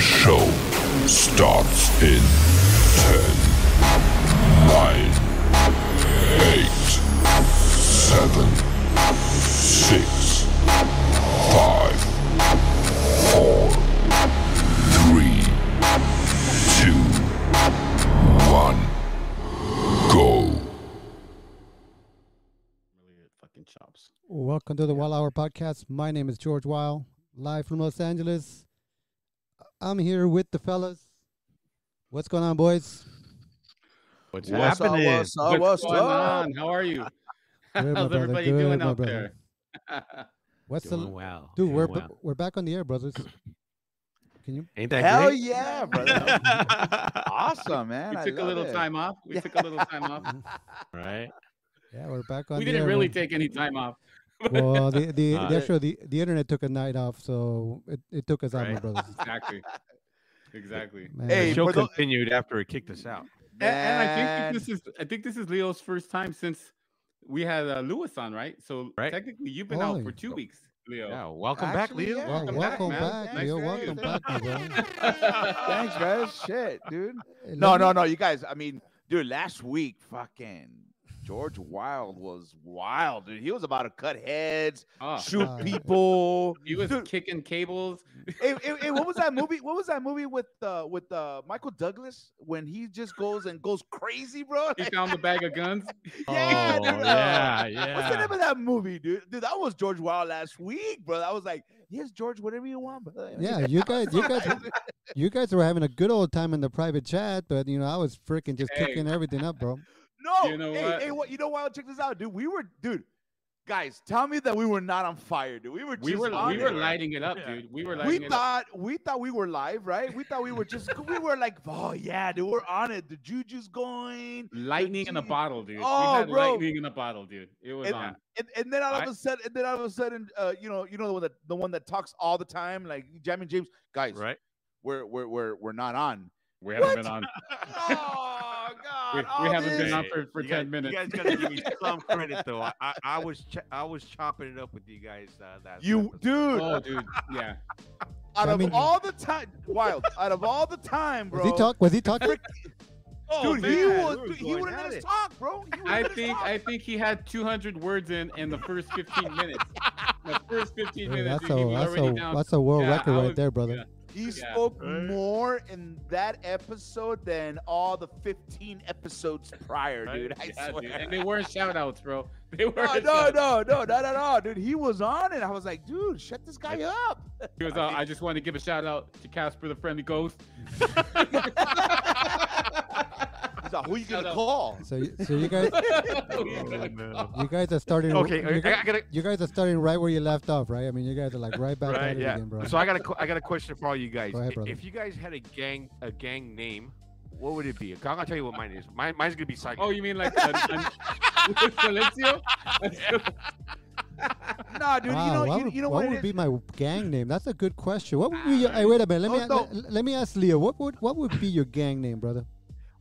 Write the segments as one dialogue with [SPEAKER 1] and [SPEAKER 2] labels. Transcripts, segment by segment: [SPEAKER 1] show starts in 10, 9, 8, 7, 6, 5, 4, 3, 2, 1, go.
[SPEAKER 2] Really fucking chops.
[SPEAKER 3] Welcome to the Wild Hour Podcast. My name is George Weil, live from Los Angeles. I'm here with the fellas. What's going on, boys?
[SPEAKER 2] What's,
[SPEAKER 4] What's up,
[SPEAKER 2] happening?
[SPEAKER 4] what's up, what's
[SPEAKER 2] going
[SPEAKER 4] up?
[SPEAKER 2] on? How are you?
[SPEAKER 3] Good, my
[SPEAKER 2] How's
[SPEAKER 3] brother,
[SPEAKER 2] everybody
[SPEAKER 3] good,
[SPEAKER 2] doing
[SPEAKER 3] my
[SPEAKER 2] out
[SPEAKER 3] Oh, brother.
[SPEAKER 2] there?
[SPEAKER 3] What's
[SPEAKER 5] Doing
[SPEAKER 3] the
[SPEAKER 5] well.
[SPEAKER 3] dude?
[SPEAKER 5] doing
[SPEAKER 3] We're
[SPEAKER 5] well.
[SPEAKER 3] b- we're back on the air, brothers. Can you?
[SPEAKER 5] Ain't that
[SPEAKER 4] Hell
[SPEAKER 5] great?
[SPEAKER 4] yeah, brother. awesome, man.
[SPEAKER 2] we
[SPEAKER 4] I
[SPEAKER 2] took a
[SPEAKER 4] love
[SPEAKER 2] little
[SPEAKER 4] it.
[SPEAKER 2] time off. We took a little time off.
[SPEAKER 5] Right?
[SPEAKER 3] Yeah, we're back on.
[SPEAKER 2] We
[SPEAKER 3] the
[SPEAKER 2] didn't
[SPEAKER 3] air,
[SPEAKER 2] really
[SPEAKER 3] man.
[SPEAKER 2] take any time off.
[SPEAKER 3] Well, the the,
[SPEAKER 5] Uh,
[SPEAKER 3] the actual the, the internet took a night off, so it, it took us out, my
[SPEAKER 5] Right.
[SPEAKER 3] brothers.
[SPEAKER 2] Exactly. Exactly.
[SPEAKER 3] Man,
[SPEAKER 4] Hey,
[SPEAKER 5] the show
[SPEAKER 4] for the-
[SPEAKER 5] continued after it kicked us out.
[SPEAKER 2] A- And, I think
[SPEAKER 4] Man.
[SPEAKER 2] that this is I think this is Leo's first time since we had uh, Lewis on, right? So
[SPEAKER 5] Right.
[SPEAKER 2] technically you've been
[SPEAKER 3] Oh.
[SPEAKER 2] out for two weeks, Leo.
[SPEAKER 5] Yeah. Welcome
[SPEAKER 4] Actually,
[SPEAKER 5] back, Leo.
[SPEAKER 4] yeah.
[SPEAKER 3] well,
[SPEAKER 2] welcome back,
[SPEAKER 3] welcome
[SPEAKER 2] man.
[SPEAKER 3] back,
[SPEAKER 2] Nice
[SPEAKER 3] Leo.
[SPEAKER 2] to have you.
[SPEAKER 3] Welcome back, my brother.
[SPEAKER 4] Thanks, man. Shit, dude.
[SPEAKER 3] Hey,
[SPEAKER 4] No,
[SPEAKER 3] let me-
[SPEAKER 4] no, no. You guys, I mean, dude, last week, fucking George Wild was wild, dude. He was about to cut heads,
[SPEAKER 2] Oh,
[SPEAKER 4] shoot
[SPEAKER 3] Uh,
[SPEAKER 4] people.
[SPEAKER 2] he was
[SPEAKER 4] Dude,
[SPEAKER 2] kicking cables.
[SPEAKER 4] hey, hey, hey, what was that movie? What was that movie with uh with uh Michael Douglas when he just goes and goes crazy, bro?
[SPEAKER 2] He found the bag of guns.
[SPEAKER 4] yeah,
[SPEAKER 5] Oh,
[SPEAKER 4] dude. uh,
[SPEAKER 5] yeah,
[SPEAKER 4] What's the
[SPEAKER 5] yeah.
[SPEAKER 4] name of that movie, dude? Dude, that was George Wild last week, bro. I was like, yes, George, whatever you want, bro.
[SPEAKER 3] Yeah, you guys, you guys, you guys were having a good old time in the private chat, but you know I was freaking just
[SPEAKER 2] Hey.
[SPEAKER 3] kicking everything up, bro.
[SPEAKER 4] No,
[SPEAKER 2] You know
[SPEAKER 4] hey,
[SPEAKER 2] what?
[SPEAKER 4] hey, what? You know what? Check this out, dude. We were, dude. Guys, tell me that we were not on fire, dude. We were.
[SPEAKER 2] We
[SPEAKER 4] just
[SPEAKER 2] were
[SPEAKER 4] on
[SPEAKER 2] we were
[SPEAKER 4] it.
[SPEAKER 2] lighting it up,
[SPEAKER 5] Yeah.
[SPEAKER 2] dude. We were
[SPEAKER 5] We
[SPEAKER 2] lighting
[SPEAKER 4] We
[SPEAKER 2] it up.
[SPEAKER 4] thought we thought we were live, right? We thought we were just. we were like, oh yeah, dude, we're on it. The juju's going.
[SPEAKER 2] Lightning in a
[SPEAKER 4] G-
[SPEAKER 2] bottle, dude.
[SPEAKER 4] Oh,
[SPEAKER 2] we had
[SPEAKER 4] bro.
[SPEAKER 2] lightning in a bottle, dude. It was
[SPEAKER 4] And-
[SPEAKER 2] on.
[SPEAKER 4] And, and then all
[SPEAKER 5] I-
[SPEAKER 4] of a sudden, and then all of a sudden, uh, you know, you know the one that the one that talks all the time, like Jamie James. Guys,
[SPEAKER 5] Right?
[SPEAKER 4] we're we're we're we're not on.
[SPEAKER 2] We haven't
[SPEAKER 4] What?
[SPEAKER 2] been on.
[SPEAKER 4] oh God!
[SPEAKER 2] We, we
[SPEAKER 4] all
[SPEAKER 2] haven't been
[SPEAKER 4] this-
[SPEAKER 2] on for, for
[SPEAKER 5] You guys-
[SPEAKER 2] ten minutes.
[SPEAKER 5] You guys gotta give me some credit though. I, I, I was ch- I was chopping it up with you guys uh, last
[SPEAKER 4] You,
[SPEAKER 5] episode.
[SPEAKER 4] dude.
[SPEAKER 2] oh, dude. Yeah.
[SPEAKER 4] out
[SPEAKER 3] I
[SPEAKER 4] of
[SPEAKER 3] mean-
[SPEAKER 4] all the time, wild. out of all the time, bro.
[SPEAKER 3] Was he talk? Was he talking?
[SPEAKER 2] Oh,
[SPEAKER 4] dude, he Oh, was. dude, he would have let
[SPEAKER 5] missed.
[SPEAKER 4] us talk, bro. He would've
[SPEAKER 2] I
[SPEAKER 4] let us
[SPEAKER 2] think
[SPEAKER 4] talk.
[SPEAKER 2] I think he had 200 words in in the first 15 minutes. The first 15
[SPEAKER 3] Dude,
[SPEAKER 2] minutes,
[SPEAKER 3] that's
[SPEAKER 2] dude,
[SPEAKER 3] a
[SPEAKER 2] he was
[SPEAKER 3] that's
[SPEAKER 2] already
[SPEAKER 3] a
[SPEAKER 2] down.
[SPEAKER 3] that's a world
[SPEAKER 2] Yeah,
[SPEAKER 3] record
[SPEAKER 2] I
[SPEAKER 3] right
[SPEAKER 2] was-
[SPEAKER 3] there, brother.
[SPEAKER 2] yeah.
[SPEAKER 4] he
[SPEAKER 2] yeah.
[SPEAKER 4] spoke
[SPEAKER 5] Right.
[SPEAKER 4] more in that episode than all the 15 episodes prior,
[SPEAKER 5] Right.
[SPEAKER 4] dude. I
[SPEAKER 2] Yeah, dude.
[SPEAKER 4] swear. Oh,
[SPEAKER 2] And they weren't shout outs, bro. They were.
[SPEAKER 4] No, no, no, no, not at all, dude. He was on it. I was like, dude, shut this guy up.
[SPEAKER 2] He was, uh, I just wanted to give a shout out to Casper the Friendly Ghost.
[SPEAKER 4] He's like, who you
[SPEAKER 2] Shut
[SPEAKER 4] gonna
[SPEAKER 2] up.
[SPEAKER 4] call?
[SPEAKER 3] So you, so you guys
[SPEAKER 5] Oh, no.
[SPEAKER 3] you guys are starting.
[SPEAKER 5] Okay,
[SPEAKER 3] you
[SPEAKER 5] I, I
[SPEAKER 3] guys,
[SPEAKER 5] gotta.
[SPEAKER 3] you guys are starting right where you left off, right? I mean, you guys are like right back at
[SPEAKER 5] Right,
[SPEAKER 3] it
[SPEAKER 5] yeah.
[SPEAKER 3] again, bro.
[SPEAKER 5] So I got a que- I got a question for all you guys.
[SPEAKER 3] Go ahead,
[SPEAKER 5] I-
[SPEAKER 3] brother.
[SPEAKER 5] if you guys had a gang a gang name, what would it be? I'm gonna tell you what mine is. Mine, mine's gonna be Psycho.
[SPEAKER 2] oh, you mean like uh, um, Silencio?
[SPEAKER 4] Nah, dude,
[SPEAKER 3] wow,
[SPEAKER 4] you know,
[SPEAKER 3] what
[SPEAKER 4] you,
[SPEAKER 3] would,
[SPEAKER 4] you know
[SPEAKER 3] what,
[SPEAKER 4] what,
[SPEAKER 3] would
[SPEAKER 4] it
[SPEAKER 3] be
[SPEAKER 4] is?
[SPEAKER 3] my gang name? That's a good question. What would be your? Hey, wait a minute. Let me
[SPEAKER 4] Oh, no.
[SPEAKER 3] let, let me ask Leo. What would what would be your gang name, brother?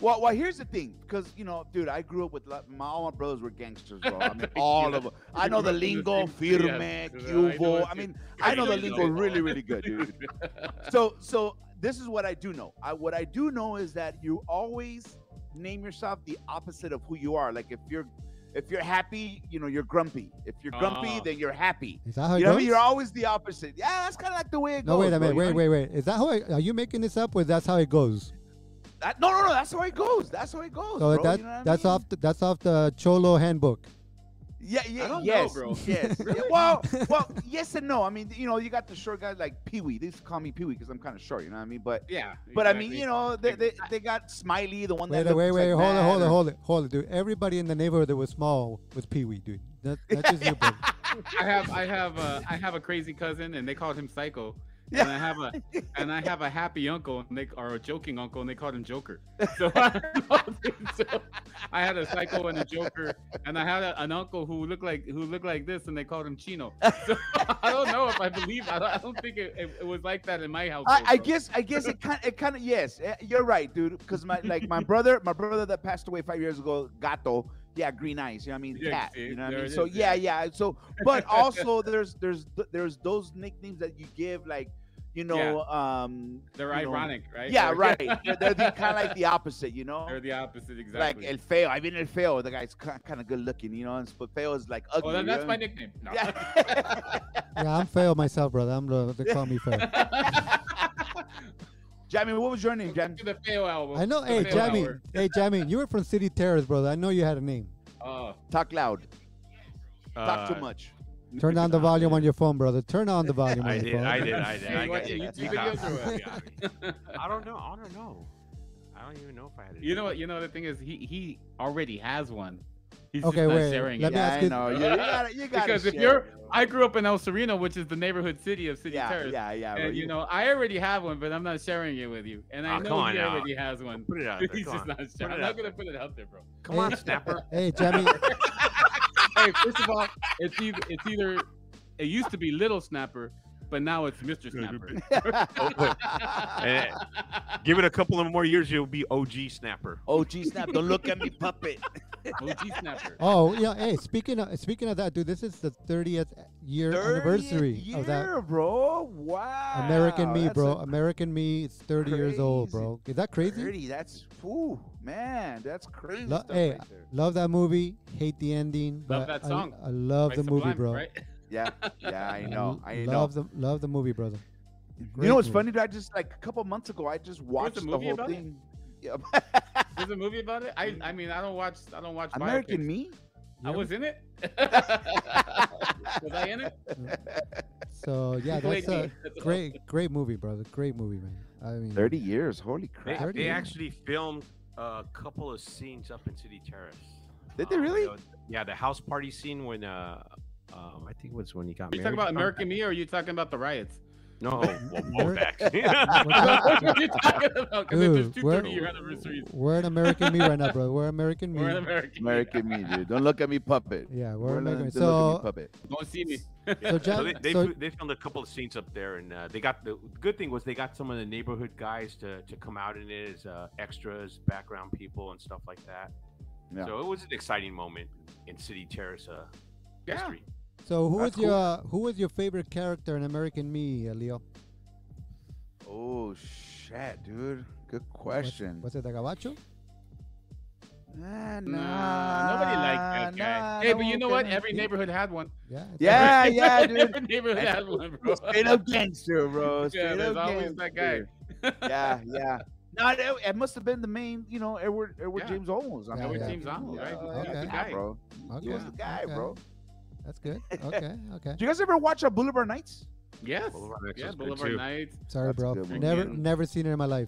[SPEAKER 4] Well, well, here's the thing, because you know, dude, I grew up with like, my all my brothers were gangsters, bro. I mean, all of them. I know the
[SPEAKER 2] You
[SPEAKER 4] lingo,
[SPEAKER 2] grew up in the same-
[SPEAKER 4] firme,
[SPEAKER 2] yes, I know
[SPEAKER 4] cubo.
[SPEAKER 2] what
[SPEAKER 4] I
[SPEAKER 2] you-
[SPEAKER 4] mean, I know the lingo really, really good, dude. so so this is what I do know. I what I do know is that you always name yourself the opposite of who you are. Like if you're if you're happy, you know, you're grumpy. If you're grumpy,
[SPEAKER 2] Ah.
[SPEAKER 4] then you're happy.
[SPEAKER 3] Is that how it
[SPEAKER 4] You know, what I
[SPEAKER 3] goes?
[SPEAKER 4] mean? you're always the opposite. Yeah, that's kind of like the way it
[SPEAKER 3] no,
[SPEAKER 4] goes.
[SPEAKER 3] wait a
[SPEAKER 4] bro.
[SPEAKER 3] minute.
[SPEAKER 4] You
[SPEAKER 3] Wait,
[SPEAKER 4] know?
[SPEAKER 3] wait, wait. Is that how? I- Are you making this up, or that's how it goes?
[SPEAKER 4] That- no, no, no. That's how it goes. That's how it goes.
[SPEAKER 3] So
[SPEAKER 4] bro.
[SPEAKER 3] that
[SPEAKER 4] You know what I
[SPEAKER 3] that's
[SPEAKER 4] mean?
[SPEAKER 3] off the, that's off the Cholo handbook.
[SPEAKER 4] Yeah, yeah,
[SPEAKER 2] don't know,
[SPEAKER 4] yes,
[SPEAKER 2] bro.
[SPEAKER 4] yes. Yeah, well, well, yes and no. I mean, you know, you got the short guys like Pee Wee. They used to call me Pee Wee because I'm kind of short. You know what I mean? But,
[SPEAKER 2] yeah.
[SPEAKER 4] but I
[SPEAKER 2] exactly.
[SPEAKER 4] mean, you know, they they, they got Smiley, the one
[SPEAKER 3] Wait,
[SPEAKER 4] that
[SPEAKER 3] wait,
[SPEAKER 4] looks
[SPEAKER 3] wait.
[SPEAKER 4] like
[SPEAKER 3] hold it,
[SPEAKER 4] that,
[SPEAKER 3] hold it,
[SPEAKER 4] or-
[SPEAKER 3] hold it, hold it, dude. Everybody in the neighborhood that was small was Pee Wee, dude. Not, not just you, brother.
[SPEAKER 2] I have I have uh, I have a crazy cousin and they called him Psycho. And I have a and I have a happy uncle and they or a joking uncle and they called him Joker. So I, so I had a psycho and a joker and I had a, an uncle who looked like who looked like this and they called him Chino. So I don't know if I believe I don't, I don't think it, it, it was like that in my house.
[SPEAKER 4] I, I guess, I guess it kind, it kind of yes. eh, You're right, dude. Because my like my brother, my brother that passed away five years ago, Gato. Yeah, green eyes. You know what I mean?
[SPEAKER 2] Yeah,
[SPEAKER 4] Cat.
[SPEAKER 2] see,
[SPEAKER 4] you know what I
[SPEAKER 2] there
[SPEAKER 4] mean?
[SPEAKER 2] it
[SPEAKER 4] So
[SPEAKER 2] is,
[SPEAKER 4] yeah, yeah. So, but also there's there's th- there's those nicknames that you give like you know, um,
[SPEAKER 2] They're
[SPEAKER 4] you know,
[SPEAKER 2] ironic, right?
[SPEAKER 4] yeah,
[SPEAKER 2] They're-
[SPEAKER 4] right. They're, they're the, kind of like the opposite, you know.
[SPEAKER 2] They're the opposite, exactly.
[SPEAKER 4] Like el feo. I mean el feo. The guy's kind of good looking, you know. and- But feo is like ugly.
[SPEAKER 2] well, then
[SPEAKER 4] you
[SPEAKER 2] that's
[SPEAKER 4] know?
[SPEAKER 2] my nickname. No.
[SPEAKER 4] Yeah.
[SPEAKER 3] Yeah, I'm fail myself, brother. I'm the they call me fail.
[SPEAKER 4] Jamie, what was your name, Jamie?
[SPEAKER 2] to the fail album.
[SPEAKER 3] I know.
[SPEAKER 2] The
[SPEAKER 3] Hey,
[SPEAKER 2] Fail
[SPEAKER 3] Jamie.
[SPEAKER 2] Hour.
[SPEAKER 3] Hey, Jamie. You were from City Terrace, brother. I know you had a name.
[SPEAKER 2] Oh,
[SPEAKER 4] Talk loud. Talk
[SPEAKER 5] Uh,
[SPEAKER 4] too much.
[SPEAKER 3] Turn down the volume on your phone, brother. Turn on the volume
[SPEAKER 5] I
[SPEAKER 3] on
[SPEAKER 5] did,
[SPEAKER 3] your phone.
[SPEAKER 5] I did, I did.
[SPEAKER 2] Hey,
[SPEAKER 5] I
[SPEAKER 2] you
[SPEAKER 5] got
[SPEAKER 2] watching
[SPEAKER 5] you.
[SPEAKER 2] YouTube
[SPEAKER 5] You got
[SPEAKER 2] videos or
[SPEAKER 5] me. You got me. I don't know. I don't know. I don't even know if I had. a
[SPEAKER 2] you know
[SPEAKER 5] name.
[SPEAKER 2] what? You know the thing is, he he already has one. He's
[SPEAKER 3] Okay,
[SPEAKER 2] just not
[SPEAKER 3] wait,
[SPEAKER 2] sharing
[SPEAKER 3] let
[SPEAKER 2] it.
[SPEAKER 3] me
[SPEAKER 4] yeah,
[SPEAKER 3] ask
[SPEAKER 4] I
[SPEAKER 3] you-
[SPEAKER 4] know. You, you gotta, you gotta
[SPEAKER 2] Because if
[SPEAKER 4] share,
[SPEAKER 2] you're-
[SPEAKER 4] bro.
[SPEAKER 2] I grew up in El Sereno, which is the neighborhood city of City
[SPEAKER 4] yeah,
[SPEAKER 2] Terrace.
[SPEAKER 4] yeah, yeah, bro.
[SPEAKER 2] And you know, I already have one, but I'm not sharing it with you. And I
[SPEAKER 5] Ah, come
[SPEAKER 2] know
[SPEAKER 5] on
[SPEAKER 2] he
[SPEAKER 5] now.
[SPEAKER 2] already has one.
[SPEAKER 5] Put it out.
[SPEAKER 2] He's
[SPEAKER 5] Come
[SPEAKER 2] just
[SPEAKER 5] on.
[SPEAKER 2] not sharing.
[SPEAKER 5] it
[SPEAKER 2] I'm
[SPEAKER 5] out
[SPEAKER 2] not
[SPEAKER 5] there.
[SPEAKER 2] gonna put it out there, bro.
[SPEAKER 5] Come on, snapper.
[SPEAKER 3] Hey, Jamie.
[SPEAKER 2] hey, first of all, it's either, it's either it used to be Little Snapper, but now it's Mr. Snapper.
[SPEAKER 5] Oh, wait. Eh, Give it a couple of more years, you'll be OG snapper.
[SPEAKER 4] oh, gee, snap! Don't look at me, puppet.
[SPEAKER 2] OG Snapper.
[SPEAKER 3] Oh, yeah. Hey, speaking of speaking of that, dude, this is the 30th year
[SPEAKER 4] 30th
[SPEAKER 3] anniversary of that.
[SPEAKER 4] year, bro. Wow.
[SPEAKER 3] American Me,
[SPEAKER 4] that's
[SPEAKER 3] bro.
[SPEAKER 4] a-
[SPEAKER 3] American Me. It's 30 years old,
[SPEAKER 4] Crazy.
[SPEAKER 3] bro. Is that crazy?
[SPEAKER 4] 30, that's whoo, man. That's crazy
[SPEAKER 3] Lo-
[SPEAKER 4] stuff
[SPEAKER 3] hey,
[SPEAKER 4] right there.
[SPEAKER 3] Love that movie. Hate the ending.
[SPEAKER 2] Love
[SPEAKER 3] but
[SPEAKER 2] that
[SPEAKER 3] I-
[SPEAKER 2] song
[SPEAKER 3] I, love
[SPEAKER 2] By
[SPEAKER 3] the movie,
[SPEAKER 2] Sublime,
[SPEAKER 3] bro.
[SPEAKER 2] Right?
[SPEAKER 4] Yeah, yeah, I know. I know.
[SPEAKER 3] love the love the movie, brother.
[SPEAKER 2] Mm-hmm.
[SPEAKER 4] you know what's
[SPEAKER 3] Great
[SPEAKER 4] funny? dude? I just like a couple months ago, I just watched the
[SPEAKER 2] movie
[SPEAKER 4] whole
[SPEAKER 2] about it?
[SPEAKER 4] thing. Yeah,
[SPEAKER 2] There's a movie about it. I I mean, I don't watch I don't watch
[SPEAKER 4] American
[SPEAKER 2] biopics.
[SPEAKER 4] Me.
[SPEAKER 2] I was in it. was I in it?
[SPEAKER 3] So yeah,
[SPEAKER 2] Wait,
[SPEAKER 3] that's uh, a
[SPEAKER 2] me. That's all.
[SPEAKER 3] great great movie, brother. Great movie, man. I mean,
[SPEAKER 4] Thirty years. Holy
[SPEAKER 5] They,
[SPEAKER 4] crap!
[SPEAKER 3] Thirty
[SPEAKER 5] they
[SPEAKER 3] years.
[SPEAKER 5] actually filmed a couple of scenes up in City Terrace.
[SPEAKER 4] Did they
[SPEAKER 5] Um,
[SPEAKER 4] really?
[SPEAKER 5] the- yeah, the house party scene when uh, um, I think it was when he got
[SPEAKER 2] Are you
[SPEAKER 5] married.
[SPEAKER 2] talking about
[SPEAKER 5] or
[SPEAKER 2] American Me or are you talking about the riots?
[SPEAKER 5] something. No, well, well, back.
[SPEAKER 3] What
[SPEAKER 2] That's what you're talking about. Because if there's
[SPEAKER 3] Dude,
[SPEAKER 2] two
[SPEAKER 3] we're-
[SPEAKER 2] 30 year anniversaries,
[SPEAKER 3] we're an American me right now, brother. We're American me.
[SPEAKER 2] we're in American.
[SPEAKER 4] American Me, dude. Don't look at me, puppet.
[SPEAKER 3] yeah, we're,
[SPEAKER 4] We're
[SPEAKER 3] American.
[SPEAKER 4] not,
[SPEAKER 3] So,
[SPEAKER 4] don't look at me, puppet.
[SPEAKER 2] Don't see me.
[SPEAKER 3] so, Jack,
[SPEAKER 5] So they, they,
[SPEAKER 3] so
[SPEAKER 5] fi- they filmed a couple of scenes up there, and uh, they got the the good thing was they got some of the neighborhood guys to, to come out in it as uh, extras, background people, and stuff like that.
[SPEAKER 4] Yeah.
[SPEAKER 5] So it was an exciting moment in City Terrace uh,
[SPEAKER 2] Yeah.
[SPEAKER 5] history.
[SPEAKER 3] so who was
[SPEAKER 5] That's
[SPEAKER 3] your uh, who was your favorite character in American Me, uh, Leo?
[SPEAKER 4] Oh shit, dude. Good question. Ah,
[SPEAKER 3] Was, was it the Gabacho?
[SPEAKER 4] Nah,
[SPEAKER 2] Nah, nobody liked that guy.
[SPEAKER 4] nah,
[SPEAKER 2] hey,
[SPEAKER 4] no
[SPEAKER 2] but you
[SPEAKER 4] one
[SPEAKER 2] know what?
[SPEAKER 4] can-
[SPEAKER 2] Every neighborhood had one.
[SPEAKER 3] Yeah. it's-
[SPEAKER 4] Yeah,
[SPEAKER 2] Every-
[SPEAKER 4] yeah, dude.
[SPEAKER 2] Every neighborhood
[SPEAKER 4] That's-
[SPEAKER 2] had one, bro.
[SPEAKER 4] Straight up gangster, bro. Straight
[SPEAKER 2] Yeah,
[SPEAKER 4] up
[SPEAKER 2] there's always that guy.
[SPEAKER 4] gangster. yeah, yeah. No, it, it must have been the main, you know, Edward Edward
[SPEAKER 2] Yeah.
[SPEAKER 4] James Olmos. I
[SPEAKER 3] Yeah,
[SPEAKER 4] mean,
[SPEAKER 3] Edward
[SPEAKER 4] yeah,
[SPEAKER 2] James Olmos, right?
[SPEAKER 4] yeah,
[SPEAKER 3] He's the
[SPEAKER 4] yeah,
[SPEAKER 2] guy.
[SPEAKER 4] bro. He was
[SPEAKER 3] Okay,
[SPEAKER 4] the guy,
[SPEAKER 3] okay.
[SPEAKER 4] bro.
[SPEAKER 3] That's good. Okay. Okay.
[SPEAKER 4] Did you guys ever watch uh, Boulevard Nights?
[SPEAKER 2] Yes.
[SPEAKER 5] Boulevard Nights
[SPEAKER 2] yeah,
[SPEAKER 5] was good
[SPEAKER 2] Boulevard
[SPEAKER 5] too.
[SPEAKER 2] Nights.
[SPEAKER 3] Sorry,
[SPEAKER 4] That's a
[SPEAKER 3] bro.
[SPEAKER 4] good one.
[SPEAKER 3] Never
[SPEAKER 2] Yeah.
[SPEAKER 3] never seen it in my life.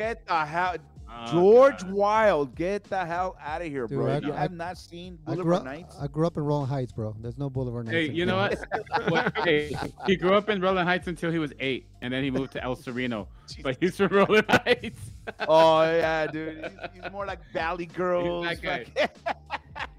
[SPEAKER 4] Get the hell,
[SPEAKER 2] Oh,
[SPEAKER 4] George
[SPEAKER 2] God.
[SPEAKER 4] Wild, get the hell out of here,
[SPEAKER 3] Dude,
[SPEAKER 4] bro.
[SPEAKER 3] I-
[SPEAKER 4] If you
[SPEAKER 3] I-
[SPEAKER 4] have not seen
[SPEAKER 3] I grew,
[SPEAKER 4] Boulevard
[SPEAKER 3] up,
[SPEAKER 4] Nights,
[SPEAKER 3] I grew up in Rolling Heights, bro. There's no Boulevard Nights.
[SPEAKER 2] Hey,
[SPEAKER 3] in
[SPEAKER 2] you know
[SPEAKER 3] Rolling
[SPEAKER 2] what? What- hey, he grew up in Rolling Heights until he was eight, and then he moved to El Sereno. But he's from Rolling Heights.
[SPEAKER 4] oh yeah, dude, he's, he's more like Valley Girls,
[SPEAKER 2] guy.
[SPEAKER 4] fucking
[SPEAKER 3] Heights.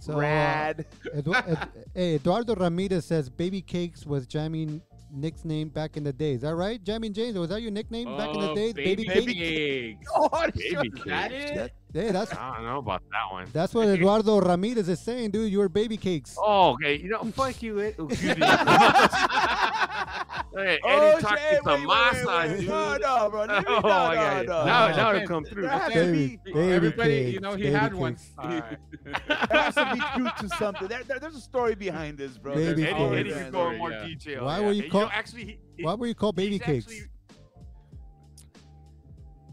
[SPEAKER 3] So, uh,
[SPEAKER 4] rad.
[SPEAKER 3] Edu- Ed- hey, Eduardo Ramirez says Baby Cakes was Jamie Nick's name back in the day. Is that right? Jamie James, was that your nickname back in the
[SPEAKER 2] Oh,
[SPEAKER 3] day?
[SPEAKER 2] baby,
[SPEAKER 3] Cakes?
[SPEAKER 2] cakes.
[SPEAKER 4] Oh, shut
[SPEAKER 5] Baby
[SPEAKER 4] the-
[SPEAKER 5] King.
[SPEAKER 2] That is.
[SPEAKER 3] Hey, that's
[SPEAKER 5] I don't know about that one.
[SPEAKER 3] that's what Eduardo Ramirez is saying, dude. You were Baby Cakes.
[SPEAKER 5] Oh, okay. You know, fuck you. It, excuse me. hey, Eddie
[SPEAKER 4] Oh,
[SPEAKER 5] talked
[SPEAKER 4] shit,
[SPEAKER 5] to
[SPEAKER 4] wait,
[SPEAKER 5] some
[SPEAKER 4] wait,
[SPEAKER 5] masa,
[SPEAKER 4] wait, wait.
[SPEAKER 5] dude.
[SPEAKER 4] No, no, bro. No,
[SPEAKER 5] Oh,
[SPEAKER 4] no,
[SPEAKER 5] my God.
[SPEAKER 4] no,
[SPEAKER 5] Now,
[SPEAKER 4] no.
[SPEAKER 5] now it'll come through.
[SPEAKER 4] There has to
[SPEAKER 3] Baby-
[SPEAKER 4] be-
[SPEAKER 3] baby
[SPEAKER 2] Everybody, you
[SPEAKER 3] cakes,
[SPEAKER 2] know, he
[SPEAKER 3] baby
[SPEAKER 2] had one.
[SPEAKER 3] cakes.
[SPEAKER 5] All right.
[SPEAKER 4] there has to be truth to something. There, there, there's a story behind this, bro. There's
[SPEAKER 3] Baby
[SPEAKER 5] Eddie,
[SPEAKER 3] cakes.
[SPEAKER 4] always
[SPEAKER 5] Eddie
[SPEAKER 4] been a
[SPEAKER 5] can go
[SPEAKER 4] story.
[SPEAKER 5] in more
[SPEAKER 2] yeah.
[SPEAKER 5] detail.
[SPEAKER 3] Why
[SPEAKER 5] yeah.
[SPEAKER 3] were you
[SPEAKER 5] know,
[SPEAKER 3] call-
[SPEAKER 5] actually, he- he-
[SPEAKER 3] Why were you called Baby
[SPEAKER 5] he's
[SPEAKER 3] Cakes?
[SPEAKER 5] actually-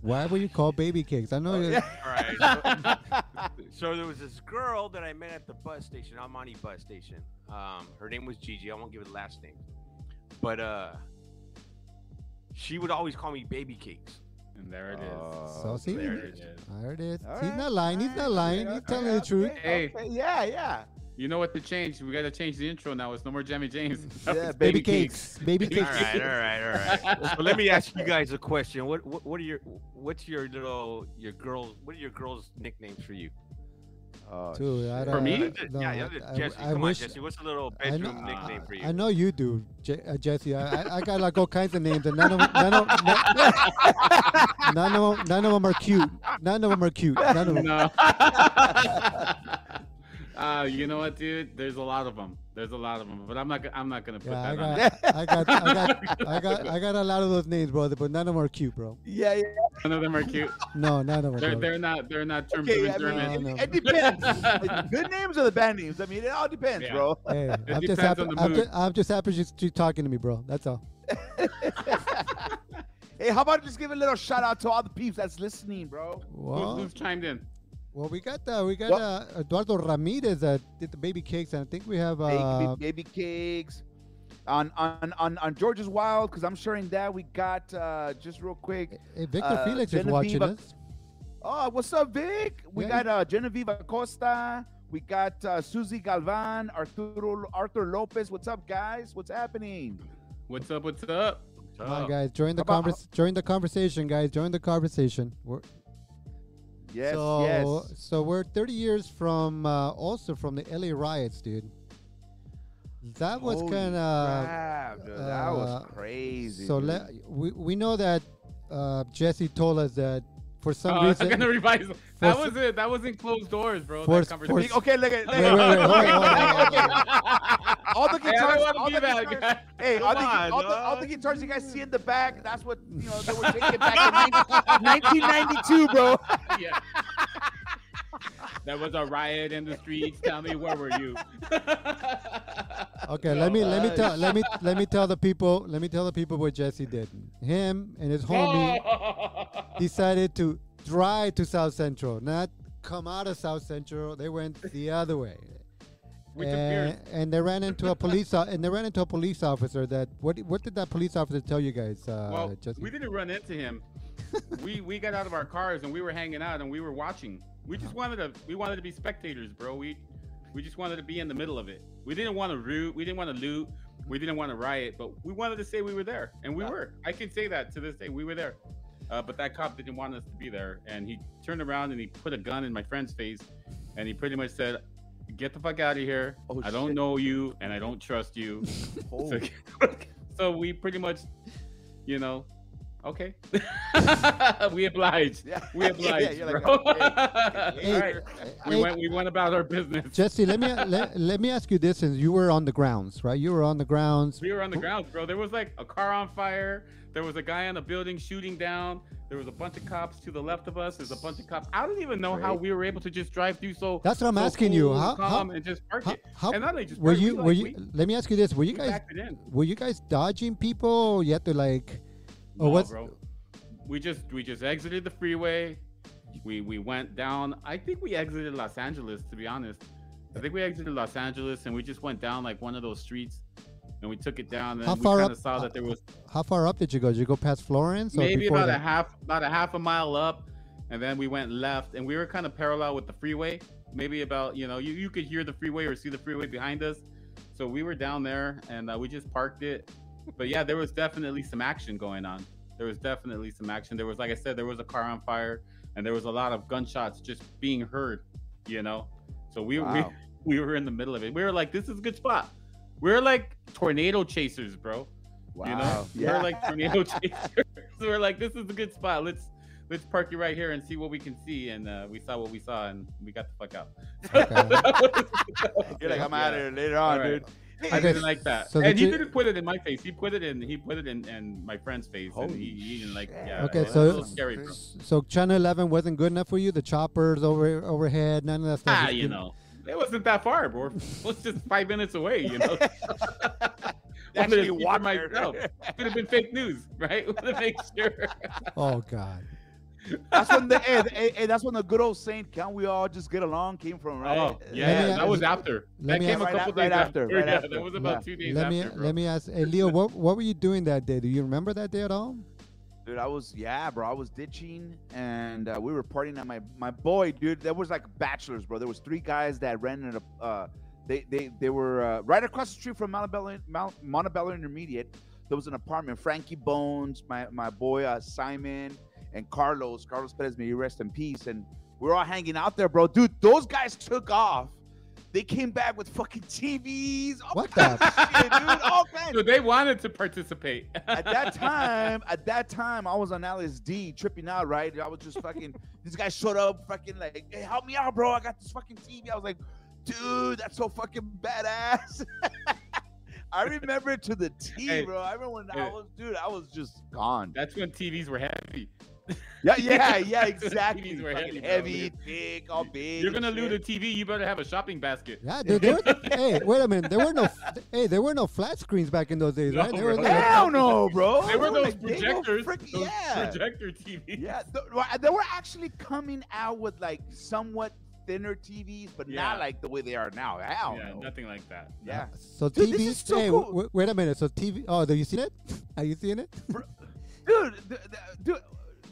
[SPEAKER 3] Why were you called Baby Cakes? I
[SPEAKER 2] Oh,
[SPEAKER 3] know. you
[SPEAKER 5] All right. So, so there was this girl that I met at the bus station, Almani bus station. Um, her name was Gigi. I won't give her the last name, but uh, she would always call me Baby Cakes.
[SPEAKER 2] And there it is.
[SPEAKER 4] Oh,
[SPEAKER 3] So see?
[SPEAKER 2] There
[SPEAKER 4] there it
[SPEAKER 2] it is.
[SPEAKER 3] There it is.
[SPEAKER 4] All
[SPEAKER 3] He's
[SPEAKER 4] right,
[SPEAKER 3] not lying. He's
[SPEAKER 4] all
[SPEAKER 3] not
[SPEAKER 4] right,
[SPEAKER 3] lying.
[SPEAKER 4] okay,
[SPEAKER 3] He's
[SPEAKER 4] okay,
[SPEAKER 3] telling the
[SPEAKER 4] okay,
[SPEAKER 3] truth.
[SPEAKER 2] Hey.
[SPEAKER 4] okay, Yeah, yeah.
[SPEAKER 2] You know what to change? We got to change the intro now. It's no more Jamie James.
[SPEAKER 4] Yeah,
[SPEAKER 2] It's
[SPEAKER 3] Baby Cakes. Baby
[SPEAKER 5] All
[SPEAKER 3] Cakes.
[SPEAKER 5] right, all right, all right. So let me ask you guys a question. What, what what are your what's your little your girls? What are your girls' nicknames for you?
[SPEAKER 4] Oh,
[SPEAKER 3] Dude, I
[SPEAKER 4] shit.
[SPEAKER 3] don't,
[SPEAKER 2] For me?
[SPEAKER 3] Uh, no,
[SPEAKER 5] yeah, yeah,
[SPEAKER 3] I- I-
[SPEAKER 5] Jesse.
[SPEAKER 3] I
[SPEAKER 5] come
[SPEAKER 3] wish-
[SPEAKER 5] on, Jesse. What's a little
[SPEAKER 3] I
[SPEAKER 5] bedroom nickname for you?
[SPEAKER 3] I know you do, Je- uh, Jesse. I, I, I got like all kinds of names, and none of none of none, none of 'em- none of them are cute. None of them are cute. None of them.
[SPEAKER 2] No. Uh, you know what, dude? There's a lot of them. There's a lot of them, but I'm not. go- I'm not gonna put
[SPEAKER 3] Yeah, I
[SPEAKER 2] that on.
[SPEAKER 3] got, I got, I got, I got, I got a lot of those names, brother, but none of them are cute, bro.
[SPEAKER 4] Yeah, yeah.
[SPEAKER 2] None of them are cute.
[SPEAKER 3] No, none of them.
[SPEAKER 2] They're
[SPEAKER 3] dog.
[SPEAKER 2] they're not. They're not terms
[SPEAKER 4] Okay,
[SPEAKER 2] of
[SPEAKER 4] I mean,
[SPEAKER 2] endearment.
[SPEAKER 4] it,
[SPEAKER 3] No, no.
[SPEAKER 4] it depends. The good names or the bad names? I mean, it all depends,
[SPEAKER 2] Yeah.
[SPEAKER 4] bro.
[SPEAKER 3] Hey, I'm
[SPEAKER 2] depends
[SPEAKER 3] just happy.
[SPEAKER 2] on the
[SPEAKER 3] I'm
[SPEAKER 2] mood.
[SPEAKER 3] just, I'm just happy she's, she's talking to me, bro. That's all.
[SPEAKER 4] Hey, how about just give a little shout out to all the peeps that's listening, bro?
[SPEAKER 2] Who's,
[SPEAKER 3] Well,
[SPEAKER 2] who's chimed in?
[SPEAKER 3] well, we got uh, we got
[SPEAKER 4] What?
[SPEAKER 3] uh, Eduardo Ramirez that did the baby cakes, and I think we have uh,
[SPEAKER 4] baby, baby cakes on on on, on George's Wild because I'm sharing that. We got uh, just real quick.
[SPEAKER 3] hey, Victor
[SPEAKER 4] uh,
[SPEAKER 3] Felix is
[SPEAKER 4] Genevieve
[SPEAKER 3] watching
[SPEAKER 4] Ac-
[SPEAKER 3] us.
[SPEAKER 4] Oh, what's up, Vic? We
[SPEAKER 3] Yeah.
[SPEAKER 4] got uh, Genevieve Acosta. We got uh, Susie Galvan, Arturo Arthur Lopez. What's up, guys? What's happening?
[SPEAKER 2] What's up? What's up?
[SPEAKER 3] Come on,
[SPEAKER 5] Oh,
[SPEAKER 3] guys, join the
[SPEAKER 4] How about-
[SPEAKER 3] convers- join the conversation, guys. Join the conversation. We're,
[SPEAKER 4] Yes,
[SPEAKER 3] so
[SPEAKER 4] yes.
[SPEAKER 3] so we're 30 years from uh, also from the LA riots, dude. That was
[SPEAKER 4] Holy
[SPEAKER 3] kind of
[SPEAKER 4] crap, dude, that was
[SPEAKER 3] uh,
[SPEAKER 4] crazy.
[SPEAKER 3] So
[SPEAKER 4] dude.
[SPEAKER 3] let we, we know that uh, Jesse told us that for some
[SPEAKER 2] Uh,
[SPEAKER 3] reason.
[SPEAKER 2] I'm gonna revise. That
[SPEAKER 3] for-
[SPEAKER 2] was it. That wasn't closed doors, bro.
[SPEAKER 3] for-
[SPEAKER 2] that conversation.
[SPEAKER 3] for-
[SPEAKER 4] Okay, look at
[SPEAKER 3] Wait, wait, wait, hold on, hold on, hold on.
[SPEAKER 4] all the
[SPEAKER 2] Hey, I
[SPEAKER 4] guitars.
[SPEAKER 2] don't
[SPEAKER 4] all
[SPEAKER 2] want to
[SPEAKER 4] the
[SPEAKER 2] be that
[SPEAKER 4] guitars-
[SPEAKER 2] guy.
[SPEAKER 4] Hey, all
[SPEAKER 5] Come
[SPEAKER 4] the,
[SPEAKER 5] on,
[SPEAKER 4] all, the, all the
[SPEAKER 5] dog.
[SPEAKER 4] guitars you guys see in the back, that's what, you know, they were taking back in 19- 1992, bro.
[SPEAKER 2] yeah. There was a riot in the streets. Tell me where were you?
[SPEAKER 3] Okay, let me let me tell let me let me tell the people let me tell the people what Jesse did. Him and his homie decided to drive to South Central, not come out of South Central. They went the other way,
[SPEAKER 2] With the
[SPEAKER 3] and,
[SPEAKER 2] beard.
[SPEAKER 3] and they ran into a police o- and they ran into a police officer. That what what did that police officer tell you guys, uh,
[SPEAKER 2] Well,
[SPEAKER 3] Jesse?
[SPEAKER 2] we didn't run into him. we we got out of our cars and we were hanging out and we were watching. We just wanted to we wanted to be spectators, bro. We we just wanted to be in the middle of it. We didn't want to root. We didn't want to loot. We didn't want to riot, but we wanted to say we were there, and we
[SPEAKER 4] Yeah.
[SPEAKER 2] were. I can say that to this day, we were there. Uh, but that cop didn't want us to be there, and he turned around and he put a gun in my friend's face, and he pretty much said, "Get the fuck out of here!
[SPEAKER 4] Oh,
[SPEAKER 2] I don't
[SPEAKER 4] shit.
[SPEAKER 2] know you, and I don't trust you."
[SPEAKER 4] Oh,
[SPEAKER 2] So, so we pretty much, you know, okay. we obliged.
[SPEAKER 4] yeah.
[SPEAKER 2] We obliged,
[SPEAKER 4] you're like,
[SPEAKER 2] bro.
[SPEAKER 4] okay.
[SPEAKER 2] All right. We
[SPEAKER 3] Hey,
[SPEAKER 2] went. We went about our business.
[SPEAKER 3] Jesse, let me let, let me ask you this: since you were on the grounds, right? You were on the grounds.
[SPEAKER 2] We were on the ground, bro. There was like a car on fire. There was a guy on a building shooting down. There was a bunch of cops to the left of us. There's a bunch of cops. I don't even know how
[SPEAKER 4] Right.
[SPEAKER 2] we were able to just drive through. So
[SPEAKER 3] That's what I'm
[SPEAKER 2] so
[SPEAKER 3] asking you.
[SPEAKER 2] cool,
[SPEAKER 3] How- how-
[SPEAKER 2] calm and just park
[SPEAKER 3] How,
[SPEAKER 2] it.
[SPEAKER 3] how
[SPEAKER 2] and not only just
[SPEAKER 3] were
[SPEAKER 2] park, we,
[SPEAKER 3] you?
[SPEAKER 2] like,
[SPEAKER 3] Were you?
[SPEAKER 2] We,
[SPEAKER 3] let me ask you this: Were you
[SPEAKER 2] we
[SPEAKER 3] guys?
[SPEAKER 2] backed it in.
[SPEAKER 3] Were you guys dodging people? You had to like. Oh,
[SPEAKER 2] No,
[SPEAKER 3] what's-
[SPEAKER 2] bro. We just we just exited the freeway. We we went down. I think we exited Los Angeles. To be honest, I think we exited Los Angeles and we just went down like one of those streets, and we took it down. And
[SPEAKER 3] How
[SPEAKER 2] we
[SPEAKER 3] far
[SPEAKER 2] kind
[SPEAKER 3] up-
[SPEAKER 2] of saw that there was
[SPEAKER 3] How far up did you go? Did you go past Florence? Or
[SPEAKER 2] maybe
[SPEAKER 3] before
[SPEAKER 2] about a
[SPEAKER 3] that?
[SPEAKER 2] half about a half a mile up, and then we went left, and we were kind of parallel with the freeway. Maybe about you know you you could hear the freeway or see the freeway behind us, so we were down there and uh, we just parked it. But yeah, there was definitely some action going on. There was definitely some action. There was like I said, there was a car on fire, and there was a lot of gunshots just being heard. You know, so we
[SPEAKER 4] Wow.
[SPEAKER 2] we we were in the middle of it. We were like, this is a good spot. We were like tornado chasers, bro.
[SPEAKER 4] Wow.
[SPEAKER 2] You know,
[SPEAKER 4] yeah.
[SPEAKER 2] we're like tornado chasers. we're like, this is a good spot. Let's let's park you right here and see what we can see. And uh, we saw what we saw, and we got the fuck out.
[SPEAKER 4] You're like, I'm
[SPEAKER 2] Yeah.
[SPEAKER 4] out of here later on,
[SPEAKER 2] All right.
[SPEAKER 4] dude.
[SPEAKER 2] I
[SPEAKER 3] Okay,
[SPEAKER 2] didn't like that.
[SPEAKER 3] so
[SPEAKER 2] and
[SPEAKER 3] did
[SPEAKER 2] he
[SPEAKER 3] you-
[SPEAKER 2] didn't put it in my face. He put it in. He put it in, in my friend's face, and he, he didn't like.
[SPEAKER 4] shit.
[SPEAKER 2] Yeah.
[SPEAKER 3] Okay,
[SPEAKER 2] it was a
[SPEAKER 3] so-
[SPEAKER 2] little scary, bro.
[SPEAKER 3] So Channel 11 wasn't good enough for you. The choppers over overhead, none of that stuff.
[SPEAKER 2] Ah,
[SPEAKER 3] just
[SPEAKER 2] you
[SPEAKER 3] didn't-
[SPEAKER 2] know, it wasn't that far, bro. It's just five minutes away. You know, Wanted to
[SPEAKER 5] Actually
[SPEAKER 2] see for
[SPEAKER 5] walked there.
[SPEAKER 2] myself. Could have been fake news, right? Want to make sure.
[SPEAKER 3] Oh God.
[SPEAKER 4] That's when the, hey, hey, hey, that's when the good old saying, "Can we all just get along?" came from, right?
[SPEAKER 2] Oh,
[SPEAKER 3] Let
[SPEAKER 2] yeah,
[SPEAKER 3] me
[SPEAKER 2] that
[SPEAKER 3] ask-
[SPEAKER 2] was after.
[SPEAKER 3] let
[SPEAKER 2] That
[SPEAKER 3] me
[SPEAKER 2] came a
[SPEAKER 4] ask-
[SPEAKER 2] couple
[SPEAKER 4] Right
[SPEAKER 2] days
[SPEAKER 4] after,
[SPEAKER 2] after.
[SPEAKER 4] right
[SPEAKER 2] yeah,
[SPEAKER 4] after,
[SPEAKER 2] that was
[SPEAKER 4] yeah.
[SPEAKER 2] about two days
[SPEAKER 3] let me
[SPEAKER 2] after. bro.
[SPEAKER 3] let me ask. Hey Leo, what what were you doing that day? Do you remember that day at all?
[SPEAKER 4] Dude, I was yeah, bro. I was ditching, and uh, we were partying at my my boy, dude. That was like bachelors, bro. There was three guys that rented a. Uh, they they they were uh, right across the street from Montebello Mount, Montebello Intermediate. There was an apartment. Frankie Bones, my my boy uh, Simon, and Carlos. Carlos Perez, may he rest in peace. And we were all hanging out there, bro. Dude, those guys took off. They came back with fucking TVs. All
[SPEAKER 3] What
[SPEAKER 4] kinds
[SPEAKER 3] the-
[SPEAKER 4] of shit, dude. All kinds.
[SPEAKER 2] So they wanted to participate.
[SPEAKER 4] at that time, at that time, I was on LSD, tripping out. Right, I was just fucking. this guy showed up, fucking like, hey, help me out, bro. I got this fucking TV. I was like, dude, that's so fucking badass. I remember it to the T,
[SPEAKER 2] Hey,
[SPEAKER 4] bro. I remember when I
[SPEAKER 2] hey.
[SPEAKER 4] was, dude, I was just gone.
[SPEAKER 2] That's when TVs were heavy.
[SPEAKER 4] Yeah, yeah, yeah, exactly.
[SPEAKER 2] TVs were
[SPEAKER 4] Fucking
[SPEAKER 2] heavy, bro.
[SPEAKER 4] heavy, thick, all big.
[SPEAKER 2] You're gonna
[SPEAKER 4] and
[SPEAKER 2] loot a
[SPEAKER 4] shit.
[SPEAKER 2] TV. You better have a shopping basket.
[SPEAKER 3] Yeah, dude. There were, hey, wait a minute. There were no. Hey, there were no flat screens back in those days,
[SPEAKER 2] No,
[SPEAKER 3] right? There were
[SPEAKER 2] bro.
[SPEAKER 3] no-
[SPEAKER 4] Hell no, bro. Oh
[SPEAKER 2] They were those
[SPEAKER 4] Like, big old
[SPEAKER 2] projectors.
[SPEAKER 4] frick-
[SPEAKER 2] those
[SPEAKER 4] yeah.
[SPEAKER 2] projector TVs.
[SPEAKER 4] Yeah, th- well, they were actually coming out with like somewhat thinner TVs, but
[SPEAKER 2] Yeah.
[SPEAKER 4] not like the way they are now. Hell
[SPEAKER 2] Yeah,
[SPEAKER 4] no.
[SPEAKER 2] nothing like that.
[SPEAKER 4] Yeah.
[SPEAKER 3] So
[SPEAKER 4] Dude,
[SPEAKER 3] TV.
[SPEAKER 4] this is so
[SPEAKER 3] hey,
[SPEAKER 4] cool.
[SPEAKER 3] w- wait a minute. So TV. Oh, have you seen it? Are you seeing it?
[SPEAKER 4] dude, th- th- dude,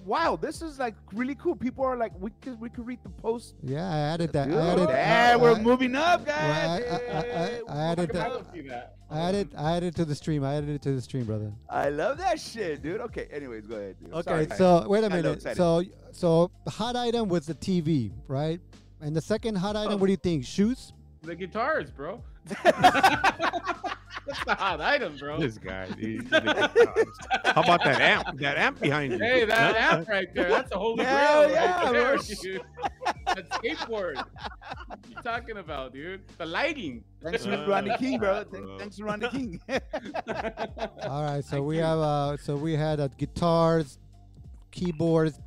[SPEAKER 4] wow, this is like really cool. People are like, we could we could read the post.
[SPEAKER 3] Yeah, I added that.
[SPEAKER 4] Dude,
[SPEAKER 3] I added.
[SPEAKER 4] yeah,
[SPEAKER 3] I-
[SPEAKER 4] we're
[SPEAKER 3] I-
[SPEAKER 4] moving up, guys.
[SPEAKER 3] I- I- I-
[SPEAKER 4] Hey,
[SPEAKER 3] I
[SPEAKER 4] we're
[SPEAKER 3] added
[SPEAKER 4] fucking
[SPEAKER 3] that.
[SPEAKER 4] up.
[SPEAKER 3] I added. I added to the stream. I added it to the stream, brother.
[SPEAKER 4] I love that shit, dude. Okay, anyways, go ahead. Dude.
[SPEAKER 3] Okay,
[SPEAKER 4] Sorry.
[SPEAKER 3] so wait a
[SPEAKER 4] Got a little
[SPEAKER 3] minute.
[SPEAKER 4] excited.
[SPEAKER 3] So so the hot item was the TV, right? And the second hot item, what do you
[SPEAKER 4] Oh.
[SPEAKER 3] think? Shoes?
[SPEAKER 2] The guitars, bro. That's the hot item, bro.
[SPEAKER 5] This guy. dude. How about that amp? That amp behind you.
[SPEAKER 2] Hey, that
[SPEAKER 5] Huh?
[SPEAKER 2] app right there. That's a holy
[SPEAKER 4] Hell
[SPEAKER 2] grail
[SPEAKER 4] yeah,
[SPEAKER 2] right there,
[SPEAKER 4] bro.
[SPEAKER 2] dude. That skateboard. What you talking about, dude? The lighting.
[SPEAKER 4] Thanks to
[SPEAKER 5] Uh,
[SPEAKER 4] Ronnie King, bro. Thank-
[SPEAKER 5] bro.
[SPEAKER 4] Thanks to Ronnie King.
[SPEAKER 3] All right, so we have uh, so we had uh, guitars, keyboards,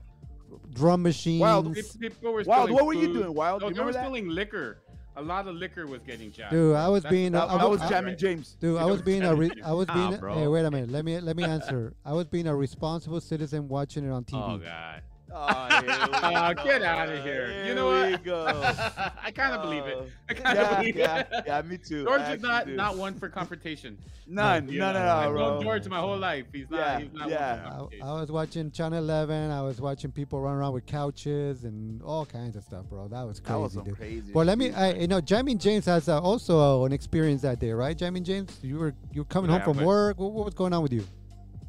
[SPEAKER 3] drum machines.
[SPEAKER 4] Wild
[SPEAKER 2] Pe- People were
[SPEAKER 4] Wild,
[SPEAKER 2] stealing
[SPEAKER 4] what were you
[SPEAKER 2] food.
[SPEAKER 4] doing, Wild?
[SPEAKER 2] No,
[SPEAKER 4] you
[SPEAKER 2] they were
[SPEAKER 4] remember that?
[SPEAKER 2] stealing liquor. A lot of liquor was getting jacked.
[SPEAKER 3] Dude, I was
[SPEAKER 2] That's-
[SPEAKER 3] being a,
[SPEAKER 4] That,
[SPEAKER 3] I
[SPEAKER 4] that was
[SPEAKER 3] I-
[SPEAKER 4] Jamming James.
[SPEAKER 3] dude, I was being a re- I was
[SPEAKER 5] Nah,
[SPEAKER 3] being a,
[SPEAKER 5] bro.
[SPEAKER 3] hey, wait a minute. Let me let me answer. I was being a responsible citizen watching it on TV.
[SPEAKER 5] Oh god.
[SPEAKER 4] Oh, here we
[SPEAKER 3] Uh,
[SPEAKER 2] Aw,
[SPEAKER 4] go.
[SPEAKER 2] get outta here. You know
[SPEAKER 4] Here
[SPEAKER 2] what?
[SPEAKER 4] we go.
[SPEAKER 2] I kind of believe it.
[SPEAKER 4] Oh.
[SPEAKER 2] I kind of
[SPEAKER 4] Yeah,
[SPEAKER 2] believe
[SPEAKER 4] yeah,
[SPEAKER 2] it.
[SPEAKER 4] yeah, me too.
[SPEAKER 2] George
[SPEAKER 4] I
[SPEAKER 2] is
[SPEAKER 4] actually
[SPEAKER 2] not
[SPEAKER 4] do.
[SPEAKER 2] not one for confrontation.
[SPEAKER 4] None,
[SPEAKER 2] You
[SPEAKER 4] none
[SPEAKER 2] know,
[SPEAKER 4] at
[SPEAKER 2] I've
[SPEAKER 4] all,
[SPEAKER 2] known
[SPEAKER 4] bro.
[SPEAKER 2] George my whole life. He's not.
[SPEAKER 4] Yeah,
[SPEAKER 2] he's not
[SPEAKER 4] yeah.
[SPEAKER 2] One for
[SPEAKER 3] I,
[SPEAKER 2] confrontation.
[SPEAKER 3] I was watching Channel 11. I was watching people run around with couches and all kinds of stuff, bro. That was crazy,
[SPEAKER 4] That was some
[SPEAKER 3] dude.
[SPEAKER 4] crazy.
[SPEAKER 3] Well, let me.
[SPEAKER 4] shit.
[SPEAKER 3] I, you know, Jamin James has uh, also an experience that day, right? Jamin James, you were you were coming
[SPEAKER 5] Yeah,
[SPEAKER 3] home from
[SPEAKER 5] but-
[SPEAKER 3] work. What, what was going on with you?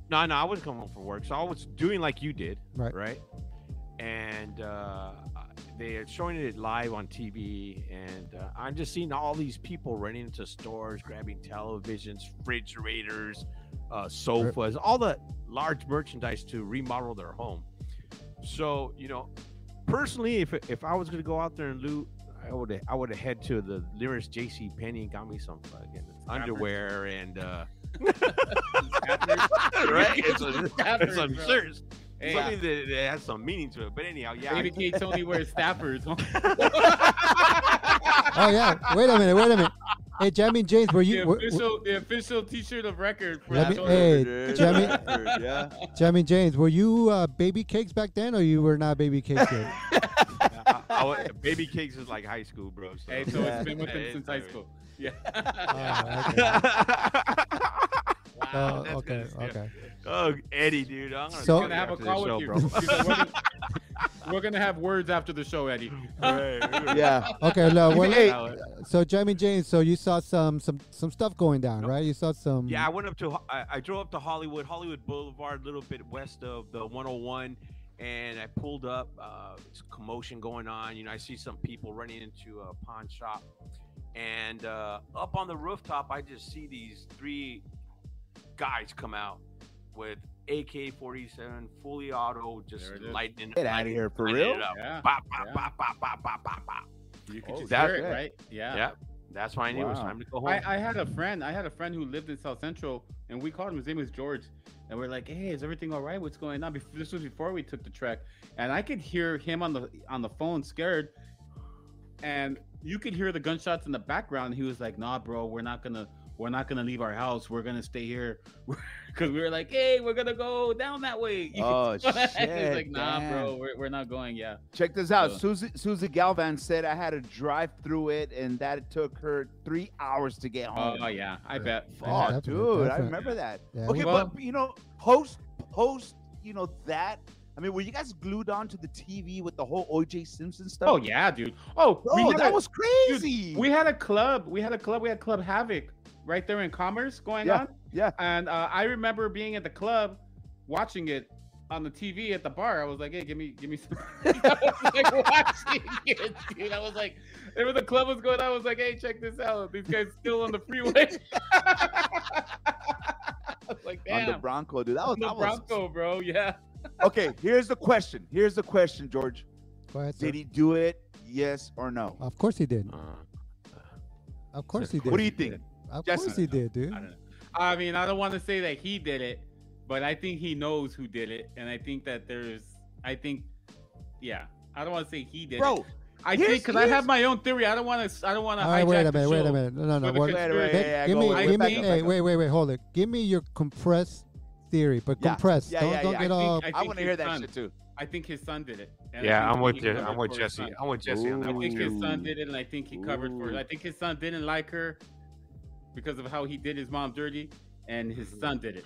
[SPEAKER 5] No, no, I was coming home from work, so I was doing like you did,
[SPEAKER 3] Right.
[SPEAKER 5] Right. And uh, they are showing it live on TV, and uh, I'm just seeing all these people running into stores, grabbing televisions, refrigerators, uh, sofas, all the large merchandise to remodel their home. So you know, personally, if if I was gonna go out there and loot, I would I would have head to the nearest J.C. Penney and got me some fucking underwear and uh, right, and some- and
[SPEAKER 2] Stafford,
[SPEAKER 5] some
[SPEAKER 2] bro.
[SPEAKER 5] shirts.
[SPEAKER 2] Hey,
[SPEAKER 5] Something that, that has some meaning to it. But anyhow, yeah.
[SPEAKER 2] Baby K. Tony wears Stafford's.
[SPEAKER 3] Oh yeah. wait a minute. Wait a minute. Hey, Jamin James, were
[SPEAKER 2] the
[SPEAKER 3] you? Were, were,
[SPEAKER 2] official, the official T-shirt of record for
[SPEAKER 3] Let
[SPEAKER 2] that
[SPEAKER 3] me-
[SPEAKER 2] tournament.
[SPEAKER 3] hey,
[SPEAKER 4] Dude,
[SPEAKER 3] Jamin-
[SPEAKER 4] Jamin- yeah.
[SPEAKER 3] Jamin James, were you uh, baby cakes back then, or you were not baby cakes yet?
[SPEAKER 5] I, I, I, was- baby cakes is like high school, bro. So.
[SPEAKER 2] Hey, so
[SPEAKER 4] Yeah.
[SPEAKER 2] it's been with him
[SPEAKER 5] Hey,
[SPEAKER 2] since
[SPEAKER 5] sorry.
[SPEAKER 2] high school. Yeah.
[SPEAKER 3] Oh, okay. Oh,
[SPEAKER 5] oh, that's
[SPEAKER 3] okay.
[SPEAKER 5] good. Yeah.
[SPEAKER 3] Okay.
[SPEAKER 5] Oh, Eddie, dude, I'm gonna,
[SPEAKER 3] So-
[SPEAKER 5] call
[SPEAKER 2] We're gonna have a
[SPEAKER 5] after
[SPEAKER 2] call
[SPEAKER 5] the
[SPEAKER 2] with you.
[SPEAKER 5] show,
[SPEAKER 2] We're gonna- We're gonna have words after the show, Eddie.
[SPEAKER 5] Right, right.
[SPEAKER 4] Yeah.
[SPEAKER 3] Okay. No, well,
[SPEAKER 4] Hey,
[SPEAKER 3] so Jamin James, so you saw some some some stuff going down, right? You saw some.
[SPEAKER 2] Mm-hmm.
[SPEAKER 5] Yeah, I went up to Ho- I, I drove up to Hollywood, Hollywood Boulevard, a little bit west of the 101, and I pulled up. Uh, it's commotion going on. You know, I see some people running into a pawn shop, and uh, up on the rooftop, I just see these three guys come out with AK-47, fully auto, just
[SPEAKER 2] There it is.
[SPEAKER 5] lightning.
[SPEAKER 4] Get out of
[SPEAKER 5] lightning-
[SPEAKER 4] here for
[SPEAKER 5] lightning it
[SPEAKER 4] real.
[SPEAKER 5] up.
[SPEAKER 2] Yeah.
[SPEAKER 5] Bop, bop,
[SPEAKER 2] Yeah.
[SPEAKER 5] bop, bop, bop, bop, bop, bop.
[SPEAKER 2] You could
[SPEAKER 4] Oh,
[SPEAKER 2] just
[SPEAKER 5] that's
[SPEAKER 2] hear it,
[SPEAKER 4] good.
[SPEAKER 2] right? Yeah.
[SPEAKER 5] Yep. That's why I knew it was
[SPEAKER 4] Wow.
[SPEAKER 5] time to go home.
[SPEAKER 2] I, I had a friend. I had a friend who lived in South Central, and we called him. His name was George, and we're like, "Hey, is everything all right? What's going on?" Bef- This was before we took the trek, and I could hear him on the on the phone, scared, and you could hear the gunshots in the background. He was like, "Nah, bro, we're not gonna we're not gonna leave our house. We're gonna stay here," because we were like, "Hey, we're gonna go down that way." You could
[SPEAKER 4] Oh,
[SPEAKER 2] tell. He's
[SPEAKER 4] shit,
[SPEAKER 2] like, "Nah, bro,
[SPEAKER 4] damn.
[SPEAKER 2] we're, we're not going." Yeah,
[SPEAKER 4] Check this out.
[SPEAKER 2] So-
[SPEAKER 4] Susie Susie Galvan said I had to drive through it, and that it took her three hours to get
[SPEAKER 2] oh
[SPEAKER 4] home.
[SPEAKER 2] yeah, I bet.
[SPEAKER 4] Fuck,
[SPEAKER 3] Yeah, definitely,
[SPEAKER 4] dude, I
[SPEAKER 3] definitely.
[SPEAKER 4] remember that.
[SPEAKER 3] Yeah,
[SPEAKER 4] okay,
[SPEAKER 3] we-
[SPEAKER 2] Well-
[SPEAKER 4] but you know, post post, you know that. I mean, were you guys glued onto the TV with the whole OJ Simpson stuff?
[SPEAKER 2] Oh yeah, dude. Oh, we
[SPEAKER 4] Bro,
[SPEAKER 2] had
[SPEAKER 4] that
[SPEAKER 2] a-
[SPEAKER 4] was
[SPEAKER 2] dude,
[SPEAKER 4] crazy.
[SPEAKER 2] We had a club. We had a club. We had Club Havoc right there in Commerce going
[SPEAKER 4] Yeah,
[SPEAKER 2] on.
[SPEAKER 4] yeah.
[SPEAKER 2] And uh, I remember being at the club, watching it on the TV at the bar. I was like, "Hey, give me, give me some." I was like watching it, dude. I was like, there was a club was going on. I was like, "Hey, check this out. These guys still on the freeway." I was like,
[SPEAKER 4] on
[SPEAKER 2] "Damn."
[SPEAKER 4] the Bronco, dude. That was,
[SPEAKER 2] on the
[SPEAKER 4] that was-
[SPEAKER 2] Bronco, bro. Yeah.
[SPEAKER 4] okay. Here's the question. Here's the question, George.
[SPEAKER 3] go ahead, sir.
[SPEAKER 4] Did he do it? Yes or no?
[SPEAKER 3] Of course he did.
[SPEAKER 5] Uh,
[SPEAKER 3] Of course he did.
[SPEAKER 4] What do you think?
[SPEAKER 3] Of
[SPEAKER 4] Jesse?
[SPEAKER 3] course he did, dude.
[SPEAKER 2] I don't know. I mean, I don't want to say that he did it, but I think he knows who did it, and I think that there's, I think, yeah, I don't want to say he did it.
[SPEAKER 4] Bro,
[SPEAKER 2] I
[SPEAKER 4] here's-
[SPEAKER 2] think because I
[SPEAKER 4] here's-
[SPEAKER 2] have my own theory. I don't want to. I don't want to.
[SPEAKER 3] All right, wait a
[SPEAKER 2] the
[SPEAKER 3] minute, wait
[SPEAKER 2] show.
[SPEAKER 3] a minute. No, no,
[SPEAKER 2] But the
[SPEAKER 3] no. what-
[SPEAKER 2] cons-
[SPEAKER 4] wait, wait,
[SPEAKER 2] Hey,
[SPEAKER 4] yeah,
[SPEAKER 3] give
[SPEAKER 4] go
[SPEAKER 3] me,
[SPEAKER 4] away,
[SPEAKER 3] give
[SPEAKER 4] back
[SPEAKER 3] me,
[SPEAKER 4] up,
[SPEAKER 3] hey,
[SPEAKER 4] back up.
[SPEAKER 3] wait, wait, wait, hold it. Give me your compressed theory, but
[SPEAKER 4] Yeah.
[SPEAKER 3] compressed.
[SPEAKER 4] Yeah,
[SPEAKER 3] don't
[SPEAKER 4] yeah,
[SPEAKER 3] don't
[SPEAKER 4] yeah.
[SPEAKER 3] get
[SPEAKER 2] I think-
[SPEAKER 3] all.
[SPEAKER 2] I
[SPEAKER 4] I
[SPEAKER 2] think
[SPEAKER 4] want to
[SPEAKER 2] his
[SPEAKER 4] hear that
[SPEAKER 2] son-
[SPEAKER 4] shit too.
[SPEAKER 2] I think his son did it. and I
[SPEAKER 5] Yeah,
[SPEAKER 2] think
[SPEAKER 5] I'm with
[SPEAKER 2] he
[SPEAKER 5] you.
[SPEAKER 2] covered
[SPEAKER 5] I'm with
[SPEAKER 2] for his
[SPEAKER 5] Jesse.
[SPEAKER 2] son.
[SPEAKER 5] I'm with Jesse on that
[SPEAKER 2] I
[SPEAKER 5] one.
[SPEAKER 2] think his son
[SPEAKER 4] Ooh.
[SPEAKER 2] did it, and I think he covered for.
[SPEAKER 4] Ooh.
[SPEAKER 2] I think his son didn't like her because of how he did his mom dirty, and his
[SPEAKER 5] Mm-hmm.
[SPEAKER 2] son did it.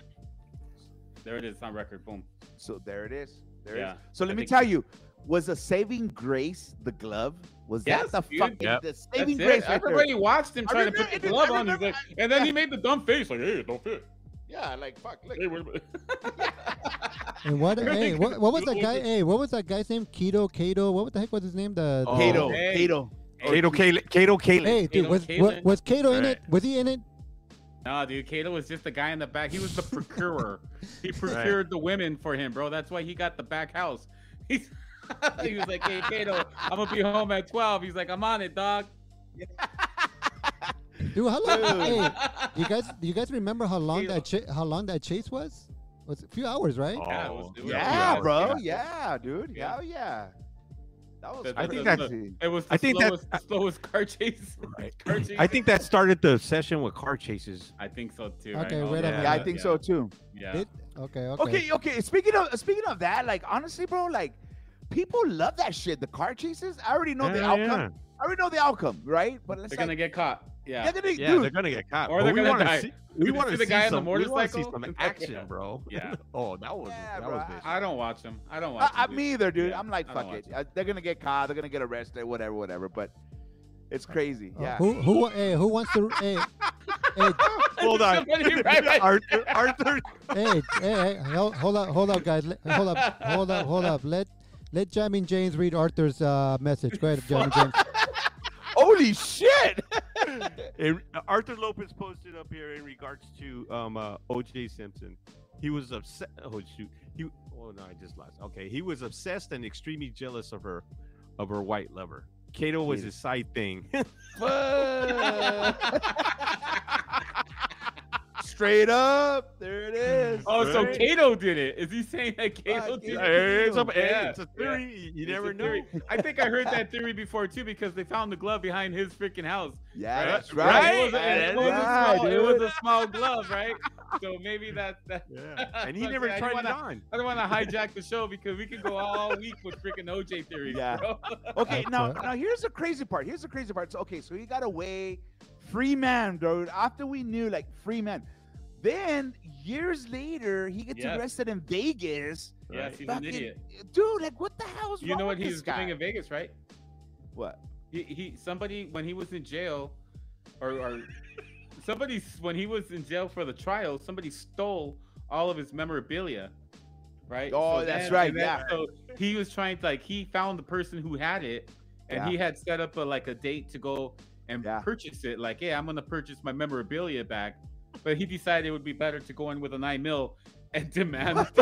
[SPEAKER 2] There it is on record. Boom.
[SPEAKER 4] So there it is. There it is.
[SPEAKER 2] Yeah.
[SPEAKER 4] So
[SPEAKER 2] I
[SPEAKER 4] let me
[SPEAKER 2] think-
[SPEAKER 4] tell you, was a saving grace the glove? Was
[SPEAKER 2] Yes,
[SPEAKER 4] that the
[SPEAKER 2] dude.
[SPEAKER 4] fucking
[SPEAKER 5] Yep.
[SPEAKER 4] the
[SPEAKER 2] That's
[SPEAKER 4] saving grace?
[SPEAKER 2] it.
[SPEAKER 4] Right there?
[SPEAKER 2] Everybody watched him
[SPEAKER 4] I
[SPEAKER 2] try to
[SPEAKER 4] remember-
[SPEAKER 2] put the
[SPEAKER 4] I
[SPEAKER 2] glove on. He's
[SPEAKER 4] remember-
[SPEAKER 2] like, and then he made the dumb face, like, "Hey, it don't fit."
[SPEAKER 4] Yeah, like fuck. Look,
[SPEAKER 2] Hey, wait a minute.
[SPEAKER 3] And what? hey, what, what was that
[SPEAKER 2] Dude.
[SPEAKER 3] guy? Hey, what was that guy's name? Keto, Kato. What the heck was his name? The, the-
[SPEAKER 5] Oh.
[SPEAKER 4] Cato,
[SPEAKER 2] Hey.
[SPEAKER 4] Cato.
[SPEAKER 5] Cato Kalin. Cato Kalin.
[SPEAKER 3] Hey, dude,
[SPEAKER 2] Kato
[SPEAKER 3] was
[SPEAKER 2] Kalin.
[SPEAKER 3] was, was Kato in
[SPEAKER 5] Right.
[SPEAKER 3] it? Was he in it?
[SPEAKER 2] Nah, dude, Kato was just the guy in the back. He was the procurer. he procured the women for him, bro. That's why he got the back house. He's, he was like, "Hey, Kato, I'm gonna be home at 12." He's like, "I'm on it, dog."
[SPEAKER 3] Dude, how long?
[SPEAKER 4] Dude.
[SPEAKER 3] hey, you guys, you guys remember how long
[SPEAKER 2] Kato.
[SPEAKER 3] that cha- how long that chase was? Was a few hours, right?
[SPEAKER 2] Yeah, it was-
[SPEAKER 5] Oh,
[SPEAKER 2] it was-
[SPEAKER 4] Yeah,
[SPEAKER 2] Yeah.
[SPEAKER 4] bro. Yeah, dude. Yeah,
[SPEAKER 2] Yeah.
[SPEAKER 4] yeah. That was.
[SPEAKER 2] I
[SPEAKER 5] think
[SPEAKER 4] crazy.
[SPEAKER 2] It was the
[SPEAKER 5] I think that-
[SPEAKER 2] slowest, the slowest car chase.
[SPEAKER 5] Right.
[SPEAKER 2] car chase.
[SPEAKER 5] I think that started the session with car chases.
[SPEAKER 2] I think so too.
[SPEAKER 3] Okay,
[SPEAKER 2] right?
[SPEAKER 3] wait a
[SPEAKER 2] yeah.
[SPEAKER 3] minute.
[SPEAKER 4] Yeah, I think so too.
[SPEAKER 2] Yeah.
[SPEAKER 3] Did- okay, okay.
[SPEAKER 4] Okay, okay. Speaking of speaking of that, like honestly, bro, like people love that shit. The car chases. I already know the
[SPEAKER 5] Hell
[SPEAKER 4] outcome.
[SPEAKER 5] yeah.
[SPEAKER 4] I already know the outcome, right? But let's
[SPEAKER 2] They're gonna get caught. Yeah.
[SPEAKER 4] they're gonna,
[SPEAKER 5] Yeah,
[SPEAKER 4] dude,
[SPEAKER 5] they're gonna get caught.
[SPEAKER 2] Or
[SPEAKER 5] but
[SPEAKER 2] they're
[SPEAKER 5] we
[SPEAKER 2] gonna
[SPEAKER 5] wanna
[SPEAKER 2] die.
[SPEAKER 5] See,
[SPEAKER 2] Did
[SPEAKER 5] we
[SPEAKER 2] you
[SPEAKER 5] want
[SPEAKER 2] see
[SPEAKER 5] to
[SPEAKER 2] the guy on the
[SPEAKER 5] some, we wanna see
[SPEAKER 2] motorcycle?
[SPEAKER 5] some
[SPEAKER 2] Yeah.
[SPEAKER 5] action, bro.
[SPEAKER 2] Yeah.
[SPEAKER 5] Oh, that was
[SPEAKER 4] Yeah,
[SPEAKER 5] that
[SPEAKER 4] bro,
[SPEAKER 5] was
[SPEAKER 4] I-
[SPEAKER 5] vicious.
[SPEAKER 2] I don't watch them. I don't watch.
[SPEAKER 4] I, I,
[SPEAKER 2] them,
[SPEAKER 4] me either, dude.
[SPEAKER 2] Yeah,
[SPEAKER 4] I'm like,
[SPEAKER 2] I don't
[SPEAKER 4] fuck
[SPEAKER 2] watch
[SPEAKER 4] it. Uh, They're gonna get caught. They're gonna get arrested. Whatever, whatever. But it's crazy.
[SPEAKER 5] Oh,
[SPEAKER 3] Uh,
[SPEAKER 4] yeah.
[SPEAKER 3] Who who wa- hey who wants to hey hey
[SPEAKER 5] Hold on.
[SPEAKER 2] Somebody right by-
[SPEAKER 5] Arthur, Arthur.
[SPEAKER 3] hey, hey, hey, hel- hold up, hold up, guys. Let- Hold up, hold up, hold up. Let let Jamin James read Arthur's uh, message. Go ahead, Jamin James.
[SPEAKER 4] Holy shit!
[SPEAKER 5] In, Arthur Lopez posted up here in regards to um, uh, O.J. Simpson. He was upset. Oh shoot. He. Oh no, I just lost. Okay, he was obsessed and extremely jealous of her, of her white lover. Kato was his side thing.
[SPEAKER 4] Straight up, there it is.
[SPEAKER 2] Oh, so
[SPEAKER 4] Right?
[SPEAKER 2] Kato did it. Is he saying that
[SPEAKER 4] Uh,
[SPEAKER 2] Kato did it?
[SPEAKER 5] Hey, it's, a, hey,
[SPEAKER 2] Yeah,
[SPEAKER 5] it's a
[SPEAKER 2] Oh, yeah.
[SPEAKER 5] theory. You- You
[SPEAKER 2] It's
[SPEAKER 5] never
[SPEAKER 2] a
[SPEAKER 5] know.
[SPEAKER 2] theory. I think I heard that theory before too because they found the glove behind his freaking house.
[SPEAKER 4] yeah, that's
[SPEAKER 5] Right?
[SPEAKER 4] right.
[SPEAKER 2] It was,
[SPEAKER 5] That's
[SPEAKER 2] it was
[SPEAKER 4] right,
[SPEAKER 2] a small, it was
[SPEAKER 4] dude.
[SPEAKER 2] a small glove, right? So maybe that's that.
[SPEAKER 5] Yeah. And he
[SPEAKER 2] That's
[SPEAKER 5] never
[SPEAKER 2] right. I
[SPEAKER 5] tried it
[SPEAKER 2] wanna-
[SPEAKER 5] on.
[SPEAKER 2] I don't want to hijack the show because we could go all week with freaking OJ theories.
[SPEAKER 4] Yeah.
[SPEAKER 2] Bro.
[SPEAKER 4] Okay, now,
[SPEAKER 3] Okay.
[SPEAKER 4] now here's the crazy part. Here's the crazy part. So, okay, so he got away, free man, dude. After we knew, like, free man. Then years later, he gets
[SPEAKER 2] Yes.
[SPEAKER 4] arrested in Vegas.
[SPEAKER 2] Yes, he's
[SPEAKER 4] Fucking-
[SPEAKER 2] an idiot.
[SPEAKER 4] dude. Like, what the hell is
[SPEAKER 2] You
[SPEAKER 4] wrong
[SPEAKER 2] know
[SPEAKER 4] with
[SPEAKER 2] what he
[SPEAKER 4] this
[SPEAKER 2] was
[SPEAKER 4] guy?
[SPEAKER 2] doing in Vegas, right?
[SPEAKER 4] What?
[SPEAKER 2] He, he somebody when he was in jail, or, or somebody s- when he was in jail for the trial, somebody stole all of his memorabilia, right?
[SPEAKER 4] Oh, that's
[SPEAKER 2] then-
[SPEAKER 4] right,
[SPEAKER 2] and then-
[SPEAKER 4] yeah.
[SPEAKER 2] So he was trying to like he found the person who had it, and he had set up a like a date to go and
[SPEAKER 4] Yeah.
[SPEAKER 2] purchase it. Like, yeah, I'm gonna purchase my memorabilia back, but he decided it would be better to go in with a nine mil and demand.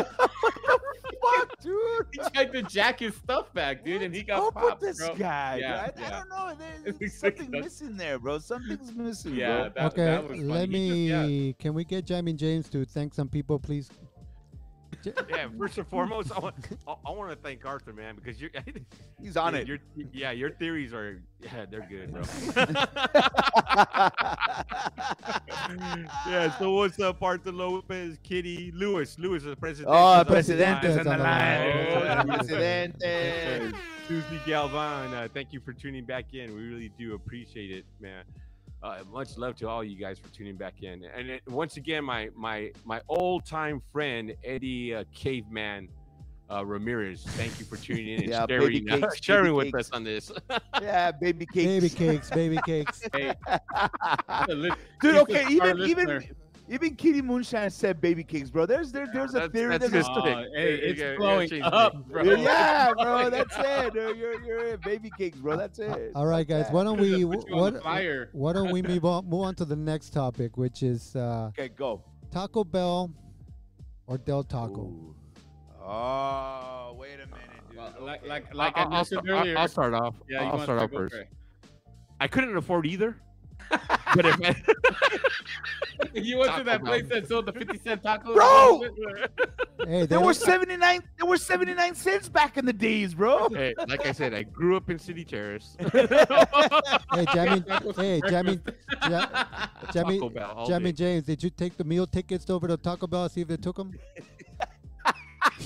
[SPEAKER 4] Fuck, dude.
[SPEAKER 2] he tried to jack his stuff back, dude, and he got
[SPEAKER 4] What's up with
[SPEAKER 2] popped,
[SPEAKER 4] this
[SPEAKER 2] bro.
[SPEAKER 4] guy?
[SPEAKER 2] Yeah,
[SPEAKER 4] right? I
[SPEAKER 2] yeah.
[SPEAKER 4] don't know. There's
[SPEAKER 2] It's
[SPEAKER 4] something
[SPEAKER 2] like-
[SPEAKER 4] missing there, bro. Something's missing,
[SPEAKER 2] Yeah,
[SPEAKER 4] bro.
[SPEAKER 2] that,
[SPEAKER 3] okay,
[SPEAKER 2] that was funny.
[SPEAKER 3] let
[SPEAKER 2] He just-
[SPEAKER 3] me.
[SPEAKER 2] yeah.
[SPEAKER 3] Can we get Jamin James to thank some people, please?
[SPEAKER 5] Yeah, first and foremost, I want, I, I want to thank Arthur, man, because you're
[SPEAKER 4] He's on
[SPEAKER 5] your,
[SPEAKER 4] it.
[SPEAKER 5] Your, yeah, your theories are yeah, they're good, bro. yeah. So what's up, Arthur Lopez, Kitty, Lewis, Lewis, the president.
[SPEAKER 4] oh,
[SPEAKER 5] is on the
[SPEAKER 4] Presidente
[SPEAKER 5] line.
[SPEAKER 4] on the line.
[SPEAKER 5] Oh,
[SPEAKER 4] Presidente.
[SPEAKER 5] Susie Galvan, uh, thank you for tuning back in. We really do appreciate it, man. Uh, much love to all you guys for tuning back in. And it, once again, my my my old time friend Eddie uh, Caveman uh, Ramirez, thank you for tuning in and
[SPEAKER 4] Yeah, baby
[SPEAKER 5] sharing, uh,
[SPEAKER 4] cakes,
[SPEAKER 5] sharing
[SPEAKER 4] baby
[SPEAKER 5] with
[SPEAKER 4] cakes.
[SPEAKER 5] us on this.
[SPEAKER 4] Yeah, baby cakes.
[SPEAKER 3] Baby cakes, baby cakes.
[SPEAKER 2] The lis-
[SPEAKER 4] Dude,
[SPEAKER 2] he's
[SPEAKER 4] okay,
[SPEAKER 2] our
[SPEAKER 4] even even
[SPEAKER 2] listener.
[SPEAKER 4] even Kitty Moonshine said baby cakes, bro. There's there, there's a
[SPEAKER 5] that's-
[SPEAKER 4] theory.
[SPEAKER 5] that's
[SPEAKER 4] there's a-
[SPEAKER 5] just-
[SPEAKER 2] Oh, hey,
[SPEAKER 5] Hey,
[SPEAKER 2] it's
[SPEAKER 5] okay,
[SPEAKER 2] blowing
[SPEAKER 5] yeah,
[SPEAKER 2] up, bro.
[SPEAKER 4] yeah, bro. That's it. Dude. You're you're it. baby cakes, bro. That's it.
[SPEAKER 3] All right, guys.
[SPEAKER 4] that.
[SPEAKER 3] Why don't
[SPEAKER 2] Put
[SPEAKER 3] we
[SPEAKER 2] you on the
[SPEAKER 3] what
[SPEAKER 2] flyer.
[SPEAKER 3] why don't we move on move on to the next topic, which is uh,
[SPEAKER 4] Okay, go.
[SPEAKER 3] Taco Bell or Del Taco.
[SPEAKER 4] Ooh. Oh, wait a minute, dude.
[SPEAKER 5] Uh,
[SPEAKER 4] Oh,
[SPEAKER 2] Well, Like
[SPEAKER 4] Okay.
[SPEAKER 2] like like I
[SPEAKER 5] I'll- I'll
[SPEAKER 2] mentioned
[SPEAKER 5] st- I'll-
[SPEAKER 2] earlier.
[SPEAKER 5] I'll start off.
[SPEAKER 2] yeah, you
[SPEAKER 5] I'll
[SPEAKER 2] want
[SPEAKER 5] start
[SPEAKER 2] to
[SPEAKER 5] off
[SPEAKER 2] go
[SPEAKER 5] first.
[SPEAKER 2] for it.
[SPEAKER 5] I couldn't afford either. But if I,
[SPEAKER 2] You went to
[SPEAKER 5] Taco
[SPEAKER 2] that
[SPEAKER 5] Bell.
[SPEAKER 2] place that sold the 50 cent tacos?
[SPEAKER 4] Bro!
[SPEAKER 3] Hey, they
[SPEAKER 4] There were
[SPEAKER 3] don't-
[SPEAKER 4] 79 there were 79 cents back in the days, bro.
[SPEAKER 5] hey, like I said, I grew up in City Terrace.
[SPEAKER 3] hey, Jamie, hey, Jamie, Ja- Jamie,
[SPEAKER 5] Taco Bell all
[SPEAKER 3] Jamie
[SPEAKER 5] day.
[SPEAKER 3] James, did you take the meal tickets over to Taco Bell and see if they took them?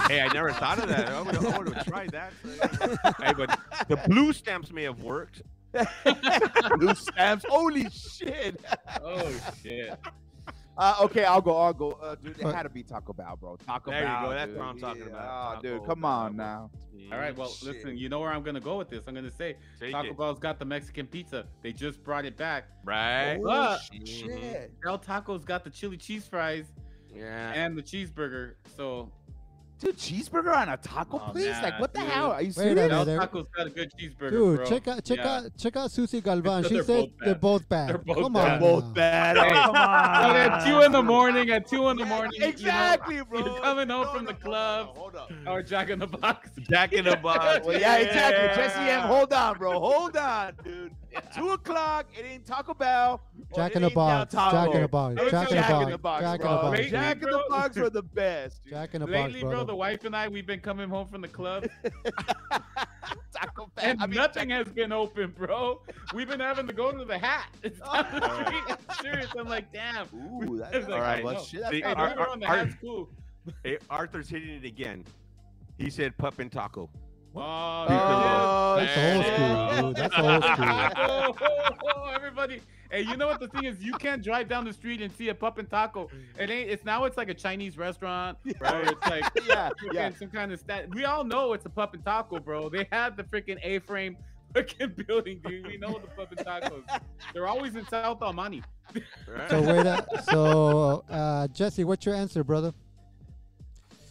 [SPEAKER 5] Hey, I never thought of that. I would have tried that. hey, but the blue stamps may have worked.
[SPEAKER 4] Blue stamps. Holy shit.
[SPEAKER 2] Oh, shit.
[SPEAKER 4] Uh, okay, I'll go. I'll go. Uh, dude, it
[SPEAKER 3] Uh,
[SPEAKER 4] had to be Taco Bell, bro. Taco
[SPEAKER 5] There you
[SPEAKER 4] Bell.
[SPEAKER 5] go, that's
[SPEAKER 4] dude.
[SPEAKER 5] what I'm talking
[SPEAKER 4] Yeah,
[SPEAKER 5] about,
[SPEAKER 4] ah,
[SPEAKER 5] Taco
[SPEAKER 4] dude, come
[SPEAKER 5] Bell.
[SPEAKER 4] on now.
[SPEAKER 2] All right, well, listen, you know where I'm going to go with this. I'm going to say
[SPEAKER 5] Take
[SPEAKER 2] Taco
[SPEAKER 5] it.
[SPEAKER 2] Bell's got the Mexican pizza. They just brought it back.
[SPEAKER 5] right?
[SPEAKER 2] Oh, Look.
[SPEAKER 4] shit.
[SPEAKER 2] El Taco's got the chili cheese fries
[SPEAKER 5] Yeah.
[SPEAKER 2] and the cheeseburger. So
[SPEAKER 4] Dude, cheeseburger on a taco
[SPEAKER 2] Oh,
[SPEAKER 4] place?
[SPEAKER 2] nah,
[SPEAKER 4] Like, what the
[SPEAKER 2] dude.
[SPEAKER 4] hell? Are you
[SPEAKER 3] Wait a
[SPEAKER 4] serious?
[SPEAKER 3] minute.
[SPEAKER 2] El
[SPEAKER 3] they're-
[SPEAKER 2] Taco's got a good cheeseburger,
[SPEAKER 3] Dude,
[SPEAKER 2] bro.
[SPEAKER 3] check out, check
[SPEAKER 2] Yeah.
[SPEAKER 3] out, check out Susie Galvan. She
[SPEAKER 2] They're
[SPEAKER 3] said
[SPEAKER 2] both
[SPEAKER 3] they're
[SPEAKER 2] bad.
[SPEAKER 3] both bad.
[SPEAKER 2] They're both
[SPEAKER 3] Come
[SPEAKER 2] bad.
[SPEAKER 3] on,
[SPEAKER 2] They're
[SPEAKER 5] Oh,
[SPEAKER 3] now.
[SPEAKER 4] bad.
[SPEAKER 2] Hey,
[SPEAKER 4] come
[SPEAKER 2] But
[SPEAKER 4] on.
[SPEAKER 2] Oh, at two in the morning, at two in the morning, you know,
[SPEAKER 4] Exactly, bro.
[SPEAKER 2] you're coming home from the club.
[SPEAKER 4] hold up.
[SPEAKER 2] or Jack in the Box.
[SPEAKER 5] Jack in the box.
[SPEAKER 4] Well, yeah, exactly. Jesse M,
[SPEAKER 5] Yeah.
[SPEAKER 4] hold on, bro. Hold on, dude. Two o'clock. It ain't Taco Bell. or
[SPEAKER 3] Jack
[SPEAKER 4] it
[SPEAKER 3] in the
[SPEAKER 4] ain't Del
[SPEAKER 3] box. Jack in
[SPEAKER 4] Taco.
[SPEAKER 3] the box.
[SPEAKER 2] I would
[SPEAKER 3] Jack
[SPEAKER 2] say
[SPEAKER 3] in the
[SPEAKER 2] Jack
[SPEAKER 3] box.
[SPEAKER 2] in the
[SPEAKER 3] Jack in
[SPEAKER 4] bro.
[SPEAKER 3] the box.
[SPEAKER 2] Lately,
[SPEAKER 3] dude.
[SPEAKER 4] Jack in the
[SPEAKER 2] bro.
[SPEAKER 4] box were the best. Dude.
[SPEAKER 3] Jack in the box,
[SPEAKER 2] Lately, bro, the
[SPEAKER 3] brother.
[SPEAKER 2] wife and I, we've been coming home from the club
[SPEAKER 4] Taco Bell.
[SPEAKER 2] and
[SPEAKER 4] I mean,
[SPEAKER 2] nothing has been open, bro. We've been having to go to the hat. It's
[SPEAKER 4] Oh,
[SPEAKER 2] down the street. Serious. I'm like, damn.
[SPEAKER 4] Jack- Ooh, that's
[SPEAKER 2] It's
[SPEAKER 4] all
[SPEAKER 2] like,
[SPEAKER 4] right.
[SPEAKER 5] I
[SPEAKER 4] Well,
[SPEAKER 2] know.
[SPEAKER 4] shit, that's
[SPEAKER 5] See,
[SPEAKER 2] Hey,
[SPEAKER 4] not
[SPEAKER 5] our-
[SPEAKER 4] bad.
[SPEAKER 2] remember
[SPEAKER 5] our-
[SPEAKER 2] on the
[SPEAKER 5] our-
[SPEAKER 2] hat's cool.
[SPEAKER 5] Hey, Arthur's hitting it again. He said pup and taco.
[SPEAKER 2] Oh,
[SPEAKER 4] Oh,
[SPEAKER 3] That's old
[SPEAKER 4] shit.
[SPEAKER 3] school, dude. That's old school.
[SPEAKER 2] Taco. Everybody, hey, you know what the thing is? You can't drive down the street and see a pup and taco. It ain't. It's now. It's like a Chinese restaurant, or it's like
[SPEAKER 4] Yeah, yeah.
[SPEAKER 2] freaking some kind of stat. We all know it's a pup and taco, bro. They have the freaking A-frame freaking building, dude. We know the pup and tacos. They're always in South Almani.
[SPEAKER 5] Right?
[SPEAKER 3] So wait, uh, so uh, Jesse, what's your answer, brother?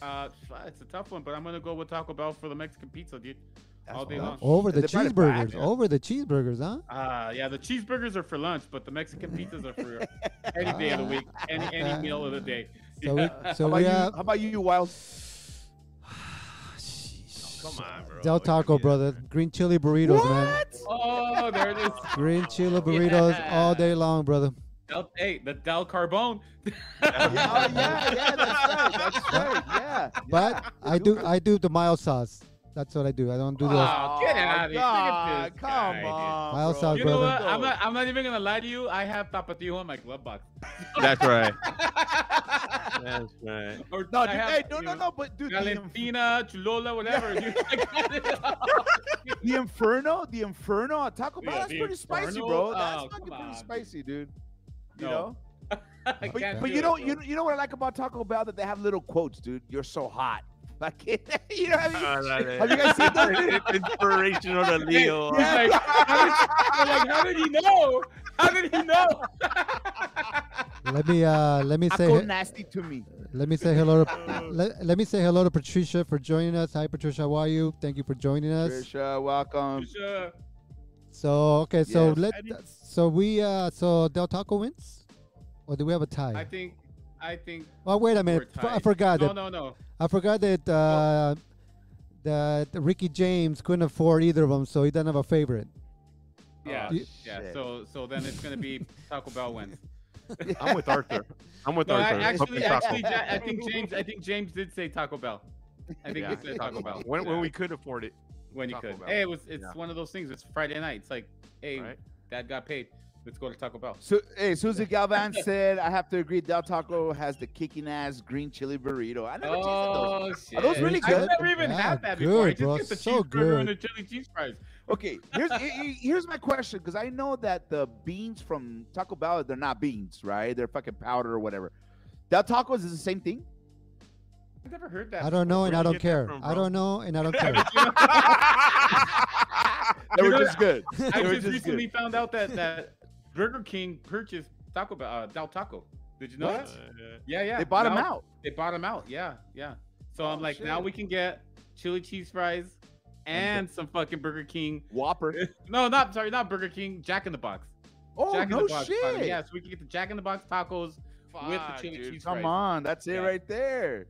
[SPEAKER 2] Uh, fuck, it's a tough one, but I'm gonna go with Taco Bell for the Mexican pizza, dude.
[SPEAKER 4] That's
[SPEAKER 2] all day
[SPEAKER 4] what-
[SPEAKER 2] long.
[SPEAKER 3] Over the
[SPEAKER 4] They brought it back,
[SPEAKER 3] cheeseburgers,
[SPEAKER 4] yeah.
[SPEAKER 3] over the cheeseburgers, huh?
[SPEAKER 2] Ah, yeah, the cheeseburgers are for lunch, but the Mexican pizzas are for any day of the week, any any meal of the day.
[SPEAKER 3] So we, so
[SPEAKER 4] How about,
[SPEAKER 3] we
[SPEAKER 4] you,
[SPEAKER 3] have
[SPEAKER 4] how about you, Wild?
[SPEAKER 5] Come on, bro.
[SPEAKER 3] Del Taco, brother. Green chili burritos, man.
[SPEAKER 2] Oh, there it is.
[SPEAKER 3] Green chili burritos all
[SPEAKER 2] Yeah.
[SPEAKER 3] day long, brother.
[SPEAKER 2] Del, hey, the Del Carbone.
[SPEAKER 4] Yeah, oh, yeah, yeah, that's right. That's right. Yeah.
[SPEAKER 3] But I do, I do the mild sauce. That's what I do. I don't do the.
[SPEAKER 2] Wow, get outta here. Look at
[SPEAKER 4] God,
[SPEAKER 2] this
[SPEAKER 4] come
[SPEAKER 2] guy, dude.
[SPEAKER 4] on.
[SPEAKER 3] Miles
[SPEAKER 4] bro.
[SPEAKER 3] out,
[SPEAKER 2] You know what?
[SPEAKER 3] brother.
[SPEAKER 2] I'm not, I'm not even gonna lie to you. I have tapatio in my glove box.
[SPEAKER 5] That's right. That's right.
[SPEAKER 2] Or
[SPEAKER 4] No,
[SPEAKER 2] I
[SPEAKER 4] dude,
[SPEAKER 2] have,
[SPEAKER 4] hey, no,
[SPEAKER 2] you
[SPEAKER 4] no,
[SPEAKER 2] know,
[SPEAKER 4] no, but dude, the, inf-
[SPEAKER 2] Valentina, Chulola, whatever. dude. I got it all.
[SPEAKER 4] the Inferno, the Inferno at Taco Bell,
[SPEAKER 2] Yeah,
[SPEAKER 4] that's
[SPEAKER 2] the
[SPEAKER 4] pretty spicy,
[SPEAKER 2] Inferno?
[SPEAKER 4] bro.
[SPEAKER 2] Oh,
[SPEAKER 4] That's
[SPEAKER 2] come
[SPEAKER 4] fucking pretty
[SPEAKER 2] on,
[SPEAKER 4] spicy, dude. You
[SPEAKER 2] No,
[SPEAKER 4] know?
[SPEAKER 2] I
[SPEAKER 4] But,
[SPEAKER 2] can't
[SPEAKER 4] but
[SPEAKER 2] do
[SPEAKER 4] you
[SPEAKER 2] it,
[SPEAKER 4] know,
[SPEAKER 2] bro.
[SPEAKER 4] you know, you know what I like about Taco Bell that they have little quotes, dude. You're so hot. Like, you know what I mean? Have you guys seen those? dude?
[SPEAKER 5] Oh, Inspirational to Leo.
[SPEAKER 2] He's like, how did, I'm like, how did he know? How did he know?
[SPEAKER 3] Let me, uh, let me say,
[SPEAKER 4] Taco nasty to me.
[SPEAKER 3] let me say hello. To, let, let me say hello to Patricia for joining us. Hi, Patricia. How are you? Thank you for joining us.
[SPEAKER 4] Trisha, welcome.
[SPEAKER 2] Sure.
[SPEAKER 3] So okay, so
[SPEAKER 4] Yes.
[SPEAKER 3] let, so we, uh, so Del Taco wins, or do we have a tie?
[SPEAKER 2] I think, I think.
[SPEAKER 3] Oh wait a minute!
[SPEAKER 2] we're
[SPEAKER 3] F- I
[SPEAKER 2] tied.
[SPEAKER 3] forgot
[SPEAKER 2] No,
[SPEAKER 3] that.
[SPEAKER 2] no, no.
[SPEAKER 3] I forgot that. Uh, that Ricky James couldn't afford either of them, so he doesn't have a favorite.
[SPEAKER 2] Yeah,
[SPEAKER 4] Oh, Uh,
[SPEAKER 3] you-
[SPEAKER 2] yeah.
[SPEAKER 4] shit.
[SPEAKER 2] So, so then it's gonna be Taco Bell wins.
[SPEAKER 5] I'm with Arthur. I'm with
[SPEAKER 2] No, I,
[SPEAKER 5] Arthur.
[SPEAKER 2] actually,
[SPEAKER 5] Puppet taco.
[SPEAKER 2] actually, Ja- I think James, I think James did say Taco Bell. I think he
[SPEAKER 5] Yeah.
[SPEAKER 2] said Taco Bell
[SPEAKER 5] When, when
[SPEAKER 2] Yeah.
[SPEAKER 5] we could afford it,
[SPEAKER 2] when you
[SPEAKER 5] Taco
[SPEAKER 2] could.
[SPEAKER 5] Bell.
[SPEAKER 2] Hey, it was it's
[SPEAKER 5] Yeah.
[SPEAKER 2] one of those things. It's Friday night. It's like, hey,
[SPEAKER 5] right?
[SPEAKER 2] dad got paid. Let's go to Taco Bell.
[SPEAKER 4] So, hey, Susan Galvan said, I have to agree, Del Taco has the kicking ass green chili burrito. I never tasted those.
[SPEAKER 2] Oh shit!
[SPEAKER 4] Are those really
[SPEAKER 2] I've
[SPEAKER 4] good?
[SPEAKER 2] never even
[SPEAKER 3] Yeah,
[SPEAKER 2] had that before. I
[SPEAKER 3] good,
[SPEAKER 2] just
[SPEAKER 3] bro.
[SPEAKER 2] get the
[SPEAKER 3] So
[SPEAKER 2] cheeseburger and the
[SPEAKER 3] good.
[SPEAKER 2] chili cheese fries.
[SPEAKER 4] Okay, here's he- he- here's my question because I know that the beans from Taco Bell they're not beans, right? They're fucking powder or whatever. Del Tacos is the same thing.
[SPEAKER 2] I've never heard that.
[SPEAKER 3] I don't know,
[SPEAKER 5] Where'd
[SPEAKER 3] and
[SPEAKER 5] you
[SPEAKER 3] I don't
[SPEAKER 5] get that
[SPEAKER 3] care.
[SPEAKER 5] from,
[SPEAKER 3] I
[SPEAKER 5] bro?
[SPEAKER 3] don't know, and I don't care.
[SPEAKER 4] They
[SPEAKER 2] You
[SPEAKER 4] were
[SPEAKER 2] know,
[SPEAKER 4] just good.
[SPEAKER 2] I
[SPEAKER 4] They were
[SPEAKER 2] just,
[SPEAKER 4] just
[SPEAKER 2] recently
[SPEAKER 4] good.
[SPEAKER 2] found out that that Burger King purchased Taco Bell, uh, Del Taco. Did you know
[SPEAKER 5] Uh,
[SPEAKER 2] that? Yeah, yeah.
[SPEAKER 4] They bought them
[SPEAKER 2] Now-
[SPEAKER 4] out.
[SPEAKER 2] They bought them out. Yeah, yeah. So I'm
[SPEAKER 4] Oh,
[SPEAKER 2] like, now
[SPEAKER 4] shit.
[SPEAKER 2] we can get chili cheese fries and some fucking Burger King.
[SPEAKER 4] Whopper.
[SPEAKER 2] No, not sorry, not Burger King. Jack in the Box.
[SPEAKER 4] Oh
[SPEAKER 2] Jack in
[SPEAKER 4] no
[SPEAKER 2] the Box.
[SPEAKER 4] shit!
[SPEAKER 2] pardon me. Yeah, so we can get the Jack in the Box tacos with the
[SPEAKER 5] Fuck,
[SPEAKER 2] chili
[SPEAKER 5] dude.
[SPEAKER 2] cheese
[SPEAKER 4] Come
[SPEAKER 2] fries.
[SPEAKER 4] on, that's it
[SPEAKER 2] Yeah.
[SPEAKER 4] right there.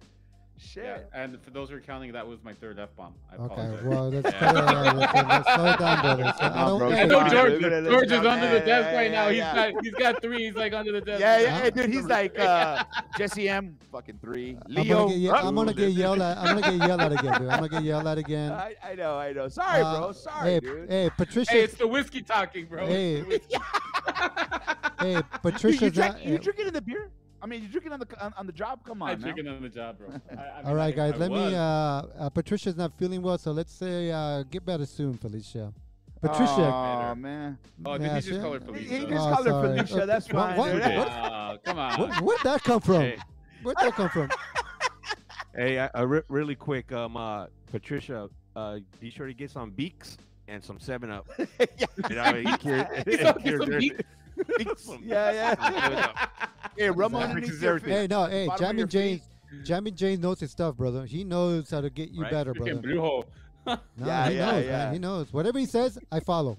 [SPEAKER 4] Shit.
[SPEAKER 2] Yeah. And for those who are counting, that was my third F bomb. I
[SPEAKER 3] Okay,
[SPEAKER 2] apologize.
[SPEAKER 3] well, let's
[SPEAKER 2] Yeah.
[SPEAKER 3] cut it out. Listen, Let's slow down, brother. So I
[SPEAKER 4] Nah, bro,
[SPEAKER 3] don't
[SPEAKER 2] I
[SPEAKER 3] care.
[SPEAKER 4] come
[SPEAKER 2] know
[SPEAKER 4] on,
[SPEAKER 2] George,
[SPEAKER 4] dude, look at this
[SPEAKER 2] George is
[SPEAKER 4] guy.
[SPEAKER 2] under the
[SPEAKER 4] Yeah,
[SPEAKER 2] desk
[SPEAKER 4] yeah,
[SPEAKER 2] right now. He's
[SPEAKER 4] yeah.
[SPEAKER 2] got he's got three. He's like under the desk.
[SPEAKER 4] Yeah,
[SPEAKER 2] right
[SPEAKER 4] yeah,
[SPEAKER 2] now.
[SPEAKER 4] hey, dude. He's like uh, Jesse M. Fucking three.
[SPEAKER 3] I'm
[SPEAKER 4] Leo.
[SPEAKER 3] gonna, get, ye-
[SPEAKER 4] huh?
[SPEAKER 3] I'm gonna get yelled at. I'm gonna get yelled at again, dude. I'm gonna get yelled at again.
[SPEAKER 4] I, I know, I know. Sorry,
[SPEAKER 3] Uh,
[SPEAKER 4] bro. Sorry,
[SPEAKER 3] hey,
[SPEAKER 4] dude.
[SPEAKER 3] hey, Patricia.
[SPEAKER 2] Hey, it's the whiskey talking, bro.
[SPEAKER 3] Hey.
[SPEAKER 2] It's the whiskey.
[SPEAKER 3] hey,
[SPEAKER 4] Dude,
[SPEAKER 3] Patricia's
[SPEAKER 4] you, drink,
[SPEAKER 3] not. eh,
[SPEAKER 4] you drinking in the beer? I mean, you drinking on the on, on the job? Come on.
[SPEAKER 2] I'm
[SPEAKER 4] now.
[SPEAKER 2] drinking on the job, bro. I, I mean,
[SPEAKER 3] all right,
[SPEAKER 2] I-
[SPEAKER 3] guys.
[SPEAKER 2] I
[SPEAKER 3] let
[SPEAKER 2] was.
[SPEAKER 3] me. Uh, uh, Patricia's not feeling well, so let's say uh, get better soon, Felicia. Patricia.
[SPEAKER 4] Oh man.
[SPEAKER 2] Oh, did
[SPEAKER 3] yeah,
[SPEAKER 2] he just
[SPEAKER 3] she-
[SPEAKER 2] call her
[SPEAKER 4] He,
[SPEAKER 2] Felicia?
[SPEAKER 4] he just
[SPEAKER 3] Oh,
[SPEAKER 4] called her
[SPEAKER 3] sorry.
[SPEAKER 4] Felicia. That's
[SPEAKER 3] What-
[SPEAKER 4] fine.
[SPEAKER 3] what-
[SPEAKER 4] dude.
[SPEAKER 3] what-
[SPEAKER 2] Oh, come on.
[SPEAKER 3] Where, where'd that come from?
[SPEAKER 5] Hey.
[SPEAKER 3] Where'd that come from?
[SPEAKER 5] Hey, I, I re- really quick, um, uh, Patricia, uh, be sure to get some beaks and some Seven Up. You know, he cured- he
[SPEAKER 2] Get some-
[SPEAKER 5] cured
[SPEAKER 2] some
[SPEAKER 5] their-
[SPEAKER 2] Beaks?
[SPEAKER 5] Beaks.
[SPEAKER 4] Yeah, yeah. hey, rub
[SPEAKER 3] Exactly.
[SPEAKER 4] underneath
[SPEAKER 5] Fixes
[SPEAKER 4] your
[SPEAKER 5] everything.
[SPEAKER 4] feet.
[SPEAKER 3] Hey, no, hey,
[SPEAKER 4] Bottom of your
[SPEAKER 3] Jamin James. Jamin James knows his stuff, brother. He knows how to get you
[SPEAKER 5] Right?
[SPEAKER 3] better,
[SPEAKER 2] Freaking
[SPEAKER 3] brother.
[SPEAKER 2] Brujo.
[SPEAKER 3] No,
[SPEAKER 4] Yeah,
[SPEAKER 3] he
[SPEAKER 4] yeah,
[SPEAKER 3] knows,
[SPEAKER 4] yeah.
[SPEAKER 3] man. He knows. Whatever he says, I follow.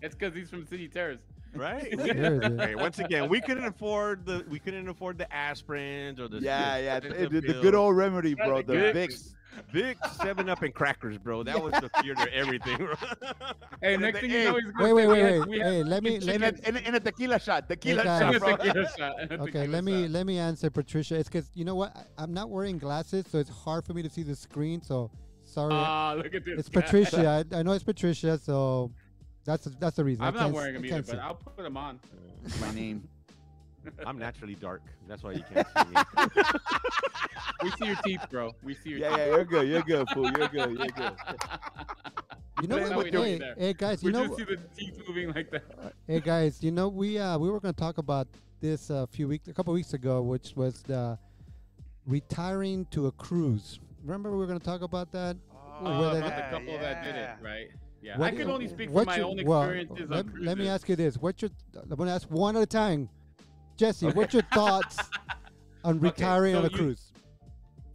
[SPEAKER 2] That's because he's from City Terrace.
[SPEAKER 5] right? We didn't-
[SPEAKER 3] There it is.
[SPEAKER 5] Hey, once again, we couldn't afford the we couldn't afford the aspirins or the
[SPEAKER 4] Yeah, yeah.
[SPEAKER 5] the,
[SPEAKER 4] The, the- the good old remedy,
[SPEAKER 2] Yeah,
[SPEAKER 4] bro.
[SPEAKER 2] the
[SPEAKER 4] The
[SPEAKER 2] good-
[SPEAKER 4] Vicks.
[SPEAKER 5] big Seven Up and crackers, bro. That was the cure to everything. bro.
[SPEAKER 2] Hey,
[SPEAKER 4] And
[SPEAKER 2] next
[SPEAKER 4] the-
[SPEAKER 2] thing you
[SPEAKER 4] hey,
[SPEAKER 2] know, he's
[SPEAKER 3] Wait,
[SPEAKER 2] going
[SPEAKER 3] wait,
[SPEAKER 2] to
[SPEAKER 3] wait, wait.
[SPEAKER 2] We have
[SPEAKER 3] Hey, let me,
[SPEAKER 2] fucking
[SPEAKER 3] let me.
[SPEAKER 4] And a, and a- and a tequila shot. Tequila
[SPEAKER 3] guys.
[SPEAKER 4] shot,
[SPEAKER 2] a
[SPEAKER 4] bro.
[SPEAKER 2] tequila shot. A tequila
[SPEAKER 3] Okay, let me
[SPEAKER 2] shot.
[SPEAKER 3] let me answer Patricia. It's because you know what? I, I'm not wearing glasses, so it's hard for me to see the screen. So sorry,
[SPEAKER 2] Ah, look at this.
[SPEAKER 3] it's
[SPEAKER 2] guy.
[SPEAKER 3] Patricia. I, I know it's Patricia, so that's that's the reason. I
[SPEAKER 2] I'm not
[SPEAKER 3] can't s-
[SPEAKER 2] wearing
[SPEAKER 3] I
[SPEAKER 2] them either,
[SPEAKER 3] can't
[SPEAKER 2] but
[SPEAKER 3] see.
[SPEAKER 2] I'll put them on.
[SPEAKER 4] My name.
[SPEAKER 5] I'm naturally dark. That's why you can't see me.
[SPEAKER 2] We see your teeth, bro. We see your
[SPEAKER 4] Yeah,
[SPEAKER 2] teeth.
[SPEAKER 4] yeah. You're good. You're good, fool. You're good. You're good.
[SPEAKER 3] you know
[SPEAKER 2] That's how
[SPEAKER 3] what?
[SPEAKER 2] we
[SPEAKER 3] what-
[SPEAKER 2] know
[SPEAKER 3] Hey,
[SPEAKER 2] you're there.
[SPEAKER 3] hey guys, you
[SPEAKER 2] We
[SPEAKER 3] know,
[SPEAKER 2] just see the teeth moving like that.
[SPEAKER 3] hey guys, you know, we uh we were gonna talk about this a few weeks, a couple weeks ago, which was the retiring to a cruise. Remember, we were gonna talk about that.
[SPEAKER 2] Oh,
[SPEAKER 3] Well,
[SPEAKER 2] about
[SPEAKER 3] that-
[SPEAKER 2] the couple that did it, right? Yeah,
[SPEAKER 3] What
[SPEAKER 2] I can
[SPEAKER 3] you-
[SPEAKER 2] only speak from
[SPEAKER 3] what
[SPEAKER 2] my
[SPEAKER 3] you-
[SPEAKER 2] own
[SPEAKER 3] well,
[SPEAKER 2] experiences
[SPEAKER 3] let,
[SPEAKER 2] on cruises.
[SPEAKER 3] let me ask you this: What's your? I'm gonna ask one at a time. Jesse, what's your thoughts on
[SPEAKER 2] Okay,
[SPEAKER 3] retiring
[SPEAKER 2] so
[SPEAKER 3] on a
[SPEAKER 2] you-
[SPEAKER 3] cruise?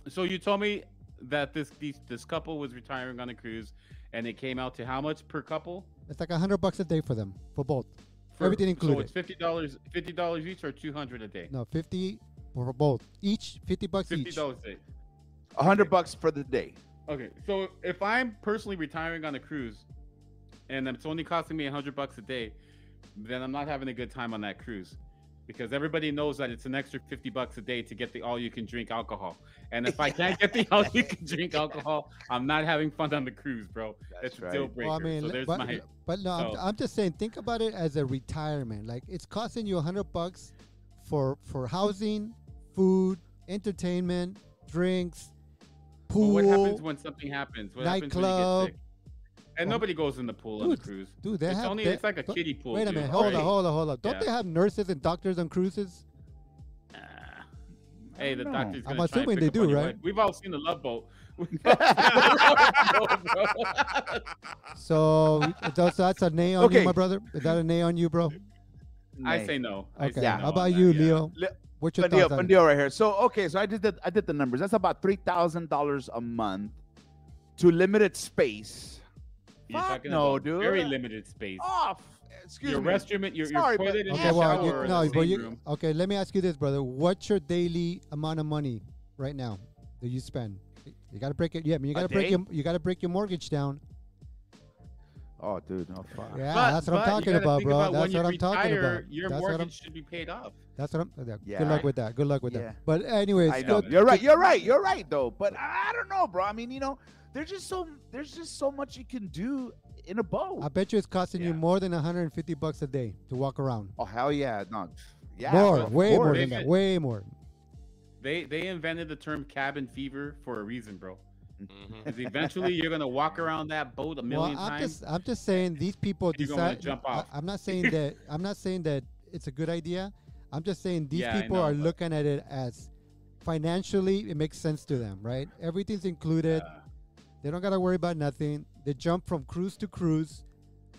[SPEAKER 2] So you told me that this these, this couple was retiring on a cruise, and it came out to how much per couple?
[SPEAKER 3] It's like a hundred bucks a day for them, for both. Everything
[SPEAKER 2] So
[SPEAKER 3] included.
[SPEAKER 2] it's fifty dollars, fifty dollars each, or two hundred a day.
[SPEAKER 3] No, fifty for both. Each fifty bucks
[SPEAKER 2] Fifty
[SPEAKER 3] each.
[SPEAKER 2] dollars a day.
[SPEAKER 4] A hundred bucks for the day.
[SPEAKER 2] Okay, so if I'm personally retiring on a cruise, and it's only costing me a hundred bucks a day, then I'm not having a good time on that cruise, because everybody knows that it's an extra fifty bucks a day to get the all-you-can-drink alcohol. And if I can't get the all-you-can-drink alcohol, I'm not having fun on the cruise, bro.
[SPEAKER 4] That's
[SPEAKER 2] That's, a
[SPEAKER 4] right.
[SPEAKER 2] deal breaker.
[SPEAKER 3] Well, I mean,
[SPEAKER 2] so
[SPEAKER 3] le-
[SPEAKER 2] there's
[SPEAKER 3] but,
[SPEAKER 2] my
[SPEAKER 3] but no, I'm,
[SPEAKER 2] so-
[SPEAKER 3] I'm just saying. Think about it as a retirement. Like it's costing you a hundred bucks for for housing, food, entertainment, drinks,
[SPEAKER 2] But
[SPEAKER 3] pool.
[SPEAKER 2] what happens when something happens? What happens when you
[SPEAKER 3] nightclub.
[SPEAKER 2] get sick? And
[SPEAKER 3] Well,
[SPEAKER 2] nobody goes in the pool on the
[SPEAKER 3] dude,
[SPEAKER 2] cruise.
[SPEAKER 3] Dude, they
[SPEAKER 2] it's
[SPEAKER 3] have.
[SPEAKER 2] only
[SPEAKER 3] they-
[SPEAKER 2] it's like a
[SPEAKER 3] don't-
[SPEAKER 2] kiddie pool.
[SPEAKER 3] Wait a
[SPEAKER 2] dude,
[SPEAKER 3] minute. Hold
[SPEAKER 2] right?
[SPEAKER 3] on. Hold on. Hold on. Don't
[SPEAKER 2] Yeah.
[SPEAKER 3] they have nurses and doctors on cruises?
[SPEAKER 2] Ah. Hey, the
[SPEAKER 4] No.
[SPEAKER 2] doctor's
[SPEAKER 3] I'm
[SPEAKER 2] gonna try and
[SPEAKER 3] assuming
[SPEAKER 2] pick
[SPEAKER 3] they
[SPEAKER 2] up on
[SPEAKER 3] do,
[SPEAKER 2] your
[SPEAKER 3] right?
[SPEAKER 2] leg. We've all seen the Love Boat. We've all seen the Love Boat, bro.
[SPEAKER 3] So that's, that's a nay on you,
[SPEAKER 4] Okay.
[SPEAKER 3] my brother. Is that a nay on you, bro?
[SPEAKER 2] I say no. I
[SPEAKER 3] Okay.
[SPEAKER 2] say no
[SPEAKER 3] How
[SPEAKER 2] on
[SPEAKER 3] about
[SPEAKER 2] that,
[SPEAKER 3] you,
[SPEAKER 2] yeah.
[SPEAKER 3] Leo?
[SPEAKER 4] Le-
[SPEAKER 3] What's your
[SPEAKER 4] Fun deal,
[SPEAKER 3] thoughts on
[SPEAKER 4] fun
[SPEAKER 3] it?
[SPEAKER 4] deal right here. So okay, so I did the I did the numbers. That's about three thousand dollars a month to limited space.
[SPEAKER 2] You're
[SPEAKER 4] Fuck
[SPEAKER 2] talking
[SPEAKER 4] no,
[SPEAKER 2] about
[SPEAKER 4] dude.
[SPEAKER 2] Very limited space.
[SPEAKER 4] Off. Excuse
[SPEAKER 2] your
[SPEAKER 4] me.
[SPEAKER 2] restroom, and your, your
[SPEAKER 4] Sorry, but-
[SPEAKER 2] toilet, and
[SPEAKER 4] Okay,
[SPEAKER 3] Okay,
[SPEAKER 2] your
[SPEAKER 3] well, you,
[SPEAKER 2] shower. are
[SPEAKER 3] no,
[SPEAKER 2] in the
[SPEAKER 3] but
[SPEAKER 2] same
[SPEAKER 3] you,
[SPEAKER 2] room.
[SPEAKER 3] okay. Let me ask you this, brother. What's your daily amount of money right now that you spend? You gotta break it. Yeah, I mean, you gotta break
[SPEAKER 5] day?
[SPEAKER 3] your you gotta break your mortgage down.
[SPEAKER 4] Oh, dude, no fuck.
[SPEAKER 3] Yeah,
[SPEAKER 2] But-
[SPEAKER 3] that's what
[SPEAKER 2] but
[SPEAKER 3] I'm
[SPEAKER 2] you
[SPEAKER 3] talking
[SPEAKER 2] gotta
[SPEAKER 3] about,
[SPEAKER 2] think
[SPEAKER 3] bro.
[SPEAKER 2] about when
[SPEAKER 3] that's
[SPEAKER 2] you
[SPEAKER 3] what I'm talking
[SPEAKER 2] retire,
[SPEAKER 3] about.
[SPEAKER 2] Your
[SPEAKER 3] that's what I'm.
[SPEAKER 2] mortgage should be paid off.
[SPEAKER 3] That's what I'm. yeah,
[SPEAKER 4] Yeah.
[SPEAKER 3] Good luck with that. Good luck with
[SPEAKER 4] Yeah.
[SPEAKER 3] that. But anyways,
[SPEAKER 4] I know.
[SPEAKER 3] go-
[SPEAKER 4] You're right. You're right. You're right though. But I I don't know, bro. I mean, you know, there's just so there's just so much you can do in a boat.
[SPEAKER 3] I bet you it's costing you
[SPEAKER 2] Yeah.
[SPEAKER 3] more than 150 bucks a day to walk around.
[SPEAKER 4] oh hell yeah, no. Yeah.
[SPEAKER 3] more,
[SPEAKER 4] of
[SPEAKER 3] way more
[SPEAKER 4] course.
[SPEAKER 3] than
[SPEAKER 2] They
[SPEAKER 3] that.
[SPEAKER 2] fit-
[SPEAKER 3] Way more.
[SPEAKER 2] They they invented the term cabin fever for a reason, bro.
[SPEAKER 4] Mm-hmm.
[SPEAKER 5] Mhm.
[SPEAKER 2] Because eventually you're gonna walk around that boat a million
[SPEAKER 3] well, I'm
[SPEAKER 2] times.
[SPEAKER 3] Just, I'm just saying these people
[SPEAKER 2] you're gonna wanna
[SPEAKER 3] decide.
[SPEAKER 2] jump off.
[SPEAKER 3] I, am not saying that. I'm not saying that it's a good idea. I'm just saying these
[SPEAKER 2] Yeah, I
[SPEAKER 3] people
[SPEAKER 2] know,
[SPEAKER 3] are
[SPEAKER 2] but-
[SPEAKER 3] looking at it as financially, it makes sense to them, right? Everything's included.
[SPEAKER 2] Yeah.
[SPEAKER 3] They don't gotta worry about nothing. They jump from cruise to cruise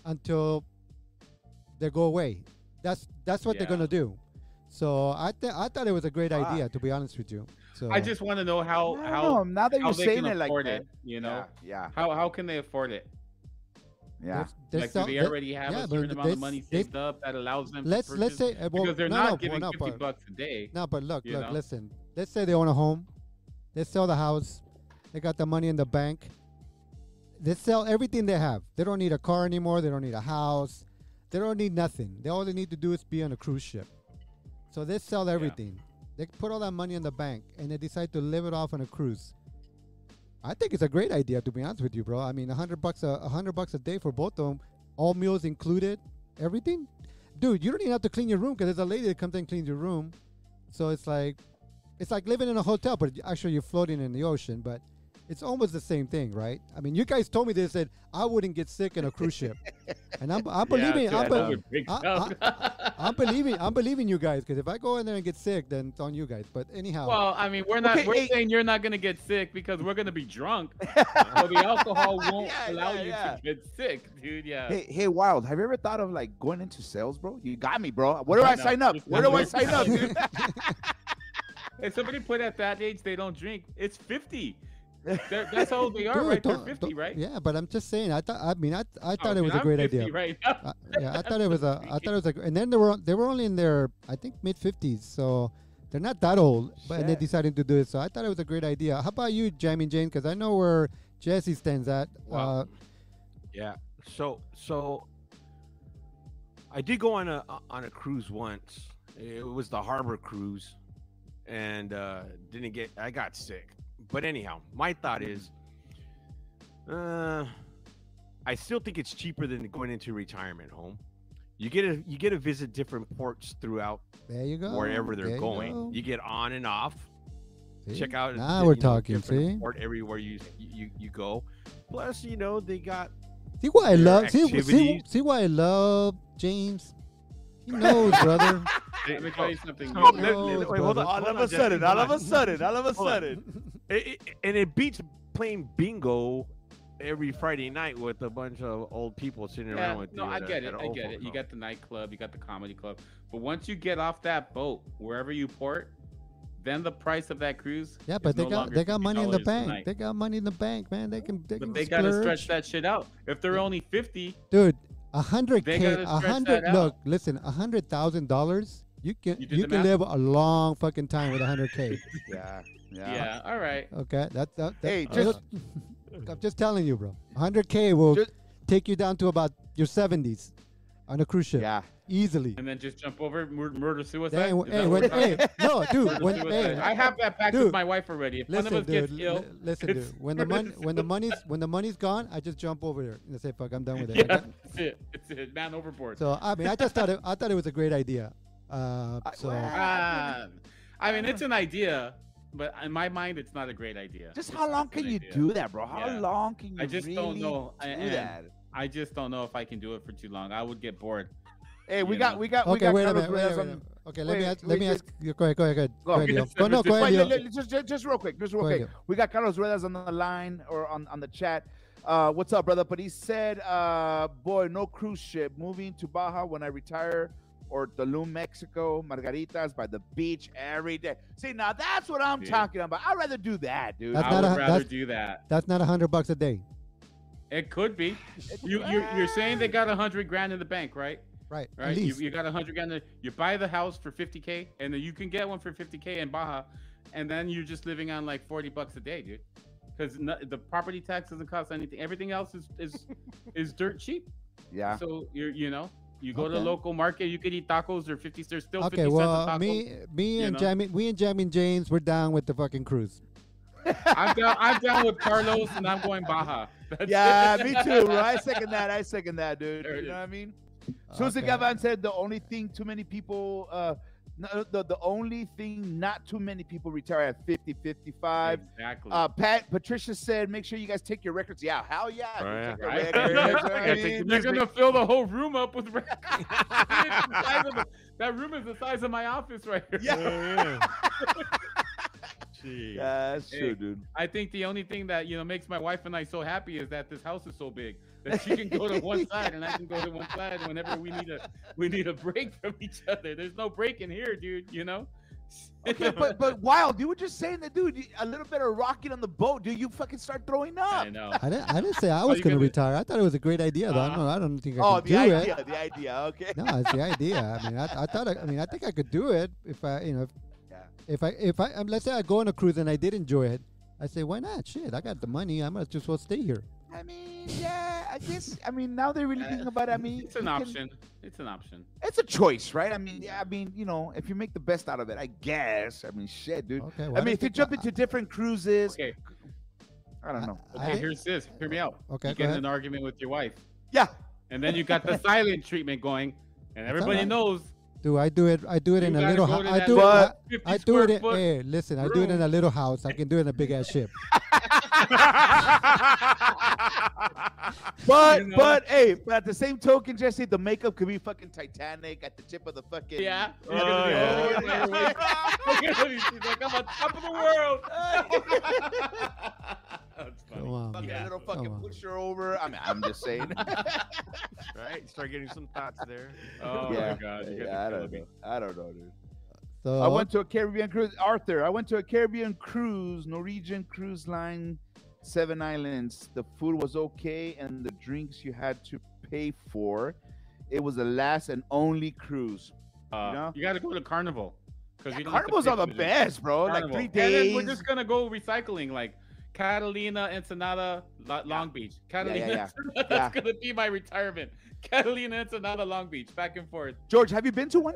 [SPEAKER 3] until they go away. That's that's what they're
[SPEAKER 2] Yeah.
[SPEAKER 3] gonna do. So I th- I thought it was a great
[SPEAKER 4] Fuck.
[SPEAKER 3] idea, to be honest with you. So
[SPEAKER 2] I just want to know how
[SPEAKER 4] I don't
[SPEAKER 2] how
[SPEAKER 4] know, now that
[SPEAKER 2] how
[SPEAKER 4] you're
[SPEAKER 2] they
[SPEAKER 4] saying
[SPEAKER 2] can
[SPEAKER 4] it like
[SPEAKER 2] afford
[SPEAKER 4] that,
[SPEAKER 2] it. You know,
[SPEAKER 4] Yeah.
[SPEAKER 2] how how can they afford it?
[SPEAKER 4] Yeah.
[SPEAKER 3] there's- there's
[SPEAKER 2] like,
[SPEAKER 3] some-
[SPEAKER 2] do they
[SPEAKER 3] there-
[SPEAKER 2] already have
[SPEAKER 3] yeah,
[SPEAKER 2] a
[SPEAKER 3] but
[SPEAKER 2] certain amount of
[SPEAKER 3] there's-
[SPEAKER 2] money
[SPEAKER 3] there's-
[SPEAKER 2] saved up that allows them?
[SPEAKER 3] let's
[SPEAKER 2] to
[SPEAKER 3] let's
[SPEAKER 2] purchase?
[SPEAKER 3] say uh, well,
[SPEAKER 2] because they're
[SPEAKER 3] no,
[SPEAKER 2] not
[SPEAKER 3] no,
[SPEAKER 2] giving
[SPEAKER 3] well, no,
[SPEAKER 2] fifty
[SPEAKER 3] but-
[SPEAKER 2] bucks a day.
[SPEAKER 3] No, but look,
[SPEAKER 2] you
[SPEAKER 3] look,
[SPEAKER 2] know?
[SPEAKER 3] listen. let's say they own a home, they sell the house, they got the money in the bank, they sell everything they have. They don't need a car anymore, they don't need a house, they don't need nothing. They all they need to do is be on a cruise ship. So they sell everything. They put all that money in the bank and they decide to live it off on a cruise. I think it's a great idea to be honest with you, bro. I mean, a hundred bucks a a hundred bucks a day for both of them, all meals included, everything. Dude, you don't even have to clean your room because there's a lady that comes and cleans your room. So it's like, it's like living in a hotel, but actually you're floating in the ocean. But it's almost the same thing, right? I mean, you guys told me this that I wouldn't get sick in a cruise ship, and I'm I'm believing
[SPEAKER 2] Yeah,
[SPEAKER 3] I'm,
[SPEAKER 2] dude, I
[SPEAKER 3] be-
[SPEAKER 2] would freak
[SPEAKER 3] I-
[SPEAKER 2] out.
[SPEAKER 3] I'm believing I'm believing you guys because if I go in there and get sick, then it's on you guys. But anyhow,
[SPEAKER 2] Well, I mean, we're not.
[SPEAKER 4] Okay,
[SPEAKER 2] we're
[SPEAKER 4] hey.
[SPEAKER 2] saying you're not gonna get sick because we're gonna be drunk, so the alcohol won't
[SPEAKER 4] Yeah,
[SPEAKER 2] allow
[SPEAKER 4] yeah,
[SPEAKER 2] you
[SPEAKER 4] yeah.
[SPEAKER 2] to get sick, dude. Yeah.
[SPEAKER 4] Hey, hey, Wild, have you ever thought of like going into sales, bro? You got me, bro. Where do I
[SPEAKER 2] No,
[SPEAKER 4] sign up?
[SPEAKER 2] it's
[SPEAKER 4] Where
[SPEAKER 2] not
[SPEAKER 4] do I
[SPEAKER 2] working
[SPEAKER 4] sign up, dude?
[SPEAKER 2] If somebody put at that age, they don't drink. It's fifty. They're, that's how old they are,
[SPEAKER 3] dude,
[SPEAKER 2] right? They're
[SPEAKER 3] don't-
[SPEAKER 2] 50,
[SPEAKER 3] don't-
[SPEAKER 2] right?
[SPEAKER 3] Yeah, but I'm just saying. I thought. I mean, I I
[SPEAKER 2] Oh,
[SPEAKER 3] thought it
[SPEAKER 2] dude,
[SPEAKER 3] was a
[SPEAKER 2] I'm
[SPEAKER 3] great
[SPEAKER 2] 50
[SPEAKER 3] idea.
[SPEAKER 2] Right now.
[SPEAKER 3] I, yeah, I thought it was a. I thought it was a. And then they were they were only in their I think mid 50s, so they're not that old. But and they
[SPEAKER 4] Shit.
[SPEAKER 3] decided to do it. So I thought it was a great idea. How about you, Jamie Jane? Because I know where Jesse stands at.
[SPEAKER 5] Wow.
[SPEAKER 3] Uh,
[SPEAKER 5] Yeah. So so I did go on a on a cruise once. It was the harbor cruise and uh didn't get I got sick. But anyhow, my thought is uh I still think it's cheaper than going into a retirement home. You get a you get to visit different ports throughout
[SPEAKER 3] there you go.
[SPEAKER 5] wherever
[SPEAKER 3] Oh, there
[SPEAKER 5] they're
[SPEAKER 3] you
[SPEAKER 5] going.
[SPEAKER 3] go.
[SPEAKER 5] you get on and off
[SPEAKER 3] See?
[SPEAKER 5] check out
[SPEAKER 3] Now
[SPEAKER 5] the,
[SPEAKER 3] we're
[SPEAKER 5] you know,
[SPEAKER 3] talking.
[SPEAKER 5] different
[SPEAKER 3] See,
[SPEAKER 5] port everywhere you, you you go plus you know they got
[SPEAKER 3] see why I
[SPEAKER 5] their
[SPEAKER 3] love. See, see,
[SPEAKER 5] activities.
[SPEAKER 3] see why I love James. He knows, brother.
[SPEAKER 2] Let me tell you something.
[SPEAKER 5] Oh,
[SPEAKER 2] dude.
[SPEAKER 5] let- let- wait, hold on,
[SPEAKER 4] all
[SPEAKER 5] hold
[SPEAKER 4] of
[SPEAKER 5] on,
[SPEAKER 4] a
[SPEAKER 5] Jesse,
[SPEAKER 4] sudden,
[SPEAKER 5] hold
[SPEAKER 4] all of
[SPEAKER 5] on.
[SPEAKER 4] a sudden, all of a
[SPEAKER 5] Hold on.
[SPEAKER 4] sudden.
[SPEAKER 5] It- it- and it beats playing bingo every friday night with a bunch of old people sitting
[SPEAKER 2] Yeah,
[SPEAKER 5] around with
[SPEAKER 2] no,
[SPEAKER 5] you
[SPEAKER 2] I
[SPEAKER 5] at a-
[SPEAKER 2] get
[SPEAKER 5] at
[SPEAKER 2] it.
[SPEAKER 5] an
[SPEAKER 2] I
[SPEAKER 5] old
[SPEAKER 2] get it.
[SPEAKER 5] folks
[SPEAKER 2] You
[SPEAKER 5] home.
[SPEAKER 2] got the nightclub, you got the comedy club, but once you get off that boat, wherever you port, then the price of that cruise.
[SPEAKER 3] Yeah,
[SPEAKER 2] is
[SPEAKER 3] but they
[SPEAKER 2] no
[SPEAKER 3] got
[SPEAKER 2] longer
[SPEAKER 3] they got money in the
[SPEAKER 2] $50 a
[SPEAKER 3] bank.
[SPEAKER 2] night.
[SPEAKER 3] They got money in the bank, man. They can they
[SPEAKER 2] But
[SPEAKER 3] can
[SPEAKER 2] they
[SPEAKER 3] splurge.
[SPEAKER 2] gotta stretch that shit out. If they're only fifty,
[SPEAKER 3] Dude, a hundred
[SPEAKER 2] They
[SPEAKER 3] k,
[SPEAKER 2] gotta
[SPEAKER 3] a
[SPEAKER 2] stretch
[SPEAKER 3] hundred.
[SPEAKER 2] that
[SPEAKER 3] Look, listen, a hundred thousand dollars. You can
[SPEAKER 2] You
[SPEAKER 3] you,
[SPEAKER 2] did
[SPEAKER 3] can
[SPEAKER 2] the math?
[SPEAKER 3] live a long fucking time with a hundred k.
[SPEAKER 4] Yeah,
[SPEAKER 2] yeah, all right.
[SPEAKER 3] Okay, that's that, that,
[SPEAKER 4] Hey,
[SPEAKER 3] I
[SPEAKER 4] just-
[SPEAKER 3] don't- I'm just telling you, bro. A hundred k will
[SPEAKER 4] Just-
[SPEAKER 3] take you down to about your seventies on a cruise ship
[SPEAKER 4] Yeah.
[SPEAKER 3] easily.
[SPEAKER 2] And then just jump over mur- murder suicide.
[SPEAKER 3] Dang,
[SPEAKER 2] Is
[SPEAKER 3] hey,
[SPEAKER 2] that
[SPEAKER 3] when,
[SPEAKER 2] what we're
[SPEAKER 3] hey, no, dude.
[SPEAKER 2] talking
[SPEAKER 3] When,
[SPEAKER 2] about?
[SPEAKER 3] hey,
[SPEAKER 2] Suicide. I have that back
[SPEAKER 3] dude,
[SPEAKER 2] with my wife already. If one
[SPEAKER 3] Listen,
[SPEAKER 2] of us
[SPEAKER 3] dude.
[SPEAKER 2] gets
[SPEAKER 3] l-
[SPEAKER 2] ill,
[SPEAKER 3] l- listen, dude. When the
[SPEAKER 2] murder
[SPEAKER 3] money, when the money's, when the money's gone, I just jump over there and I say, "Fuck, I'm done with it." I
[SPEAKER 2] yeah,
[SPEAKER 3] got-
[SPEAKER 2] that's it. It's it. Man overboard.
[SPEAKER 3] So I mean, I just thought it, I thought it was a great idea. Uh,
[SPEAKER 4] I-
[SPEAKER 3] so
[SPEAKER 4] well,
[SPEAKER 2] Ah, I mean, it's an idea, but in my mind, it's not a great idea.
[SPEAKER 4] Just
[SPEAKER 2] It's
[SPEAKER 4] how
[SPEAKER 2] not
[SPEAKER 4] long
[SPEAKER 2] a
[SPEAKER 4] can
[SPEAKER 2] good
[SPEAKER 4] you
[SPEAKER 2] idea.
[SPEAKER 4] do that, bro? How
[SPEAKER 2] Yeah.
[SPEAKER 4] long can you
[SPEAKER 2] I just don't
[SPEAKER 4] really
[SPEAKER 2] know, I-
[SPEAKER 4] do
[SPEAKER 2] and-
[SPEAKER 4] that?
[SPEAKER 2] I just don't know if I can do it for too long. I would get bored.
[SPEAKER 4] Hey, we
[SPEAKER 2] you
[SPEAKER 4] got,
[SPEAKER 2] know.
[SPEAKER 4] we got, we
[SPEAKER 3] okay,
[SPEAKER 4] got.
[SPEAKER 3] wait a
[SPEAKER 4] Carlos
[SPEAKER 3] minute, wait a
[SPEAKER 4] Ruiz
[SPEAKER 3] minute.
[SPEAKER 4] on-
[SPEAKER 3] Okay, let me
[SPEAKER 4] wait,
[SPEAKER 3] ask, let
[SPEAKER 4] wait,
[SPEAKER 3] me
[SPEAKER 4] just-
[SPEAKER 3] ask. you- Go ahead, go ahead, go ahead.
[SPEAKER 4] Go.
[SPEAKER 3] Go ahead, Leo.
[SPEAKER 2] Yes,
[SPEAKER 3] Go, no,
[SPEAKER 2] Mr.
[SPEAKER 3] go
[SPEAKER 4] Wait,
[SPEAKER 3] ahead,
[SPEAKER 4] let-
[SPEAKER 3] Leo.
[SPEAKER 4] let- just, just, just real quick, just real
[SPEAKER 3] Go
[SPEAKER 4] quick.
[SPEAKER 3] ahead.
[SPEAKER 4] We got Carlos Ruedas on the line or on, on the chat. Uh, what's up, brother? But he said, uh, boy, no cruise ship. Moving to Baja when I retire or Tulum, Mexico, margaritas by the beach every day. See, now that's what I'm
[SPEAKER 2] Dude.
[SPEAKER 4] talking about. I'd rather do that, dude.
[SPEAKER 3] That's
[SPEAKER 2] I
[SPEAKER 3] not
[SPEAKER 2] would
[SPEAKER 3] a-
[SPEAKER 2] rather
[SPEAKER 3] that's-
[SPEAKER 2] do that.
[SPEAKER 3] That's not a hundred bucks a day,
[SPEAKER 2] It could be. You, you you're saying they got a hundred grand in the bank, right?
[SPEAKER 3] right? At
[SPEAKER 2] Right. You,
[SPEAKER 3] least.
[SPEAKER 2] you got a hundred grand. in- You buy the house for fifty k, and then you can get one for fifty k in Baja, and then you're just living on like forty bucks a day, dude. Because the property tax doesn't cost anything. Everything else is is is dirt cheap.
[SPEAKER 4] yeah.
[SPEAKER 2] So you're you know you go to the
[SPEAKER 4] Okay.
[SPEAKER 2] local market, you could eat tacos. They're fifty. They're still fifty
[SPEAKER 3] okay,
[SPEAKER 2] cents
[SPEAKER 3] well,
[SPEAKER 2] a taco.
[SPEAKER 3] me, me
[SPEAKER 2] you
[SPEAKER 3] and
[SPEAKER 2] know?
[SPEAKER 3] Jamie, we and Jamie and James, we're down with the fucking cruise.
[SPEAKER 2] I'm down. I'm down with Carlos, and I'm going Baja. That's
[SPEAKER 4] Yeah,
[SPEAKER 2] it.
[SPEAKER 4] me too, bro. I second that. I second that, dude.
[SPEAKER 2] There it
[SPEAKER 4] You know
[SPEAKER 2] is. Oh,
[SPEAKER 4] what I mean? Susan
[SPEAKER 3] Okay.
[SPEAKER 4] Gavan said the only thing too many people, uh, no, the, the only thing not too many people retire at 50, 55.
[SPEAKER 2] Exactly.
[SPEAKER 4] Uh, Pat Patricia said, make sure you guys take your records. Yeah, hell yeah. dude,
[SPEAKER 5] Right.
[SPEAKER 4] take your records, you
[SPEAKER 2] Right?
[SPEAKER 4] know what I
[SPEAKER 5] Yeah,
[SPEAKER 4] mean?
[SPEAKER 5] take your
[SPEAKER 2] They're gonna fill the whole room up with records. It's the size of the- that room is the size of my office right here.
[SPEAKER 4] Yeah.
[SPEAKER 5] Gee.
[SPEAKER 4] Yeah, that's
[SPEAKER 2] Hey.
[SPEAKER 4] true, dude.
[SPEAKER 2] I think the only thing that you know makes my wife and I so happy is that this house is so big that she can go to one side and I can go to one side whenever we need a we need a break from each other. There's no break in here, dude. You know.
[SPEAKER 4] Okay, but but wild, you were just saying that, dude. you- A little bit of rocket on the boat, dude. You fucking start throwing up.
[SPEAKER 2] I know.
[SPEAKER 3] I didn't, I didn't say I was
[SPEAKER 2] you
[SPEAKER 3] gonna
[SPEAKER 2] gonna-
[SPEAKER 3] retire. I thought it was a great idea, though. I
[SPEAKER 2] Uh,
[SPEAKER 3] don't, I don't think I
[SPEAKER 4] Oh,
[SPEAKER 3] could
[SPEAKER 4] the
[SPEAKER 3] do
[SPEAKER 4] idea,
[SPEAKER 3] it.
[SPEAKER 4] the idea. Okay.
[SPEAKER 3] No, it's the idea. I mean, I, I thought, I, I mean, I think I could do it if I, you know, if,
[SPEAKER 4] Yeah.
[SPEAKER 3] If I if I um, let's say I go on a cruise and I did enjoy it, I say why not? Shit, I got the money. I'm gonna just well stay here.
[SPEAKER 4] I mean, yeah, I guess. I mean, now they're really thinking about. It, I mean,
[SPEAKER 2] Uh, It's an
[SPEAKER 4] you can-
[SPEAKER 2] option. It's an option.
[SPEAKER 4] It's a choice, right? I mean, yeah, I mean, you know, if you make the best out of it, I guess. I mean, shit, dude.
[SPEAKER 3] Okay. why
[SPEAKER 4] I
[SPEAKER 3] don't
[SPEAKER 4] mean, if you
[SPEAKER 3] think-
[SPEAKER 4] jump into different cruises,
[SPEAKER 2] Okay.
[SPEAKER 4] I don't know.
[SPEAKER 2] Okay.
[SPEAKER 3] I-
[SPEAKER 2] here's this. Hear me out.
[SPEAKER 3] Okay,
[SPEAKER 2] You
[SPEAKER 3] go
[SPEAKER 2] get in
[SPEAKER 3] ahead.
[SPEAKER 2] an argument with your wife,
[SPEAKER 4] Yeah,
[SPEAKER 2] and then you got the silent treatment going, and everybody
[SPEAKER 3] alright.
[SPEAKER 2] knows.
[SPEAKER 3] Do I do it? I do it
[SPEAKER 2] You
[SPEAKER 3] in a
[SPEAKER 2] gotta
[SPEAKER 3] little.
[SPEAKER 2] go
[SPEAKER 3] house.
[SPEAKER 2] to
[SPEAKER 3] I
[SPEAKER 2] that
[SPEAKER 3] do it.
[SPEAKER 4] But-
[SPEAKER 3] I,
[SPEAKER 2] 50
[SPEAKER 3] I do
[SPEAKER 2] square
[SPEAKER 3] it. In,
[SPEAKER 2] foot.
[SPEAKER 3] hey, listen, I do it in a little house. I can do it in a big ass ship.
[SPEAKER 4] but
[SPEAKER 2] You know?
[SPEAKER 4] but hey, but at the same token, Jesse, the makeup could be fucking Titanic at the tip of the fucking.
[SPEAKER 2] Yeah.
[SPEAKER 4] Oh,
[SPEAKER 2] You're gonna be
[SPEAKER 4] yeah.
[SPEAKER 2] all the way away. You're gonna be- She's like, I'm on top of the world. That's funny.
[SPEAKER 3] Come on.
[SPEAKER 4] Fucking
[SPEAKER 2] Yeah.
[SPEAKER 4] little
[SPEAKER 3] Come
[SPEAKER 4] fucking
[SPEAKER 3] on.
[SPEAKER 4] push her over. I mean, I'm just saying.
[SPEAKER 5] right? Start getting some thoughts there.
[SPEAKER 2] Oh
[SPEAKER 4] Yeah.
[SPEAKER 2] my god. you guys
[SPEAKER 4] Yeah,
[SPEAKER 2] are
[SPEAKER 4] I
[SPEAKER 2] killing
[SPEAKER 4] don't
[SPEAKER 2] me.
[SPEAKER 4] know. I don't know, dude.
[SPEAKER 3] So
[SPEAKER 4] I went to a Caribbean cruise. Arthur, I went to a Caribbean cruise, Norwegian Cruise Line, Seven Islands. The food was okay, and the drinks you had to pay for. It was the last and only cruise.
[SPEAKER 2] Uh,
[SPEAKER 4] know?
[SPEAKER 2] You got to go to carnival because you don't have to
[SPEAKER 4] Carnivals
[SPEAKER 2] pay
[SPEAKER 4] are the
[SPEAKER 2] for this.
[SPEAKER 4] best, bro. Like
[SPEAKER 2] Carnival.
[SPEAKER 4] three
[SPEAKER 2] And
[SPEAKER 4] days.
[SPEAKER 2] then we're just gonna go recycling, like Catalina, Ensenada, Lo- Long Beach. Catalina,
[SPEAKER 4] yeah, yeah.
[SPEAKER 2] Ensenada, that's gonna be my retirement. Catalina, Ensenada, Long Beach, back and forth.
[SPEAKER 4] George, have you been to one?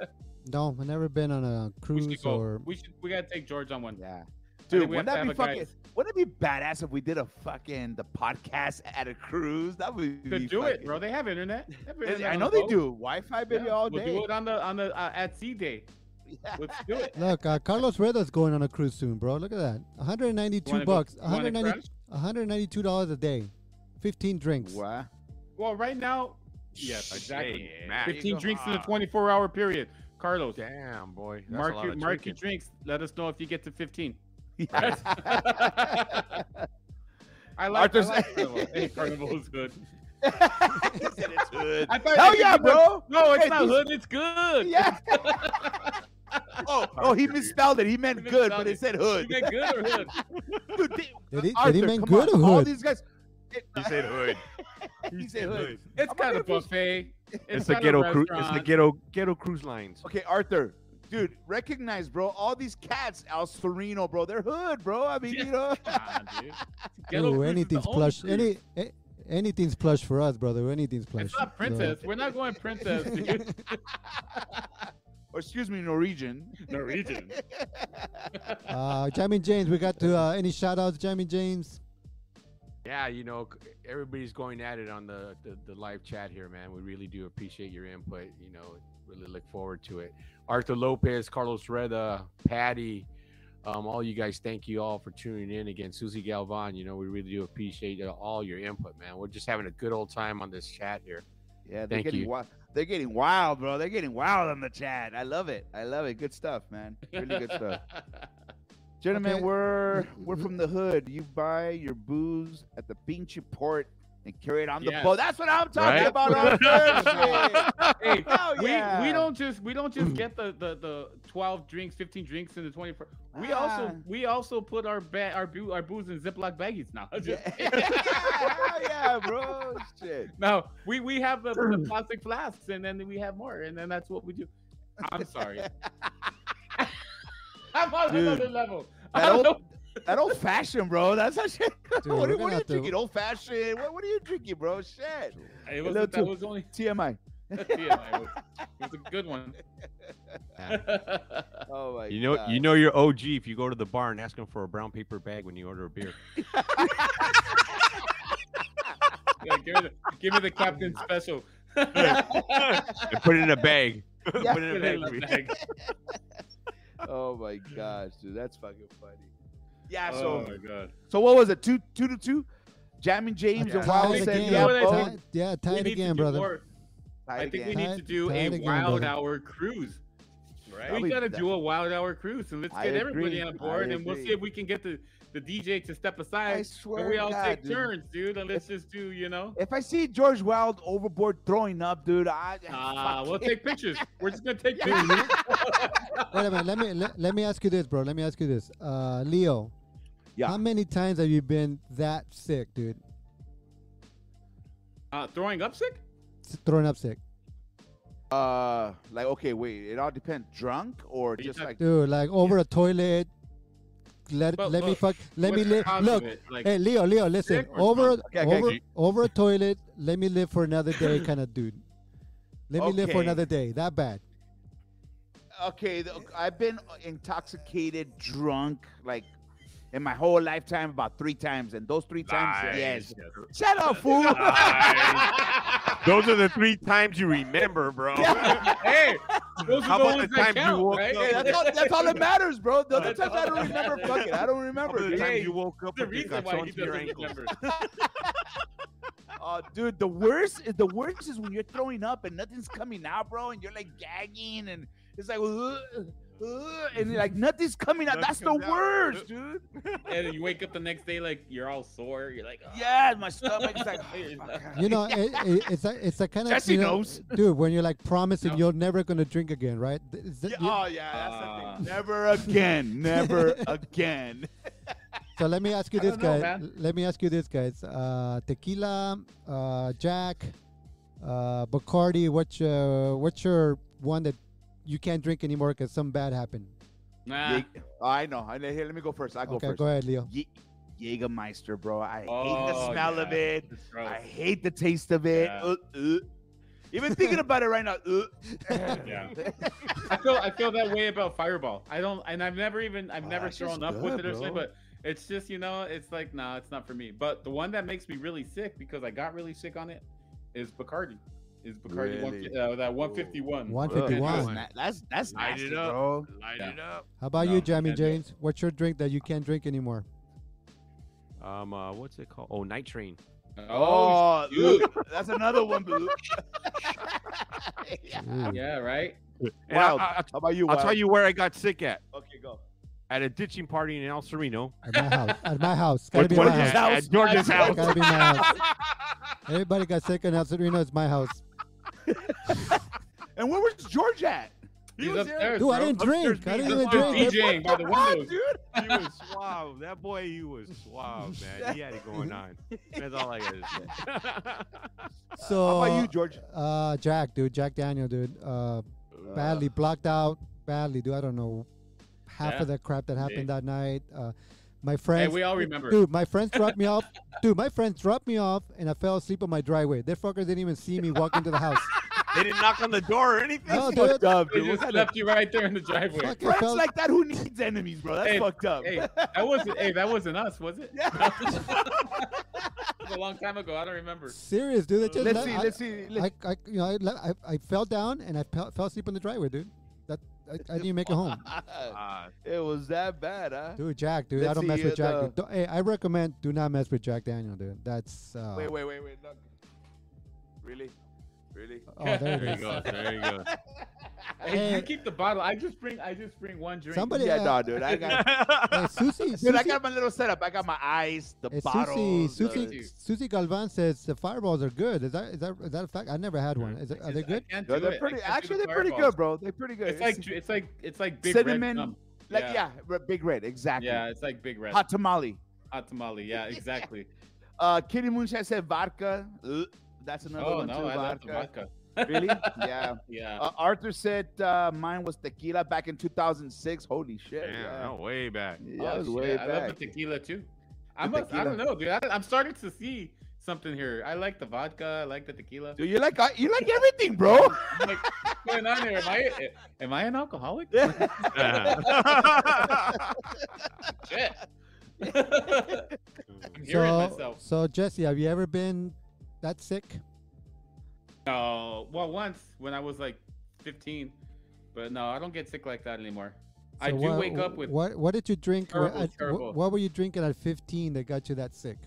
[SPEAKER 3] no, I've never been on a
[SPEAKER 2] We
[SPEAKER 3] cruise
[SPEAKER 2] should go.
[SPEAKER 3] or
[SPEAKER 2] We should. We gotta take George on one.
[SPEAKER 4] Yeah.
[SPEAKER 2] think
[SPEAKER 4] Dude,
[SPEAKER 2] we
[SPEAKER 4] wouldn't that
[SPEAKER 2] have to
[SPEAKER 4] be
[SPEAKER 2] have a
[SPEAKER 4] fucking?
[SPEAKER 2] guide.
[SPEAKER 4] Wouldn't it be badass if we did a fucking the podcast at a cruise? That would
[SPEAKER 2] To
[SPEAKER 4] be
[SPEAKER 2] do
[SPEAKER 4] fucking,
[SPEAKER 2] it, bro. They have internet. They have internet
[SPEAKER 4] I
[SPEAKER 2] on
[SPEAKER 4] know
[SPEAKER 2] the
[SPEAKER 4] they
[SPEAKER 2] boat.
[SPEAKER 4] do. Wi-Fi, baby,
[SPEAKER 2] Yeah,
[SPEAKER 4] all
[SPEAKER 2] we'll
[SPEAKER 4] day.
[SPEAKER 2] do it on the on the uh, at sea day. Let's do it.
[SPEAKER 3] Look, uh, Carlos Reda's going on a cruise soon, bro. Look at that. 192
[SPEAKER 2] Wanna go-
[SPEAKER 3] bucks.
[SPEAKER 2] you wanna
[SPEAKER 3] 190,
[SPEAKER 2] crash?
[SPEAKER 3] 192 dollars a day. 15 drinks.
[SPEAKER 4] Wow.
[SPEAKER 2] Well, right now, yes, exactly.
[SPEAKER 5] Hey, Matt.
[SPEAKER 2] Fifteen
[SPEAKER 4] go.
[SPEAKER 2] drinks in a twenty-four hour period. Carlos,
[SPEAKER 5] Damn, boy. That's a
[SPEAKER 2] mark
[SPEAKER 5] lot
[SPEAKER 2] your
[SPEAKER 5] of
[SPEAKER 2] mark your
[SPEAKER 5] drinking.
[SPEAKER 2] drinks. Let us know if you get to fifteen.
[SPEAKER 4] Yeah.
[SPEAKER 2] I like, I
[SPEAKER 4] Arthur's-
[SPEAKER 2] like carnival. Hey, carnival is good.
[SPEAKER 4] it's hood.
[SPEAKER 2] I thought
[SPEAKER 4] Hell
[SPEAKER 2] you
[SPEAKER 4] yeah,
[SPEAKER 2] could go-
[SPEAKER 4] bro.
[SPEAKER 2] No, it's
[SPEAKER 4] Hey,
[SPEAKER 2] not
[SPEAKER 4] these-
[SPEAKER 2] hood. It's good.
[SPEAKER 4] Yeah. oh, oh, he misspelled it. He meant
[SPEAKER 2] He
[SPEAKER 4] good, but
[SPEAKER 2] misspelled
[SPEAKER 4] he
[SPEAKER 2] it.
[SPEAKER 4] said hood.
[SPEAKER 2] You meant good or hood?
[SPEAKER 4] Dude, they-
[SPEAKER 3] Did he- did he
[SPEAKER 4] Arthur,
[SPEAKER 3] mean
[SPEAKER 4] come
[SPEAKER 3] good
[SPEAKER 4] on.
[SPEAKER 3] or
[SPEAKER 4] All
[SPEAKER 3] hood?
[SPEAKER 4] these guys.
[SPEAKER 5] He said hood.
[SPEAKER 4] He said hood.
[SPEAKER 2] It's
[SPEAKER 4] I'm
[SPEAKER 2] kind of
[SPEAKER 4] wondering if
[SPEAKER 2] buffet.
[SPEAKER 5] It's the
[SPEAKER 2] not a
[SPEAKER 5] ghetto cruise. It's the
[SPEAKER 2] restaurant.
[SPEAKER 5] ghetto ghetto cruise lines.
[SPEAKER 4] Okay, Arthur. Dude, recognize, bro. All these cats, El Sereno, bro. They're hood, bro. I mean, you know.
[SPEAKER 2] Come on, dude. Ghetto
[SPEAKER 3] Ooh,
[SPEAKER 2] cruise is
[SPEAKER 3] anything's
[SPEAKER 2] the only
[SPEAKER 3] plush.
[SPEAKER 2] cruise.
[SPEAKER 3] Any, a, anything's plush for us, brother. Anything's plush.
[SPEAKER 2] It's not
[SPEAKER 3] So-
[SPEAKER 2] princess. We're not going princess. dude.
[SPEAKER 4] Or excuse me, Norwegian.
[SPEAKER 2] Norwegian.
[SPEAKER 3] uh, Jamie James, we got to uh, any shout outs, Jamie James?
[SPEAKER 5] Yeah, you know, c- everybody's going at it on the, the, the live chat here, man. We really do appreciate your input. You know, really look forward to it. Arthur Lopez, Carlos Reda, Patty, um, all you guys, thank you all for tuning in again. Susie Galvan, you know, we really do appreciate uh, all your input, man. We're just having a good old time on this chat here.
[SPEAKER 4] Yeah, they're
[SPEAKER 5] Thank
[SPEAKER 4] getting
[SPEAKER 5] you.
[SPEAKER 4] wild. They're getting wild, bro. They're getting wild on the chat. I love it. I love it. Good stuff, man. Really good stuff. Gentlemen,
[SPEAKER 3] Okay.
[SPEAKER 4] we're
[SPEAKER 3] Mm,
[SPEAKER 4] we're
[SPEAKER 3] mm.
[SPEAKER 4] from the hood. You buy your booze at the pinchy port and carry it on the
[SPEAKER 2] Yes.
[SPEAKER 4] boat. That's what I'm talking
[SPEAKER 5] Right?
[SPEAKER 4] about. On Thursday.
[SPEAKER 2] hey,
[SPEAKER 4] Hell
[SPEAKER 2] we
[SPEAKER 4] Oh, yeah.
[SPEAKER 2] we don't just we don't just get the the the twelve drinks, fifteen drinks in the twenty four. We
[SPEAKER 4] Ah.
[SPEAKER 2] also we also put our ba- our boo- our booze in Ziploc baggies now. Just-
[SPEAKER 4] Yeah. Hell yeah, bro. Shit.
[SPEAKER 2] No, we we have the, the plastic flasks, and then we have more, and then that's what we do. I'm sorry. I'm on
[SPEAKER 4] Dude,
[SPEAKER 2] another level.
[SPEAKER 4] that
[SPEAKER 2] I
[SPEAKER 4] old-
[SPEAKER 2] don't know.
[SPEAKER 4] That old fashioned, bro. That's how shit. what
[SPEAKER 3] Dude, we're
[SPEAKER 4] are, what
[SPEAKER 3] gonna
[SPEAKER 4] are you
[SPEAKER 3] have to-
[SPEAKER 4] drinking? Old fashioned. What, what are you drinking, bro? Shit.
[SPEAKER 2] It
[SPEAKER 4] little
[SPEAKER 2] wasn't,
[SPEAKER 4] too-
[SPEAKER 2] that was only.
[SPEAKER 4] TMI.
[SPEAKER 2] Yeah, it was, it was a good one.
[SPEAKER 4] Oh my
[SPEAKER 5] You know,
[SPEAKER 4] God.
[SPEAKER 5] you know your OG if you go to the bar and ask them for a brown paper bag when you order a beer.
[SPEAKER 2] Yeah, give, me the, give me the captain special.
[SPEAKER 5] They put it in a bag.
[SPEAKER 4] Yeah.
[SPEAKER 5] put it in a bag. for me.
[SPEAKER 4] Oh my gosh, dude, that's fucking funny. Yeah. So,
[SPEAKER 2] oh my god.
[SPEAKER 4] so what was it? Two, two to two. Jamming James
[SPEAKER 2] Yeah.
[SPEAKER 4] and
[SPEAKER 3] Tie
[SPEAKER 4] Wild
[SPEAKER 3] it
[SPEAKER 2] Tied
[SPEAKER 4] said,
[SPEAKER 3] again.
[SPEAKER 2] You know
[SPEAKER 4] "Yeah,
[SPEAKER 2] what I
[SPEAKER 4] bro."
[SPEAKER 2] think?
[SPEAKER 3] Tie- yeah,
[SPEAKER 2] We
[SPEAKER 3] tie it
[SPEAKER 2] need to
[SPEAKER 3] again,
[SPEAKER 2] do
[SPEAKER 3] brother.
[SPEAKER 2] more.
[SPEAKER 4] Tied
[SPEAKER 2] I think we
[SPEAKER 4] again.
[SPEAKER 2] need
[SPEAKER 3] Tied-
[SPEAKER 2] to do
[SPEAKER 3] tied
[SPEAKER 2] a
[SPEAKER 3] again,
[SPEAKER 2] wild
[SPEAKER 3] brother.
[SPEAKER 2] hour cruise.
[SPEAKER 4] That'll
[SPEAKER 2] We
[SPEAKER 4] be-
[SPEAKER 2] gotta
[SPEAKER 4] that-
[SPEAKER 2] do a wild hour cruise, and let's
[SPEAKER 4] I
[SPEAKER 2] get everybody
[SPEAKER 4] agree.
[SPEAKER 2] on
[SPEAKER 4] I
[SPEAKER 2] board, and we'll see
[SPEAKER 4] agree.
[SPEAKER 2] if we can get the, the DJ to step
[SPEAKER 4] I
[SPEAKER 2] aside.
[SPEAKER 4] swear,
[SPEAKER 2] And we
[SPEAKER 4] to
[SPEAKER 2] all
[SPEAKER 4] God,
[SPEAKER 2] take
[SPEAKER 4] dude.
[SPEAKER 2] turns, dude, and let's just do, you know.
[SPEAKER 4] If I see George Wild overboard throwing up, dude, I
[SPEAKER 2] Ah,
[SPEAKER 4] fuck
[SPEAKER 2] we'll
[SPEAKER 4] it.
[SPEAKER 2] take pictures. We're just gonna take
[SPEAKER 4] Yeah.
[SPEAKER 2] pictures.
[SPEAKER 3] Wait a minute. Let me let, let me ask you this, bro. Let me ask you this, uh, Leo.
[SPEAKER 4] Yeah.
[SPEAKER 3] How many times have you been that sick, dude?
[SPEAKER 2] Uh, throwing up sick?
[SPEAKER 3] S- Throwing up sick.
[SPEAKER 4] Uh, like okay, wait. It all depends. Drunk or
[SPEAKER 2] You
[SPEAKER 4] just
[SPEAKER 2] got-
[SPEAKER 4] like
[SPEAKER 3] dude. Like over a toilet. Let
[SPEAKER 2] But
[SPEAKER 3] let me
[SPEAKER 2] look,
[SPEAKER 3] fuck. Let me
[SPEAKER 2] What's the
[SPEAKER 3] live.
[SPEAKER 2] cause of
[SPEAKER 3] Look,
[SPEAKER 2] it? Like,
[SPEAKER 3] hey Leo, Leo, listen.
[SPEAKER 2] dick or
[SPEAKER 3] Over
[SPEAKER 2] something?
[SPEAKER 4] Okay, okay,
[SPEAKER 3] over
[SPEAKER 4] okay.
[SPEAKER 3] over a toilet. Let me live for another day, kind of dude. Let me live for
[SPEAKER 4] Okay.
[SPEAKER 3] another day. That bad.
[SPEAKER 4] okay, the, I've been intoxicated, drunk, like in my whole lifetime about three times, and those three times, yes.
[SPEAKER 5] Lies.
[SPEAKER 4] Shut up, fool.
[SPEAKER 5] Those are the three times you remember, bro.
[SPEAKER 2] hey, those
[SPEAKER 5] How
[SPEAKER 2] are the
[SPEAKER 5] about
[SPEAKER 2] ones
[SPEAKER 5] the
[SPEAKER 2] that
[SPEAKER 5] time you
[SPEAKER 2] count,
[SPEAKER 5] woke
[SPEAKER 2] right?
[SPEAKER 5] up?
[SPEAKER 4] Hey, that's, all, that's all that matters, bro. The other
[SPEAKER 5] That's
[SPEAKER 4] times I don't remember. Fuck it, I don't
[SPEAKER 5] Remember
[SPEAKER 4] remember.
[SPEAKER 5] the
[SPEAKER 4] dude.
[SPEAKER 5] time
[SPEAKER 2] Hey,
[SPEAKER 5] you woke up
[SPEAKER 2] the
[SPEAKER 5] with your
[SPEAKER 2] reason
[SPEAKER 5] guts
[SPEAKER 2] why
[SPEAKER 5] on
[SPEAKER 2] he
[SPEAKER 5] your
[SPEAKER 2] doesn't
[SPEAKER 5] ankles.
[SPEAKER 2] remember.
[SPEAKER 4] Uh, dude, the worst is the worst is when you're throwing up and nothing's coming out, bro, and you're like gagging and it's like, "Ugh, ugh," and like nothing's coming out.
[SPEAKER 5] Nothing
[SPEAKER 4] That's the
[SPEAKER 5] comes out.
[SPEAKER 4] worst, dude.
[SPEAKER 2] And then you wake up the next day like you're all sore. You're like, "Ah."
[SPEAKER 4] Yeah, my stomach's like, fuck.
[SPEAKER 3] You know, it, it, it's a it's a kind of
[SPEAKER 4] Jesse
[SPEAKER 3] you know,
[SPEAKER 4] knows.
[SPEAKER 3] dude. When you're like promising
[SPEAKER 2] No.
[SPEAKER 3] you're never gonna drink again, right? Th- is that-
[SPEAKER 4] Yeah,
[SPEAKER 3] you-
[SPEAKER 4] oh yeah, that's the thing.
[SPEAKER 2] Uh.
[SPEAKER 4] Never again, never again.
[SPEAKER 3] So let me ask you
[SPEAKER 2] I
[SPEAKER 3] this,
[SPEAKER 2] don't know,
[SPEAKER 3] guys.
[SPEAKER 2] man.
[SPEAKER 3] Let me ask you this, guys. Uh, tequila, uh, Jack, uh, Bacardi. What's your what's your one that you can't drink anymore because some bad happened?
[SPEAKER 2] Nah.
[SPEAKER 4] Ye- oh, I know. I know. Here, let me go first. I go
[SPEAKER 3] okay,
[SPEAKER 4] first.
[SPEAKER 3] go ahead, Leo.
[SPEAKER 4] Ye- Jägermeister, bro. I hate the
[SPEAKER 2] Oh,
[SPEAKER 4] smell of
[SPEAKER 2] yeah.
[SPEAKER 4] it.
[SPEAKER 2] It's gross.
[SPEAKER 4] I hate the taste of it.
[SPEAKER 2] Yeah.
[SPEAKER 4] Ugh, ugh. Even thinking about it right now. uh. ugh.
[SPEAKER 2] I feel I feel that way about Fireball. I don't, and I've never even I've
[SPEAKER 4] Ah,
[SPEAKER 2] never
[SPEAKER 4] it's just
[SPEAKER 2] thrown up with
[SPEAKER 4] good,
[SPEAKER 2] it or something.
[SPEAKER 4] bro.
[SPEAKER 2] But it's just you know, it's like nah, it's not for me. But the one that makes me really sick because I got really sick on it is Bacardi. Is Bacardi one,
[SPEAKER 4] Really?
[SPEAKER 2] fi- uh, that one fifty one?
[SPEAKER 3] One
[SPEAKER 4] Ugh,
[SPEAKER 3] fifty
[SPEAKER 4] that's
[SPEAKER 3] one.
[SPEAKER 4] na- That's that's
[SPEAKER 5] Light it
[SPEAKER 4] nasty,
[SPEAKER 5] up.
[SPEAKER 4] bro.
[SPEAKER 5] Light
[SPEAKER 2] Yeah.
[SPEAKER 5] it up.
[SPEAKER 3] How about
[SPEAKER 2] No,
[SPEAKER 3] you, Jamie
[SPEAKER 2] can't do it.
[SPEAKER 3] James? What's your drink that you can't drink anymore?
[SPEAKER 5] Um, uh, what's it called? Oh, night train.
[SPEAKER 2] Oh,
[SPEAKER 4] Oh,
[SPEAKER 2] shoot.
[SPEAKER 4] Luke, that's another one, Luke. Yeah.
[SPEAKER 3] Ooh.
[SPEAKER 2] yeah, right.
[SPEAKER 5] And
[SPEAKER 4] Wild.
[SPEAKER 5] I,
[SPEAKER 4] How about you?
[SPEAKER 5] will tell
[SPEAKER 4] Wild?
[SPEAKER 5] you where I got sick at.
[SPEAKER 4] Okay, go.
[SPEAKER 5] At a ditching party in El Sereno.
[SPEAKER 3] At my house. At my house. Gotta be
[SPEAKER 5] What-
[SPEAKER 3] my
[SPEAKER 5] what is
[SPEAKER 3] house.
[SPEAKER 5] that? At George's house.
[SPEAKER 3] Gotta be my house. Everybody got sick and El Sereno is my house.
[SPEAKER 4] And where was George at?
[SPEAKER 2] He's upstairs,
[SPEAKER 3] Dude, I
[SPEAKER 2] bro.
[SPEAKER 3] didn't
[SPEAKER 5] upstairs
[SPEAKER 3] drink. I
[SPEAKER 5] being
[SPEAKER 3] didn't even
[SPEAKER 5] the
[SPEAKER 3] drink.
[SPEAKER 5] DJ.
[SPEAKER 2] DJing by the windows.
[SPEAKER 4] dude.
[SPEAKER 5] he was suave. That boy, he was suave, man. He had it going on. That's all I got to
[SPEAKER 3] So
[SPEAKER 4] How about you, George?
[SPEAKER 3] Uh, Jack, dude, Jack Daniel, dude, uh,
[SPEAKER 5] say.
[SPEAKER 3] badly blocked out, badly, dude. I don't know half
[SPEAKER 2] Yeah.
[SPEAKER 3] of the crap that happened that night. Uh, my
[SPEAKER 2] Hey,
[SPEAKER 3] friends,
[SPEAKER 2] we all remember.
[SPEAKER 3] dude, my friends dropped me off, dude. My friends dropped me off, and I fell asleep on my driveway. Their fuckers didn't even see me walk into the house.
[SPEAKER 5] They didn't knock on the door or anything.
[SPEAKER 3] No,
[SPEAKER 4] Fucked
[SPEAKER 3] dude,
[SPEAKER 4] up,
[SPEAKER 2] They
[SPEAKER 4] dude. What
[SPEAKER 2] just
[SPEAKER 4] kind of
[SPEAKER 2] left you right there in the driveway.
[SPEAKER 3] fucking
[SPEAKER 4] friends
[SPEAKER 3] fell.
[SPEAKER 4] like that? Who needs enemies, bro? That's
[SPEAKER 2] Hey,
[SPEAKER 4] fucked up.
[SPEAKER 2] Hey, that wasn't. Hey, that wasn't us, was it?
[SPEAKER 4] Yeah.
[SPEAKER 2] It was a long time ago. I don't remember.
[SPEAKER 3] serious, dude. They just
[SPEAKER 4] let's
[SPEAKER 3] left-
[SPEAKER 4] see.
[SPEAKER 3] I,
[SPEAKER 4] Let's see. Let's,
[SPEAKER 3] I, I, you know, I, le- I, I fell down and I fell, fell asleep on the driveway, dude. That I, I didn't even make it home,
[SPEAKER 5] Uh,
[SPEAKER 4] Ah, it was that bad, huh?
[SPEAKER 3] dude. Jack, dude, I
[SPEAKER 4] Let's
[SPEAKER 3] don't
[SPEAKER 4] see,
[SPEAKER 3] mess with
[SPEAKER 4] uh,
[SPEAKER 3] Jack.
[SPEAKER 4] the-
[SPEAKER 3] Dude. Don't- Hey, I recommend do not mess with Jack Daniel, dude. That's uh,
[SPEAKER 4] Wait, wait, wait, wait. Look. Really? Really?
[SPEAKER 3] oh, there it
[SPEAKER 5] there you
[SPEAKER 3] is.
[SPEAKER 5] go. There you go.
[SPEAKER 2] Hey,
[SPEAKER 3] Hey.
[SPEAKER 2] you keep the bottle. I just bring. I just bring one drink.
[SPEAKER 3] Somebody- But,
[SPEAKER 4] yeah, no,
[SPEAKER 3] uh,
[SPEAKER 4] dude. I got.
[SPEAKER 3] Hey, Susie,
[SPEAKER 4] Dude, I
[SPEAKER 3] Susie-
[SPEAKER 4] got my little setup. I got my eyes, the
[SPEAKER 3] Hey,
[SPEAKER 4] bottle.
[SPEAKER 3] Susie, Susie,
[SPEAKER 2] the-
[SPEAKER 3] Susie Galvan says the fireballs are good. Is that is that is that a fact? I never had one. Is it,
[SPEAKER 2] I
[SPEAKER 3] are they
[SPEAKER 2] just- I
[SPEAKER 3] good?
[SPEAKER 2] can't
[SPEAKER 4] No,
[SPEAKER 2] do
[SPEAKER 4] they're
[SPEAKER 2] it. I
[SPEAKER 4] pretty.
[SPEAKER 2] can't do
[SPEAKER 4] Actually,
[SPEAKER 2] the
[SPEAKER 4] they're pretty
[SPEAKER 2] fireballs.
[SPEAKER 4] good, bro. They're pretty good.
[SPEAKER 2] It's like it's like it's like big
[SPEAKER 4] Cinnamon,
[SPEAKER 2] red. gum.
[SPEAKER 4] like
[SPEAKER 2] yeah.
[SPEAKER 4] yeah, re- big red, exactly.
[SPEAKER 2] Yeah, it's like big red. Hot,
[SPEAKER 4] Hot tamale.
[SPEAKER 2] tamale. Yeah, exactly.
[SPEAKER 4] Uh, Kitty Moonshine said vodka. Ugh, that's another
[SPEAKER 2] oh
[SPEAKER 4] one
[SPEAKER 2] no,
[SPEAKER 4] too.
[SPEAKER 2] I love the
[SPEAKER 4] Vodka.
[SPEAKER 2] vodka.
[SPEAKER 4] really? Yeah.
[SPEAKER 2] Yeah.
[SPEAKER 4] Uh, Arthur said uh, mine was tequila back in 2006. Holy shit.
[SPEAKER 5] Damn,
[SPEAKER 4] yeah.
[SPEAKER 5] no, way back.
[SPEAKER 4] Yeah, it
[SPEAKER 2] Oh,
[SPEAKER 4] was
[SPEAKER 2] shit,
[SPEAKER 4] way
[SPEAKER 2] I love the
[SPEAKER 4] back.
[SPEAKER 2] tequila too. I
[SPEAKER 4] The
[SPEAKER 2] must. I
[SPEAKER 4] tequila.
[SPEAKER 2] don't know, dude. I, I'm starting to see something here. I like the vodka. I like the tequila.
[SPEAKER 4] Dude, you like uh, you like everything, bro.
[SPEAKER 2] I'm like, what's going on here? Am I am I an alcoholic? Shit. I'm hearing
[SPEAKER 3] So,
[SPEAKER 2] myself.
[SPEAKER 3] so Jesse, have you ever been that sick?
[SPEAKER 2] No. Well, once when I was like 15, but no, I don't get sick like that anymore. I
[SPEAKER 3] So
[SPEAKER 2] do
[SPEAKER 3] what-
[SPEAKER 2] wake up with
[SPEAKER 3] what? What did you drink? wh-
[SPEAKER 2] Terrible,
[SPEAKER 3] at- wh-
[SPEAKER 2] terrible.
[SPEAKER 3] What were you drinking at 15 that got you that sick?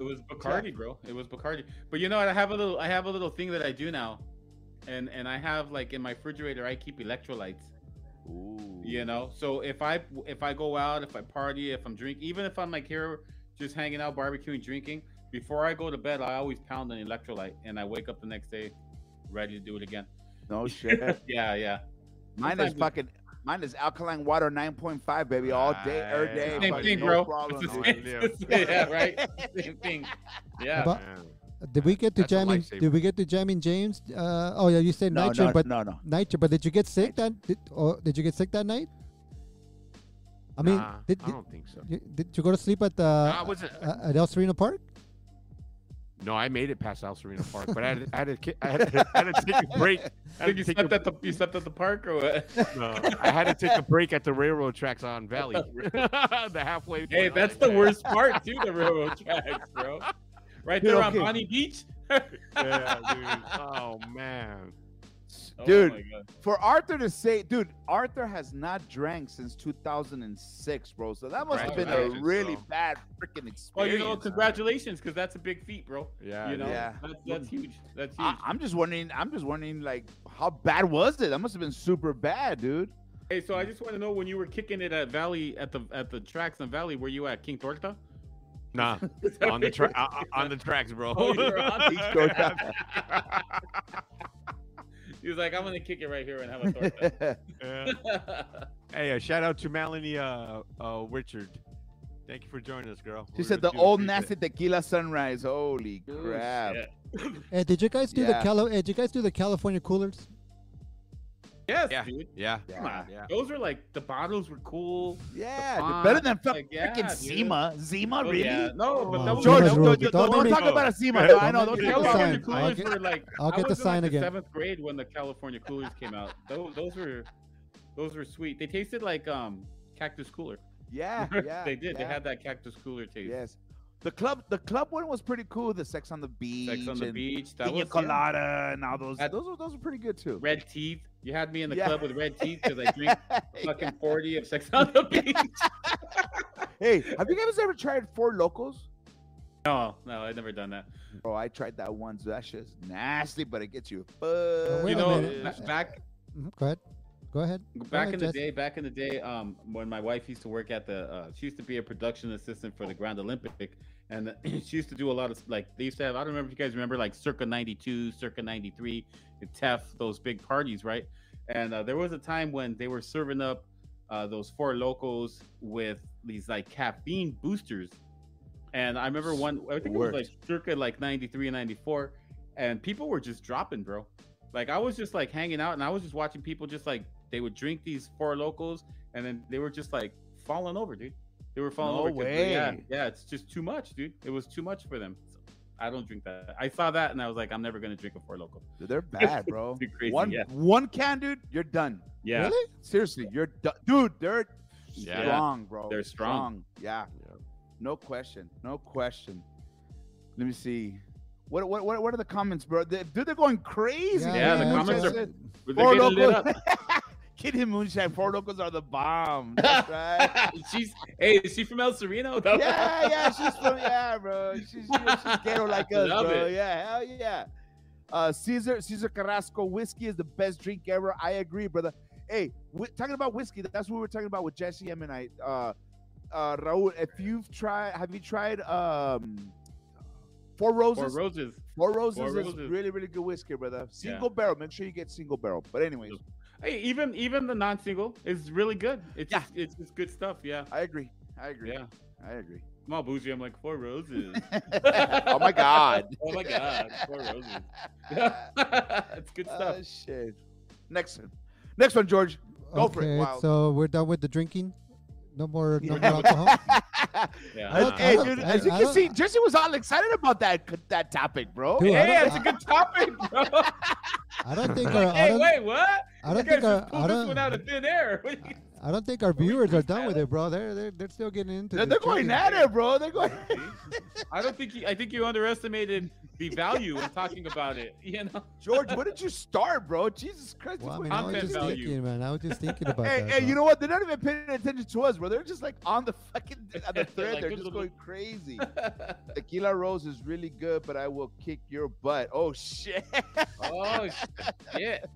[SPEAKER 2] It was Bacardi, bro. It was Bacardi. But you know what? I have a little. I have a little thing that I do now, and and I have like in my refrigerator. I keep electrolytes.
[SPEAKER 4] Ooh.
[SPEAKER 2] You know, so if I if I go out, if I party, if I'm drinking, even if I'm like here, just hanging out, barbecuing, drinking, before I go to bed, I always pound an electrolyte, and I wake up the next day ready to do it again.
[SPEAKER 4] No shit.
[SPEAKER 2] Yeah, yeah.
[SPEAKER 4] mine is
[SPEAKER 2] Sometimes-
[SPEAKER 4] fucking. Mine is alkaline water 9.5, baby, all day, every
[SPEAKER 5] Right.
[SPEAKER 4] day.
[SPEAKER 2] Same
[SPEAKER 4] fucking
[SPEAKER 2] thing,
[SPEAKER 4] no
[SPEAKER 2] bro.
[SPEAKER 4] problem,
[SPEAKER 2] It's the
[SPEAKER 4] dude.
[SPEAKER 2] same-
[SPEAKER 5] dude.
[SPEAKER 2] it's the same- yeah, right. Same thing. Yeah.
[SPEAKER 3] About-
[SPEAKER 5] Man.
[SPEAKER 3] Uh, Did we get to
[SPEAKER 5] That's a
[SPEAKER 3] jamming?
[SPEAKER 5] lifesaver.
[SPEAKER 3] Did we get to jamming James? Uh, oh yeah, you said
[SPEAKER 4] No,
[SPEAKER 3] Nitro,
[SPEAKER 4] no,
[SPEAKER 3] but
[SPEAKER 4] no, no.
[SPEAKER 3] Nitro. But did you get sick that? Did, or did you get sick that night? I mean,
[SPEAKER 5] Nah,
[SPEAKER 3] did,
[SPEAKER 5] I
[SPEAKER 3] did,
[SPEAKER 5] don't think so.
[SPEAKER 3] you, did you go to sleep at the
[SPEAKER 5] No, I wasn't.
[SPEAKER 3] uh, at El Sereno Park?
[SPEAKER 5] No, I made it past Al Sereno Park, but I had, I had, to, ki- I had, to, I had to take a break. I had
[SPEAKER 2] Think
[SPEAKER 5] to
[SPEAKER 2] you
[SPEAKER 5] take a
[SPEAKER 2] slept at the you slept at the park or what?
[SPEAKER 5] No, I had to take a break at the railroad tracks on Valley. the halfway.
[SPEAKER 2] Hey,
[SPEAKER 5] point,
[SPEAKER 2] that's
[SPEAKER 5] like
[SPEAKER 2] the
[SPEAKER 5] that.
[SPEAKER 2] worst part too, the railroad tracks, bro. Right there on
[SPEAKER 4] Okay.
[SPEAKER 2] Bonnie Beach.
[SPEAKER 5] Yeah, dude. Oh man.
[SPEAKER 2] Oh
[SPEAKER 4] Dude.
[SPEAKER 2] my God.
[SPEAKER 4] For Arthur to say, dude, Arthur has not drank since 2006, bro. So that must have been a
[SPEAKER 5] Congratulations,
[SPEAKER 4] really
[SPEAKER 5] bro.
[SPEAKER 4] bad freaking experience.
[SPEAKER 2] Well, you know, congratulations, because that's a big feat, bro.
[SPEAKER 5] Yeah.
[SPEAKER 2] you know,
[SPEAKER 4] yeah. Ah.
[SPEAKER 2] that's, that's huge. That's huge.
[SPEAKER 4] I, I'm just wondering. I'm just wondering, like, how bad was it? That must have been super bad, dude.
[SPEAKER 2] hey, so I just want to know when you were kicking it at Valley at the at the tracks in Valley, were you at King Torta?
[SPEAKER 5] Nah. On the tra- uh, on the tracks, bro.
[SPEAKER 2] Oh, you were on
[SPEAKER 4] He's going down.
[SPEAKER 2] He was like, I'm gonna kick it right here and have a torta.
[SPEAKER 5] Yeah. Hey, uh, shout out to Melanie uh, uh, Richard. Thank you for joining us, girl.
[SPEAKER 4] she
[SPEAKER 5] We
[SPEAKER 4] said the
[SPEAKER 5] really do
[SPEAKER 4] old
[SPEAKER 5] appreciate
[SPEAKER 4] nasty tequila sunrise. Holy crap!
[SPEAKER 2] Shit.
[SPEAKER 3] Uh, did you guys do the
[SPEAKER 4] Yeah.
[SPEAKER 3] Cali- uh, Did you guys do the California coolers?
[SPEAKER 2] Yes,
[SPEAKER 5] Yeah.
[SPEAKER 2] dude.
[SPEAKER 5] it. Yeah.
[SPEAKER 4] Yeah,
[SPEAKER 2] Come on.
[SPEAKER 5] yeah.
[SPEAKER 2] Those were like the bottles were cool.
[SPEAKER 4] yeah,
[SPEAKER 2] font,
[SPEAKER 4] better than fuck,
[SPEAKER 2] like, yeah,
[SPEAKER 4] freaking
[SPEAKER 2] dude.
[SPEAKER 4] Zima. Zima,
[SPEAKER 2] Oh,
[SPEAKER 4] really?
[SPEAKER 2] yeah. No, but
[SPEAKER 3] Oh,
[SPEAKER 2] that was
[SPEAKER 3] George
[SPEAKER 2] that was-
[SPEAKER 3] Rules.
[SPEAKER 4] don't,
[SPEAKER 3] Don't
[SPEAKER 4] don't, don't,
[SPEAKER 3] make
[SPEAKER 4] talk
[SPEAKER 5] me-
[SPEAKER 4] about a Zima.
[SPEAKER 5] Yeah,
[SPEAKER 4] though. I
[SPEAKER 3] don't
[SPEAKER 4] know.
[SPEAKER 3] make
[SPEAKER 4] Don't
[SPEAKER 3] me
[SPEAKER 4] talk
[SPEAKER 3] get the
[SPEAKER 4] about it.
[SPEAKER 3] sign. I'll
[SPEAKER 2] California coolers
[SPEAKER 3] get-
[SPEAKER 2] were like
[SPEAKER 3] I'll
[SPEAKER 2] I
[SPEAKER 3] get the
[SPEAKER 2] was in,
[SPEAKER 3] sign
[SPEAKER 2] like,
[SPEAKER 3] again.
[SPEAKER 2] Seventh grade when the California coolers came out. Those those were those were sweet. They tasted like um cactus cooler.
[SPEAKER 4] Yeah, yeah.
[SPEAKER 2] they did. They
[SPEAKER 4] yeah,
[SPEAKER 2] had that cactus cooler taste.
[SPEAKER 4] Yes. The club, the club one was pretty cool. The sex on the beach,
[SPEAKER 2] Sex on the
[SPEAKER 4] and
[SPEAKER 2] beach. That was
[SPEAKER 4] Pina colada, and all those.
[SPEAKER 2] That-
[SPEAKER 4] those, were, those were pretty good too.
[SPEAKER 2] red teeth. You had me in the
[SPEAKER 4] Yeah.
[SPEAKER 2] club with red teeth because I drink fucking forty of sex on the beach.
[SPEAKER 4] hey, have you guys ever tried Four Locos?
[SPEAKER 2] no, no, I've never done that.
[SPEAKER 4] Bro, I tried that once. That shit's nasty, but it gets you.
[SPEAKER 3] Wait
[SPEAKER 2] you
[SPEAKER 3] a
[SPEAKER 2] know,
[SPEAKER 3] minute.
[SPEAKER 2] ba- back
[SPEAKER 3] Mhm, Go ahead. Go ahead.
[SPEAKER 2] back
[SPEAKER 3] ahead,
[SPEAKER 2] in the
[SPEAKER 3] Jess.
[SPEAKER 2] day, back in the day, um, when my wife used to work at the, uh, she used to be a production assistant for the Grand Olympic, and she used to do a lot of like they used to have. I don't remember if you guys remember like circa '92, circa '93, the TEF, those big parties, right? And uh, there was a time when they were serving up uh, those four locos with these like caffeine boosters. And I remember one, I think
[SPEAKER 4] Worked.
[SPEAKER 2] it was like circa like 93 and 94, and people were just dropping, bro. Like I was just like hanging out and I was just watching people just like they would drink these four locos and then they were just like falling over, dude. They were falling
[SPEAKER 4] No
[SPEAKER 2] over. 'cause they- Yeah,
[SPEAKER 4] way.
[SPEAKER 2] yeah, it's just too much, dude. It was too much for them. So I don't drink that. I saw that and I was like, I'm never gonna drink a four loco.
[SPEAKER 4] Dude, they're bad, bro.
[SPEAKER 2] Too crazy,
[SPEAKER 4] one
[SPEAKER 2] yeah.
[SPEAKER 4] one can, dude, you're done.
[SPEAKER 2] Yeah.
[SPEAKER 3] Really?
[SPEAKER 4] Seriously, you're done, dude. They're
[SPEAKER 2] Yeah.
[SPEAKER 4] strong, bro.
[SPEAKER 2] They're strong.
[SPEAKER 4] Yeah.
[SPEAKER 5] Yeah.
[SPEAKER 4] no question, no question. Let me see. What what what, what are the comments, bro? They, dude, they're going crazy.
[SPEAKER 2] Yeah, the
[SPEAKER 4] man.
[SPEAKER 2] comments
[SPEAKER 4] Just
[SPEAKER 2] are-
[SPEAKER 4] said,
[SPEAKER 2] Were they
[SPEAKER 4] Four
[SPEAKER 2] getting lit
[SPEAKER 4] locos. Kid and Moonshine, four locals are the bomb. That's right.
[SPEAKER 2] up? She's hey, is she from El Sereno? That-
[SPEAKER 4] yeah, yeah, she's from yeah, bro. She's, she's, she's ghetto like us,
[SPEAKER 2] Love
[SPEAKER 4] bro.
[SPEAKER 2] it.
[SPEAKER 4] Yeah, hell yeah. Uh, Caesar Caesar Carrasco whiskey is the best drink ever. I agree, brother. Hey, we talking about whiskey. That's what we were talking about with Jesse M and I. Uh, uh, Raul, if you've tried, have you tried um, Four Roses?
[SPEAKER 2] Four roses.
[SPEAKER 4] Four Roses
[SPEAKER 2] Four
[SPEAKER 4] is
[SPEAKER 2] Roses.
[SPEAKER 4] really, really good whiskey, brother. Single barrel. Make sure you get single barrel. But anyways,
[SPEAKER 2] Hey, even even the non-single is really good. It's
[SPEAKER 4] Yeah.
[SPEAKER 2] just, it's just good stuff. Yeah,
[SPEAKER 4] I agree. I agree.
[SPEAKER 2] yeah.
[SPEAKER 4] I agree.
[SPEAKER 2] I'm all bougie. I'm like four roses.
[SPEAKER 4] oh my God.
[SPEAKER 2] oh my god, four roses. it's good stuff.
[SPEAKER 4] Oh, shit. Next one. Next one, George. Go for it,
[SPEAKER 3] Okay,
[SPEAKER 4] Wild.
[SPEAKER 3] So we're done with the drinking. No more, no more
[SPEAKER 4] Yeah.
[SPEAKER 3] alcohol.
[SPEAKER 2] Yeah.
[SPEAKER 3] I don't-
[SPEAKER 4] hey,
[SPEAKER 3] I don't-
[SPEAKER 4] dude,
[SPEAKER 3] I-
[SPEAKER 4] as you
[SPEAKER 3] I
[SPEAKER 4] can
[SPEAKER 3] don't-
[SPEAKER 4] see, Jesse was all excited about that that topic, bro.
[SPEAKER 3] Dude, I
[SPEAKER 2] Hey,
[SPEAKER 3] don't-
[SPEAKER 2] it's a good topic, bro.
[SPEAKER 3] I don't think our, I
[SPEAKER 2] hey,
[SPEAKER 3] don't,
[SPEAKER 2] wait, what?
[SPEAKER 3] I don't
[SPEAKER 2] you guys
[SPEAKER 3] think our,
[SPEAKER 2] just
[SPEAKER 3] I
[SPEAKER 2] pulled this one
[SPEAKER 3] don't,
[SPEAKER 2] out of thin air. What do you-
[SPEAKER 3] I don't think our
[SPEAKER 2] Are we
[SPEAKER 3] viewers are
[SPEAKER 2] just
[SPEAKER 3] done
[SPEAKER 2] at
[SPEAKER 3] with
[SPEAKER 2] it?
[SPEAKER 3] it, bro. They're they're, they're still getting into.
[SPEAKER 4] They're,
[SPEAKER 3] this
[SPEAKER 4] they're going
[SPEAKER 3] drinking.
[SPEAKER 4] at it, bro. They're going.
[SPEAKER 2] I don't think you, I think you underestimated the value in talking about it. You know,
[SPEAKER 4] George, what did you start, bro? Jesus Christ.
[SPEAKER 3] Well, I
[SPEAKER 4] that's what-
[SPEAKER 3] mean, I was
[SPEAKER 2] Content
[SPEAKER 3] just
[SPEAKER 2] value.
[SPEAKER 3] thinking, man. I was just thinking about
[SPEAKER 4] Hey,
[SPEAKER 3] that.
[SPEAKER 4] hey,
[SPEAKER 3] bro.
[SPEAKER 4] you know what? They're not even paying attention to us, bro. They're just like on the fucking on the
[SPEAKER 2] They're
[SPEAKER 4] thread.
[SPEAKER 2] like,
[SPEAKER 4] they're
[SPEAKER 2] "Look,
[SPEAKER 4] just
[SPEAKER 2] look,
[SPEAKER 4] going
[SPEAKER 2] look."
[SPEAKER 4] crazy. Tequila Rose is really good, but I will kick your butt. Oh shit!
[SPEAKER 2] oh shit!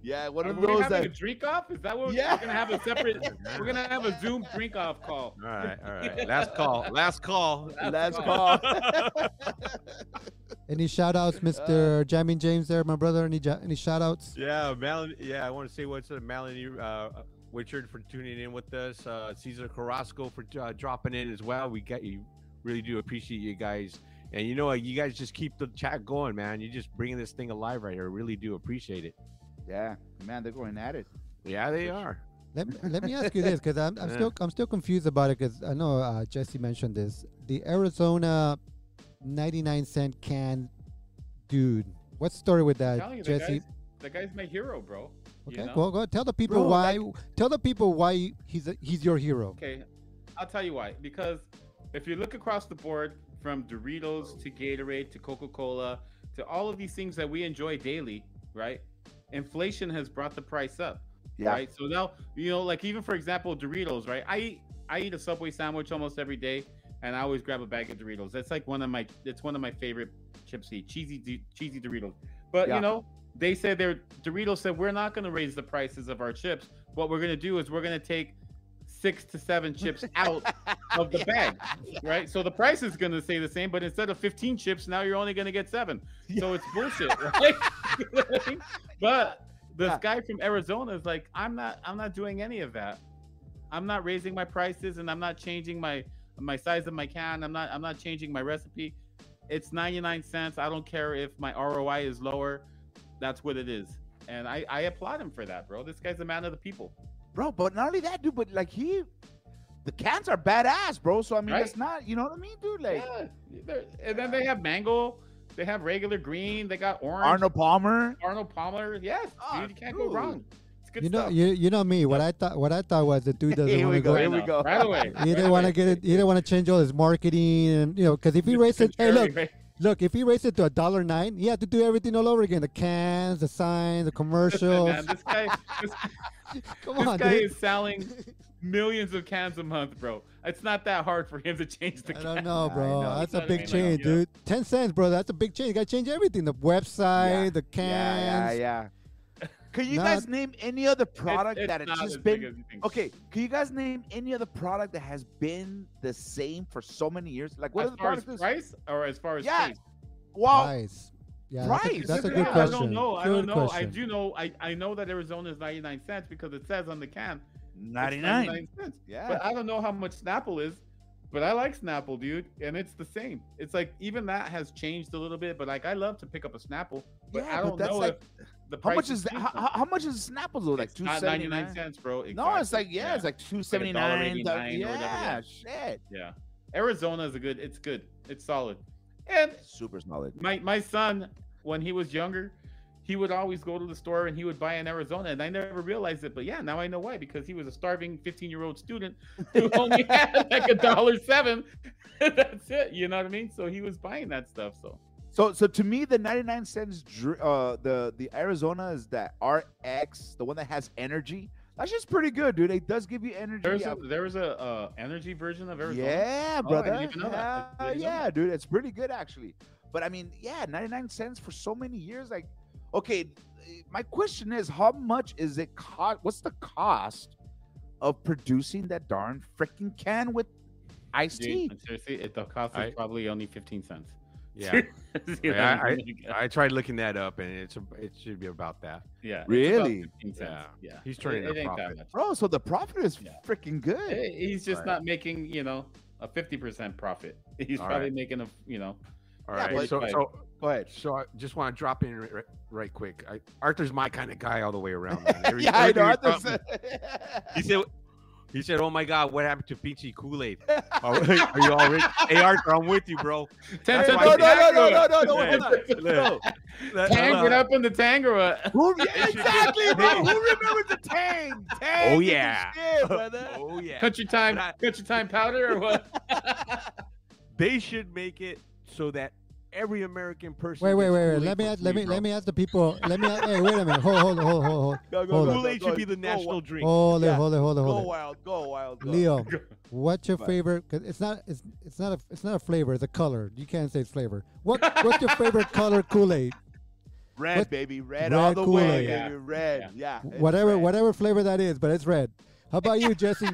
[SPEAKER 4] Yeah, one
[SPEAKER 2] Are
[SPEAKER 4] of
[SPEAKER 2] we
[SPEAKER 4] those
[SPEAKER 2] having
[SPEAKER 4] that
[SPEAKER 2] a drink off? Is that what
[SPEAKER 4] Yeah.
[SPEAKER 2] we're gonna have a separate? We're gonna have a Zoom drink off call.
[SPEAKER 5] All right, all right. Last call. Last call.
[SPEAKER 4] last call.
[SPEAKER 3] Any shout
[SPEAKER 2] Uh,
[SPEAKER 3] outs, Mr. Jamin James there, my brother? Any ja- any shout outs?
[SPEAKER 5] Yeah, Melanie. Yeah, I want to say what's up, Melanie uh, Richard for tuning in with us. Uh, Cesar Carrasco for uh, dropping in as well. We got you. Really do appreciate you guys And you know what? You guys just keep the chat going, man. You're just bringing this thing alive right here. I really do appreciate it.
[SPEAKER 4] Yeah, man, they're going at it.
[SPEAKER 5] Yeah, they are.
[SPEAKER 3] Let me, let me ask you this because I'm, I'm
[SPEAKER 5] Yeah.
[SPEAKER 3] still I'm still confused about it because I know uh, Jesse mentioned this. The Arizona 99 cent can dude. What's the story with
[SPEAKER 2] I'm
[SPEAKER 3] that,
[SPEAKER 2] telling you, the
[SPEAKER 3] Jesse?
[SPEAKER 2] guy's, the guy's my hero, bro.
[SPEAKER 3] Okay,
[SPEAKER 2] you know?
[SPEAKER 3] well, go tell the people
[SPEAKER 4] Bro,
[SPEAKER 3] why. tell the people why he's a, he's your hero.
[SPEAKER 2] Okay, I'll tell you why. Because if you look across the board, from Doritos to Gatorade to Coca Cola to all of these things that we enjoy daily, right? Inflation has brought the price up,
[SPEAKER 4] Yeah.
[SPEAKER 2] right? So now, you know, like even for example, Doritos, right? I eat I eat a Subway sandwich almost every day, and I always grab a bag of Doritos. That's like one of my it's one of my favorite chips to eat, cheesy D- cheesy Doritos. But
[SPEAKER 4] Yeah.
[SPEAKER 2] you know, they said their Doritos said we're not going to raise the prices of our chips. What we're going to do is we're going to take six to seven chips out of the bag, right? So the price is going to stay the same, but instead of 15 chips, now you're only going to get seven. So it's bullshit, right? You know what I mean? but this
[SPEAKER 4] Yeah.
[SPEAKER 2] guy from Arizona is like, I'm not, I'm not doing any of that. I'm not raising my prices, and I'm not changing my my size of my can. I'm not, I'm not changing my recipe. It's 99 cents. I don't care if my ROI is lower. That's what it is. And I, I applaud him for that, bro. This guy's a man of the people.
[SPEAKER 4] bro. But not only that, dude, but like he, the cans are badass, bro. So I mean,
[SPEAKER 2] Right?
[SPEAKER 4] it's not, you know what I mean, dude? Like
[SPEAKER 2] Yeah, they're- and then they have mango, they have regular green, they got orange.
[SPEAKER 4] Arnold Palmer.
[SPEAKER 2] Arnold Palmer, yes,
[SPEAKER 4] Ah,
[SPEAKER 2] dude, you can't go wrong. It's good
[SPEAKER 3] You know,
[SPEAKER 2] stuff.
[SPEAKER 3] you, you know me. What I thought what I thought was the dude doesn't
[SPEAKER 4] Here
[SPEAKER 3] want
[SPEAKER 4] we
[SPEAKER 3] to go.
[SPEAKER 4] go. Here
[SPEAKER 2] Right
[SPEAKER 4] we
[SPEAKER 2] now,
[SPEAKER 4] go.
[SPEAKER 2] Right away.
[SPEAKER 3] He didn't want to get it. He didn't want to change all his marketing, and you know, because if he raised it, hey, look, look, if he raised it to a dollar nine, he had to do everything all over again: the cans, the signs, the
[SPEAKER 2] Listen,
[SPEAKER 3] commercials.
[SPEAKER 2] man, this guy, this,
[SPEAKER 3] Come
[SPEAKER 2] this
[SPEAKER 3] on,
[SPEAKER 2] guy
[SPEAKER 3] dude.
[SPEAKER 2] is selling millions of cans a month, bro. It's not that hard for him to change the.
[SPEAKER 3] I
[SPEAKER 2] can.
[SPEAKER 3] don't know,
[SPEAKER 4] I
[SPEAKER 3] bro.
[SPEAKER 4] know.
[SPEAKER 3] That's
[SPEAKER 2] You
[SPEAKER 3] a
[SPEAKER 2] know what I
[SPEAKER 3] big
[SPEAKER 2] mean?
[SPEAKER 3] change,
[SPEAKER 2] Yeah.
[SPEAKER 3] dude. Ten cents, bro. That's a big change. You got to change everything: the website, the cans.
[SPEAKER 4] Yeah, yeah, yeah. Can you
[SPEAKER 3] Not-
[SPEAKER 4] guys name any other
[SPEAKER 2] It's-
[SPEAKER 4] product
[SPEAKER 2] it's
[SPEAKER 4] that has
[SPEAKER 2] not as
[SPEAKER 4] just
[SPEAKER 2] big
[SPEAKER 4] been?
[SPEAKER 2] as you think.
[SPEAKER 4] Okay, can you guys name any other product that has been the same for so many years? Like what
[SPEAKER 2] as
[SPEAKER 4] are the
[SPEAKER 2] far as
[SPEAKER 4] products? that's-
[SPEAKER 2] price or as far as
[SPEAKER 4] Yeah,
[SPEAKER 2] taste?
[SPEAKER 4] Wow,
[SPEAKER 3] Price. Yeah,
[SPEAKER 4] Price.
[SPEAKER 3] That's, a, that's a
[SPEAKER 2] Yeah,
[SPEAKER 3] good
[SPEAKER 2] I
[SPEAKER 3] question.
[SPEAKER 2] don't know. I
[SPEAKER 3] Good
[SPEAKER 2] don't know. I
[SPEAKER 3] question.
[SPEAKER 2] do know. I, I know that Arizona is 99 cents because it says on the can it's
[SPEAKER 4] 99.
[SPEAKER 2] 99 cents.
[SPEAKER 4] Yeah.
[SPEAKER 2] But I don't know how much Snapple is, but I like Snapple, dude, and it's the same. It's like even that has changed a little bit, but like I love to pick up a Snapple,
[SPEAKER 4] Yeah,
[SPEAKER 2] but I
[SPEAKER 4] but
[SPEAKER 2] don't
[SPEAKER 4] that's
[SPEAKER 2] know
[SPEAKER 4] like-
[SPEAKER 2] if the
[SPEAKER 4] How
[SPEAKER 2] price
[SPEAKER 4] much is that?
[SPEAKER 2] changed
[SPEAKER 4] How,
[SPEAKER 2] much.
[SPEAKER 4] how- how much is Snapple though? Like
[SPEAKER 2] It's not 99
[SPEAKER 4] 279.
[SPEAKER 2] cents, bro.
[SPEAKER 4] No, it's
[SPEAKER 2] Exactly.
[SPEAKER 4] like yeah, it's like two seventy nine.
[SPEAKER 2] $1.89 or whatever,
[SPEAKER 4] Yeah,
[SPEAKER 2] yeah.
[SPEAKER 4] shit.
[SPEAKER 2] yeah. Arizona is a good. It's good. It's solid. And
[SPEAKER 4] Super solid.
[SPEAKER 2] my my son, when he was younger, he would always go to the store and he would buy an Arizona, and I never realized it. But yeah, now I know why because he was a starving 15 year old student who only had like a dollar seven. That's it. You know what I mean? So he was buying that stuff. So
[SPEAKER 4] So, so to me, the 99 cents, dr- uh, the the Arizona is that RX, the one that has energy. That's just pretty good, dude. It does give you energy.
[SPEAKER 2] there's
[SPEAKER 4] I-
[SPEAKER 2] a there's a uh, energy version of Arizona.
[SPEAKER 4] yeah,
[SPEAKER 2] Oh, I
[SPEAKER 4] brother.
[SPEAKER 2] didn't even know
[SPEAKER 4] yeah,
[SPEAKER 2] that. I didn't know
[SPEAKER 4] yeah, dude. It's pretty good actually. But I mean, yeah, 99 cents for so many years. Like, okay, eh, my question is, how much is it cost? What's the cost of producing that darn freaking can with iced tea?
[SPEAKER 2] Dude, and seriously, it the cost is
[SPEAKER 5] I-
[SPEAKER 2] probably only 15 cents.
[SPEAKER 5] Yeah.
[SPEAKER 2] You know
[SPEAKER 5] Yeah,
[SPEAKER 2] what I mean?
[SPEAKER 5] I tried looking that up, and it's it should be about that.
[SPEAKER 2] yeah, it's about
[SPEAKER 4] Really?
[SPEAKER 2] 15 cents. Yeah.
[SPEAKER 5] He's turning
[SPEAKER 2] it,
[SPEAKER 5] a
[SPEAKER 2] it ain't
[SPEAKER 5] profit.
[SPEAKER 2] that much.
[SPEAKER 4] Bro, so the profit is
[SPEAKER 2] Yeah.
[SPEAKER 4] freaking good.
[SPEAKER 2] Eh, He's just
[SPEAKER 5] Right.
[SPEAKER 2] not making, you know, a 50% profit. He's
[SPEAKER 5] All
[SPEAKER 2] probably
[SPEAKER 5] right.
[SPEAKER 2] making a, you know,
[SPEAKER 5] All
[SPEAKER 4] Yeah,
[SPEAKER 5] right.
[SPEAKER 4] but-
[SPEAKER 5] so,
[SPEAKER 2] Right.
[SPEAKER 5] so
[SPEAKER 4] Go ahead.
[SPEAKER 5] so I just want to drop in right, right- right quick. I, Arthur's my kind of guy all the way around. man. Every-
[SPEAKER 4] yeah, I know.
[SPEAKER 5] everything he
[SPEAKER 4] I
[SPEAKER 5] taught
[SPEAKER 4] just
[SPEAKER 5] me-
[SPEAKER 4] said-
[SPEAKER 5] He said, he said, "Oh my God, what happened to peachy Kool Aid? Are, are you all rich? Hey Arthur, I'm with you, bro.
[SPEAKER 2] 10
[SPEAKER 5] That's
[SPEAKER 2] cents.
[SPEAKER 5] why
[SPEAKER 4] no, no,
[SPEAKER 5] I
[SPEAKER 4] no,
[SPEAKER 5] said-
[SPEAKER 4] no, no, no, no,
[SPEAKER 5] Hey,
[SPEAKER 4] hold on.
[SPEAKER 5] look,
[SPEAKER 4] No.
[SPEAKER 5] look,
[SPEAKER 2] Tang
[SPEAKER 5] hold on.
[SPEAKER 2] it up in the Tangara.
[SPEAKER 4] Who, yeah,
[SPEAKER 5] should do-
[SPEAKER 4] exactly, bro.
[SPEAKER 5] Hey.
[SPEAKER 4] Who remembers the Tang? Tang. is the
[SPEAKER 5] yeah.
[SPEAKER 4] shit, brother.
[SPEAKER 5] Oh yeah.
[SPEAKER 2] Country time,
[SPEAKER 5] But I-
[SPEAKER 2] country time powder or what?
[SPEAKER 5] They should make it so that every American person.
[SPEAKER 3] Wait, wait,
[SPEAKER 5] gets
[SPEAKER 3] wait, wait.
[SPEAKER 5] Kool-Aid
[SPEAKER 3] Let me
[SPEAKER 5] for
[SPEAKER 3] ask, let
[SPEAKER 5] free,
[SPEAKER 3] me
[SPEAKER 5] bro.
[SPEAKER 3] let me ask the people. Let me. hey, wait a minute. Hold, hold, hold, hold, hold.
[SPEAKER 4] Go, go,
[SPEAKER 3] Hold
[SPEAKER 4] go,
[SPEAKER 3] on.
[SPEAKER 4] go,
[SPEAKER 5] Kool Aid
[SPEAKER 4] go.
[SPEAKER 5] should be the
[SPEAKER 4] Go,
[SPEAKER 5] national drink.
[SPEAKER 3] Hold it,
[SPEAKER 4] Yeah.
[SPEAKER 3] hold it, hold it,
[SPEAKER 4] Go
[SPEAKER 3] hold it.
[SPEAKER 4] wild, go wild, go.
[SPEAKER 3] Leo,
[SPEAKER 2] Go.
[SPEAKER 3] what's your
[SPEAKER 4] What?
[SPEAKER 3] favorite? Cause it's not, it's, it's not a, it's not a flavor. It's a color. You can't say it's flavor. What, what's your favorite color Kool Aid?
[SPEAKER 4] Red,
[SPEAKER 3] What-
[SPEAKER 4] baby, red,
[SPEAKER 3] Red
[SPEAKER 4] all the way,
[SPEAKER 3] Kool-Aid.
[SPEAKER 2] Yeah.
[SPEAKER 4] baby, red. Yeah. it's
[SPEAKER 3] Whatever,
[SPEAKER 4] red.
[SPEAKER 3] whatever flavor that is, but it's red. How about you, Jesse?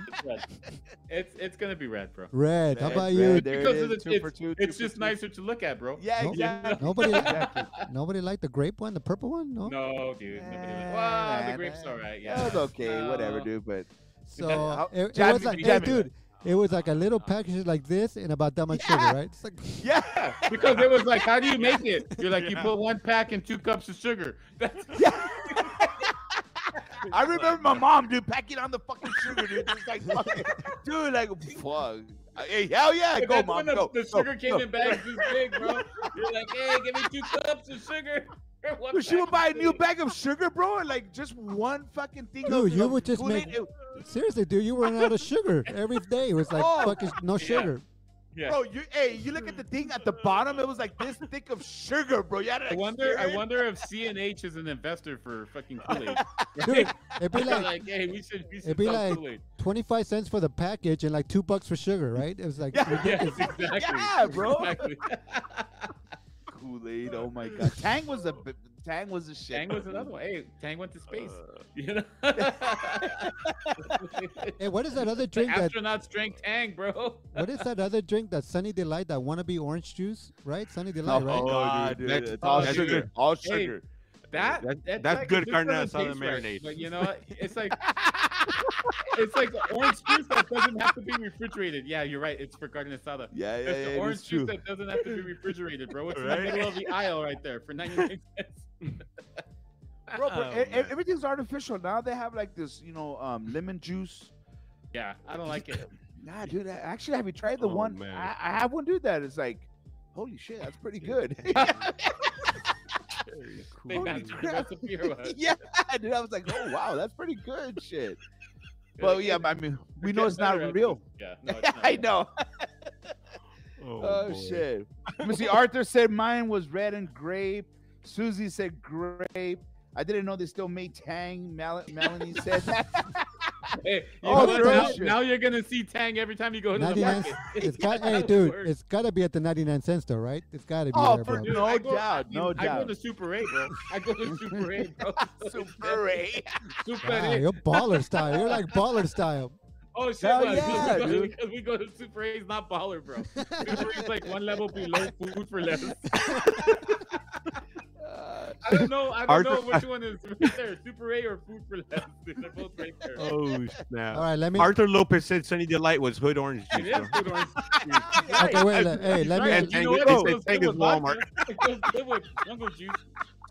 [SPEAKER 2] It's it's gonna be red, bro.
[SPEAKER 3] Red. How
[SPEAKER 4] Red,
[SPEAKER 3] about
[SPEAKER 4] red,
[SPEAKER 3] you?
[SPEAKER 4] There it
[SPEAKER 2] Because of
[SPEAKER 4] is,
[SPEAKER 2] the-
[SPEAKER 4] two for
[SPEAKER 2] it's,
[SPEAKER 4] two,
[SPEAKER 2] it's
[SPEAKER 4] two for
[SPEAKER 2] just
[SPEAKER 4] two.
[SPEAKER 2] nicer to look at, bro.
[SPEAKER 4] Yeah,
[SPEAKER 3] Nope.
[SPEAKER 4] exactly.
[SPEAKER 3] Nobody,
[SPEAKER 4] exactly.
[SPEAKER 3] nobody liked the grape one, the purple one. No.
[SPEAKER 2] No, dude. Nobody
[SPEAKER 4] Nah,
[SPEAKER 2] was, wow, the
[SPEAKER 4] nah,
[SPEAKER 2] grape's
[SPEAKER 4] nah.
[SPEAKER 2] all right.
[SPEAKER 4] Yeah,
[SPEAKER 2] Yeah.
[SPEAKER 4] it's okay, whatever,
[SPEAKER 2] Uh,
[SPEAKER 4] dude. But
[SPEAKER 3] So
[SPEAKER 2] How-
[SPEAKER 3] it, it
[SPEAKER 4] Jab
[SPEAKER 3] was
[SPEAKER 4] me,
[SPEAKER 3] like, hey,
[SPEAKER 4] jab me.
[SPEAKER 3] dude, It was like a little package like this and about that much sugar, right? It's like,
[SPEAKER 4] Yeah.
[SPEAKER 2] because it was like, how do you make it? You're like, you
[SPEAKER 5] Yeah.
[SPEAKER 2] put one pack and two cups of sugar. That's
[SPEAKER 4] I remember my mom, dude, packing on the fucking sugar, dude. Just like, fucking, dude, like, fuck. Hey, hell yeah, go,
[SPEAKER 2] that's
[SPEAKER 4] mom,
[SPEAKER 2] when the,
[SPEAKER 4] go.
[SPEAKER 2] the
[SPEAKER 4] go,
[SPEAKER 2] sugar came
[SPEAKER 4] go.
[SPEAKER 2] in bags this big, bro. You're like, hey, give me two cups of sugar. One
[SPEAKER 4] Dude, she would
[SPEAKER 2] pack
[SPEAKER 4] buy a
[SPEAKER 2] of
[SPEAKER 4] new
[SPEAKER 2] sugar.
[SPEAKER 4] bag of sugar, bro, and like just one fucking thing.
[SPEAKER 3] Dude,
[SPEAKER 4] of-
[SPEAKER 3] you
[SPEAKER 4] of
[SPEAKER 3] would just
[SPEAKER 4] Kool-Aid.
[SPEAKER 3] make-
[SPEAKER 4] It-
[SPEAKER 3] seriously, dude, you running out of sugar every day. It was like,
[SPEAKER 4] Oh.
[SPEAKER 3] fucking no sugar.
[SPEAKER 2] Yeah.
[SPEAKER 4] Bro, you hey, you look at the thing at the bottom. It was like this thick of sugar, bro. You had to,
[SPEAKER 2] I
[SPEAKER 4] like,
[SPEAKER 2] wonder.
[SPEAKER 4] stir
[SPEAKER 2] I
[SPEAKER 4] it.
[SPEAKER 2] wonder if CNH is an investor for fucking Kool Aid.
[SPEAKER 3] Dude, it'd be
[SPEAKER 2] like,
[SPEAKER 3] like
[SPEAKER 2] hey, we should. We should
[SPEAKER 3] it'd be
[SPEAKER 2] sell
[SPEAKER 3] like-
[SPEAKER 2] Kool-Aid.
[SPEAKER 3] 25 cents for the package and like two bucks for sugar, right? It was like,
[SPEAKER 4] Yeah.
[SPEAKER 2] Yes,
[SPEAKER 3] ridiculous.
[SPEAKER 2] exactly.
[SPEAKER 4] Yeah, bro.
[SPEAKER 2] Exactly.
[SPEAKER 4] Kool-Aid. Oh my god, Tang was a bi- Tang was a shit.
[SPEAKER 2] Tang was another one. Hey, Tang went to space.
[SPEAKER 4] Uh.
[SPEAKER 2] You know.
[SPEAKER 3] Hey, what is that other
[SPEAKER 2] The
[SPEAKER 3] drink that?
[SPEAKER 2] astronauts drank Tang, bro.
[SPEAKER 3] What is that other drink that Sunny Delight that wannabe orange juice, right? Sunny Delight,
[SPEAKER 4] Oh,
[SPEAKER 3] right?
[SPEAKER 4] God, dude.
[SPEAKER 5] That's-
[SPEAKER 4] It's all
[SPEAKER 2] that's
[SPEAKER 4] sugar.
[SPEAKER 5] good.
[SPEAKER 4] All
[SPEAKER 2] Hey,
[SPEAKER 4] sugar.
[SPEAKER 2] That,
[SPEAKER 5] That's-
[SPEAKER 2] that's,
[SPEAKER 5] that's
[SPEAKER 2] like,
[SPEAKER 5] good
[SPEAKER 2] it just
[SPEAKER 5] carne
[SPEAKER 2] doesn't
[SPEAKER 5] asada
[SPEAKER 2] taste right.
[SPEAKER 5] marinade.
[SPEAKER 2] But you know what? It's like it's like orange juice that doesn't have to be refrigerated. Yeah, you're right. It's for carne asada.
[SPEAKER 4] yeah, yeah,
[SPEAKER 2] It's
[SPEAKER 4] yeah.
[SPEAKER 2] the
[SPEAKER 4] it is
[SPEAKER 2] orange
[SPEAKER 4] true.
[SPEAKER 2] juice that doesn't have to be refrigerated, bro. It's in
[SPEAKER 5] Right?
[SPEAKER 2] the middle of the aisle right there for 99 cents.
[SPEAKER 4] Bro, but
[SPEAKER 5] Oh,
[SPEAKER 4] e- e-
[SPEAKER 5] man.
[SPEAKER 4] everything's artificial now. They have like this, you know, um, lemon juice.
[SPEAKER 2] Yeah, I don't like it.
[SPEAKER 4] Nah, dude. I- Actually, have you tried the
[SPEAKER 5] Oh,
[SPEAKER 4] one?
[SPEAKER 5] man.
[SPEAKER 4] I, I have one. Do that. It's like, holy shit, that's pretty good.
[SPEAKER 2] They
[SPEAKER 4] Holy
[SPEAKER 2] found the
[SPEAKER 4] crap.
[SPEAKER 2] recipe or what?
[SPEAKER 4] yeah, dude. I was like, oh wow, that's pretty good shit.
[SPEAKER 2] They're
[SPEAKER 4] But
[SPEAKER 2] like,
[SPEAKER 4] yeah,
[SPEAKER 2] "Hey,
[SPEAKER 4] I mean, we
[SPEAKER 2] we're
[SPEAKER 4] know it's
[SPEAKER 2] getting better
[SPEAKER 4] not
[SPEAKER 2] at
[SPEAKER 4] real.
[SPEAKER 2] this." Yeah, no, it's not
[SPEAKER 4] I
[SPEAKER 2] real.
[SPEAKER 4] know.
[SPEAKER 5] Oh,
[SPEAKER 4] Oh,
[SPEAKER 5] boy.
[SPEAKER 4] shit. Let me see. Arthur said mine was red and grape. Susie said grape. I didn't know they still made Tang. Mel- Melanie said that.
[SPEAKER 2] Hey, you
[SPEAKER 4] Oh,
[SPEAKER 2] know what?
[SPEAKER 3] they're
[SPEAKER 2] now,
[SPEAKER 4] all-
[SPEAKER 2] now you're gonna see Tang every time you go to the
[SPEAKER 3] 99
[SPEAKER 2] market.
[SPEAKER 3] It's got,
[SPEAKER 2] Yeah,
[SPEAKER 3] hey,
[SPEAKER 2] that
[SPEAKER 3] dude,
[SPEAKER 2] works.
[SPEAKER 3] it's gotta be at the 99 cents though, right? It's gotta be
[SPEAKER 4] Oh,
[SPEAKER 3] there,
[SPEAKER 4] for
[SPEAKER 3] bro.
[SPEAKER 4] dude. No
[SPEAKER 2] I go,
[SPEAKER 4] doubt,
[SPEAKER 2] I mean,
[SPEAKER 4] no
[SPEAKER 2] I
[SPEAKER 4] doubt.
[SPEAKER 2] go to Super 8, bro. I go to Super 8, bro.
[SPEAKER 4] Super A.
[SPEAKER 2] Super
[SPEAKER 3] Wow,
[SPEAKER 2] 8.
[SPEAKER 3] you're baller style. You're like baller style.
[SPEAKER 2] Oh shit!
[SPEAKER 4] oh, Hell
[SPEAKER 2] right,
[SPEAKER 4] yeah,
[SPEAKER 2] because,
[SPEAKER 4] dude.
[SPEAKER 2] because we go to Super A's, not baller, bro. Super A's like one level below food for less.
[SPEAKER 4] Uh,
[SPEAKER 2] I don't know. I don't know
[SPEAKER 5] Arthur-
[SPEAKER 2] which one is right there, Super A or food for less. Dude. They're both right there.
[SPEAKER 5] Oh
[SPEAKER 3] All
[SPEAKER 5] snap!
[SPEAKER 3] right, let me.
[SPEAKER 5] Arthur Lopez said Sunny Delight was hood orange
[SPEAKER 2] It
[SPEAKER 5] juice.
[SPEAKER 2] is
[SPEAKER 5] though.
[SPEAKER 2] good orange.
[SPEAKER 3] Okay, wait, le- hey, let me.
[SPEAKER 5] And
[SPEAKER 2] You know
[SPEAKER 5] Tango-
[SPEAKER 2] what?
[SPEAKER 5] they
[SPEAKER 2] It
[SPEAKER 5] say Tango's
[SPEAKER 2] goes good with vodka. It goes good with jungle juice.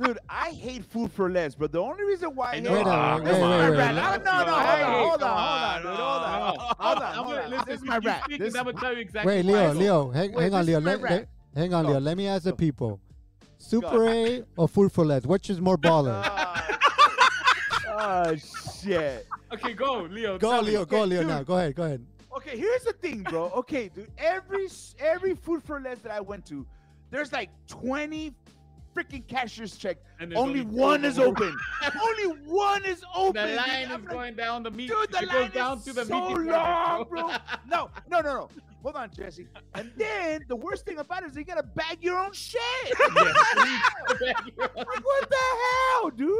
[SPEAKER 4] dude, I hate food for less, but the only reason why I
[SPEAKER 2] I
[SPEAKER 4] hate
[SPEAKER 2] know.
[SPEAKER 3] Wait a
[SPEAKER 4] it-
[SPEAKER 5] Ah,
[SPEAKER 3] minute,
[SPEAKER 5] come
[SPEAKER 3] wait,
[SPEAKER 5] on.
[SPEAKER 3] wait,
[SPEAKER 4] my
[SPEAKER 3] wait.
[SPEAKER 4] rat.
[SPEAKER 3] let-
[SPEAKER 4] No, no, no,
[SPEAKER 2] Hey,
[SPEAKER 4] hold on, hold
[SPEAKER 5] come
[SPEAKER 4] on, dude,
[SPEAKER 5] on.
[SPEAKER 4] hold
[SPEAKER 2] Oh,
[SPEAKER 4] on. Hold on,
[SPEAKER 2] I'm
[SPEAKER 4] hold
[SPEAKER 2] gonna
[SPEAKER 4] on.
[SPEAKER 2] listen.
[SPEAKER 4] This is
[SPEAKER 2] if
[SPEAKER 4] my
[SPEAKER 2] you keep
[SPEAKER 4] rap.
[SPEAKER 2] Speaking,
[SPEAKER 4] This-
[SPEAKER 2] I'm gonna tell you exactly.
[SPEAKER 3] Wait,
[SPEAKER 2] why I
[SPEAKER 3] Leo,
[SPEAKER 2] go-
[SPEAKER 3] Leo, hang,
[SPEAKER 4] Wait,
[SPEAKER 3] hang on,
[SPEAKER 4] this
[SPEAKER 3] Leo.
[SPEAKER 4] is my
[SPEAKER 3] Let,
[SPEAKER 4] rat.
[SPEAKER 3] let- hang on,
[SPEAKER 4] Go.
[SPEAKER 3] Leo. Let me ask the
[SPEAKER 4] Go.
[SPEAKER 3] people: Super A or Food for Less? Which is more baller?
[SPEAKER 4] Oh, shit.
[SPEAKER 2] Okay, go, Leo.
[SPEAKER 3] Go,
[SPEAKER 2] tell me.
[SPEAKER 3] Leo. Go,
[SPEAKER 4] Okay,
[SPEAKER 3] Leo.
[SPEAKER 4] dude.
[SPEAKER 3] Now, go ahead. Go ahead.
[SPEAKER 4] Okay, here's the thing, bro. Okay, dude, every s- every food for less that I went to, there's like 20 freaking cashier's check.
[SPEAKER 2] And there's
[SPEAKER 4] Only
[SPEAKER 2] two
[SPEAKER 4] one is
[SPEAKER 2] over-
[SPEAKER 4] open. only one is
[SPEAKER 2] The
[SPEAKER 4] open. dude.
[SPEAKER 2] line
[SPEAKER 4] I'm
[SPEAKER 2] is
[SPEAKER 4] like,
[SPEAKER 2] going down the meat.
[SPEAKER 4] Dude, the
[SPEAKER 2] it
[SPEAKER 4] line
[SPEAKER 2] goes down
[SPEAKER 4] is
[SPEAKER 2] to the
[SPEAKER 4] so
[SPEAKER 2] meat.
[SPEAKER 4] long, bro. No, no, no, no. Hold on, Jesse. And then the worst thing about it is you gotta bag your own shit. Like, what the hell, dude?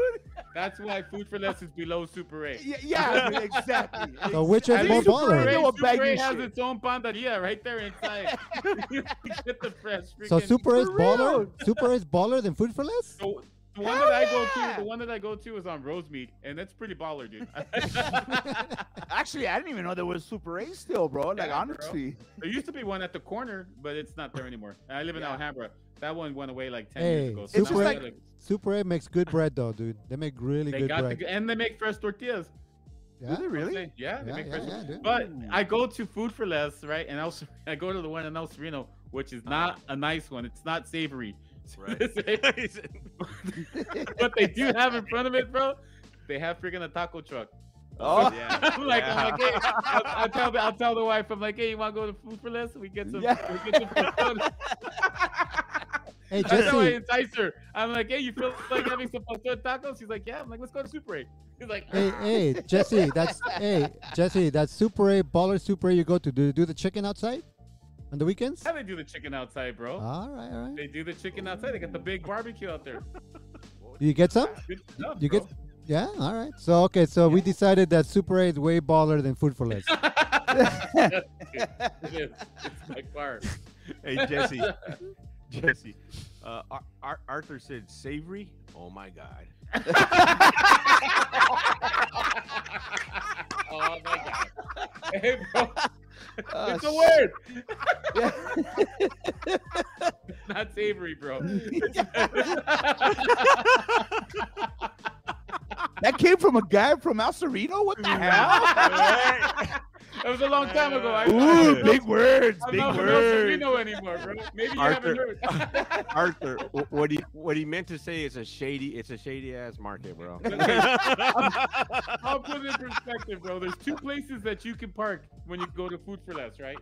[SPEAKER 2] That's why food for less is below Super A.
[SPEAKER 4] Yeah, yeah dude, exactly.
[SPEAKER 3] So which
[SPEAKER 2] At
[SPEAKER 3] one's more
[SPEAKER 4] Super
[SPEAKER 2] least
[SPEAKER 3] baller?
[SPEAKER 4] A
[SPEAKER 2] Super
[SPEAKER 4] will bag
[SPEAKER 2] A
[SPEAKER 4] your
[SPEAKER 2] has
[SPEAKER 4] shit.
[SPEAKER 2] its own pandaria right there inside. You Get the fresh.
[SPEAKER 3] So
[SPEAKER 2] freaking-
[SPEAKER 3] Super A's
[SPEAKER 4] For
[SPEAKER 3] baller?
[SPEAKER 4] real.
[SPEAKER 3] Super A's baller than Food for Less?
[SPEAKER 2] So, the one
[SPEAKER 4] Hell
[SPEAKER 2] that I go
[SPEAKER 4] yeah.
[SPEAKER 2] to, the one that I go to is on Rosemead, and that's pretty baller, dude.
[SPEAKER 4] Actually, I didn't even know there was Super A still, bro. Like
[SPEAKER 2] Yeah, bro.
[SPEAKER 4] honestly.
[SPEAKER 2] there used to be one at the corner, but it's not there anymore. I live in
[SPEAKER 4] Yeah.
[SPEAKER 2] Alhambra. That one went away like ten
[SPEAKER 3] Hey,
[SPEAKER 2] years ago.
[SPEAKER 3] It's
[SPEAKER 2] now
[SPEAKER 4] just
[SPEAKER 2] I
[SPEAKER 4] like-
[SPEAKER 2] gotta-
[SPEAKER 3] Super A makes good bread though, dude. They make really
[SPEAKER 2] they
[SPEAKER 3] good
[SPEAKER 2] got the,
[SPEAKER 3] bread.
[SPEAKER 2] good- and they make fresh tortillas.
[SPEAKER 3] Yeah?
[SPEAKER 4] Is it really?
[SPEAKER 2] Say, Yeah, they
[SPEAKER 3] Yeah,
[SPEAKER 2] make
[SPEAKER 3] yeah,
[SPEAKER 2] fresh.
[SPEAKER 3] yeah, dude.
[SPEAKER 2] But I go to Food for Less, right? And also I go to the one in El Sereno, which is not a nice one. It's not savory.
[SPEAKER 5] Right. He said-
[SPEAKER 2] but they do have in front of it, bro. They have freaking a taco truck.
[SPEAKER 4] Oh,
[SPEAKER 5] yeah.
[SPEAKER 2] I'm like,
[SPEAKER 5] yeah.
[SPEAKER 2] I'm like, hey, I'll, I'll tell the, I'll tell the wife, I'm like, hey, you want to go to Food for Less? We get some,
[SPEAKER 4] Yeah.
[SPEAKER 2] we get some pastones.
[SPEAKER 3] Hey
[SPEAKER 2] That's how I
[SPEAKER 3] Jesse,
[SPEAKER 2] entice her. I'm like, hey, you feel like having some pastor tacos? She's like, yeah. I'm like, let's go to Super 8. She's like,
[SPEAKER 3] hey, hey Jesse, that's hey Jesse, that's Super A baller Super A you go to. Do you do the chicken outside on the weekends?
[SPEAKER 2] how they do the chicken outside, bro?
[SPEAKER 3] All right, all right.
[SPEAKER 2] They do the chicken outside. They got the big barbecue out there.
[SPEAKER 3] Do you get some?
[SPEAKER 2] Good stuff,
[SPEAKER 3] You
[SPEAKER 2] bro.
[SPEAKER 3] get yeah, all right. So okay, so we decided that Super A is way baller than Food for Less.
[SPEAKER 2] it is. It's by far.
[SPEAKER 5] Hey Jesse, Jesse, uh, Ar- Ar- Arthur said savory. Oh my God!
[SPEAKER 2] oh my god. Hey bro,
[SPEAKER 4] Uh,
[SPEAKER 2] it's a word.
[SPEAKER 4] yeah.
[SPEAKER 2] It's not savory, bro.
[SPEAKER 4] that came from a guy from El Cerrito? What the hell?
[SPEAKER 5] Right?
[SPEAKER 2] That was a long time ago. I,
[SPEAKER 4] Ooh, big words,
[SPEAKER 2] I'm
[SPEAKER 4] big
[SPEAKER 2] not from El
[SPEAKER 4] words.
[SPEAKER 2] Sereno anymore, bro. Maybe you
[SPEAKER 5] Arthur.
[SPEAKER 2] haven't heard.
[SPEAKER 5] Arthur, wh- what he what he meant to say is a shady, it's a shady ass market, bro.
[SPEAKER 2] I'll put it in perspective, bro. There's two places that you can park when you go to Food for Less, right?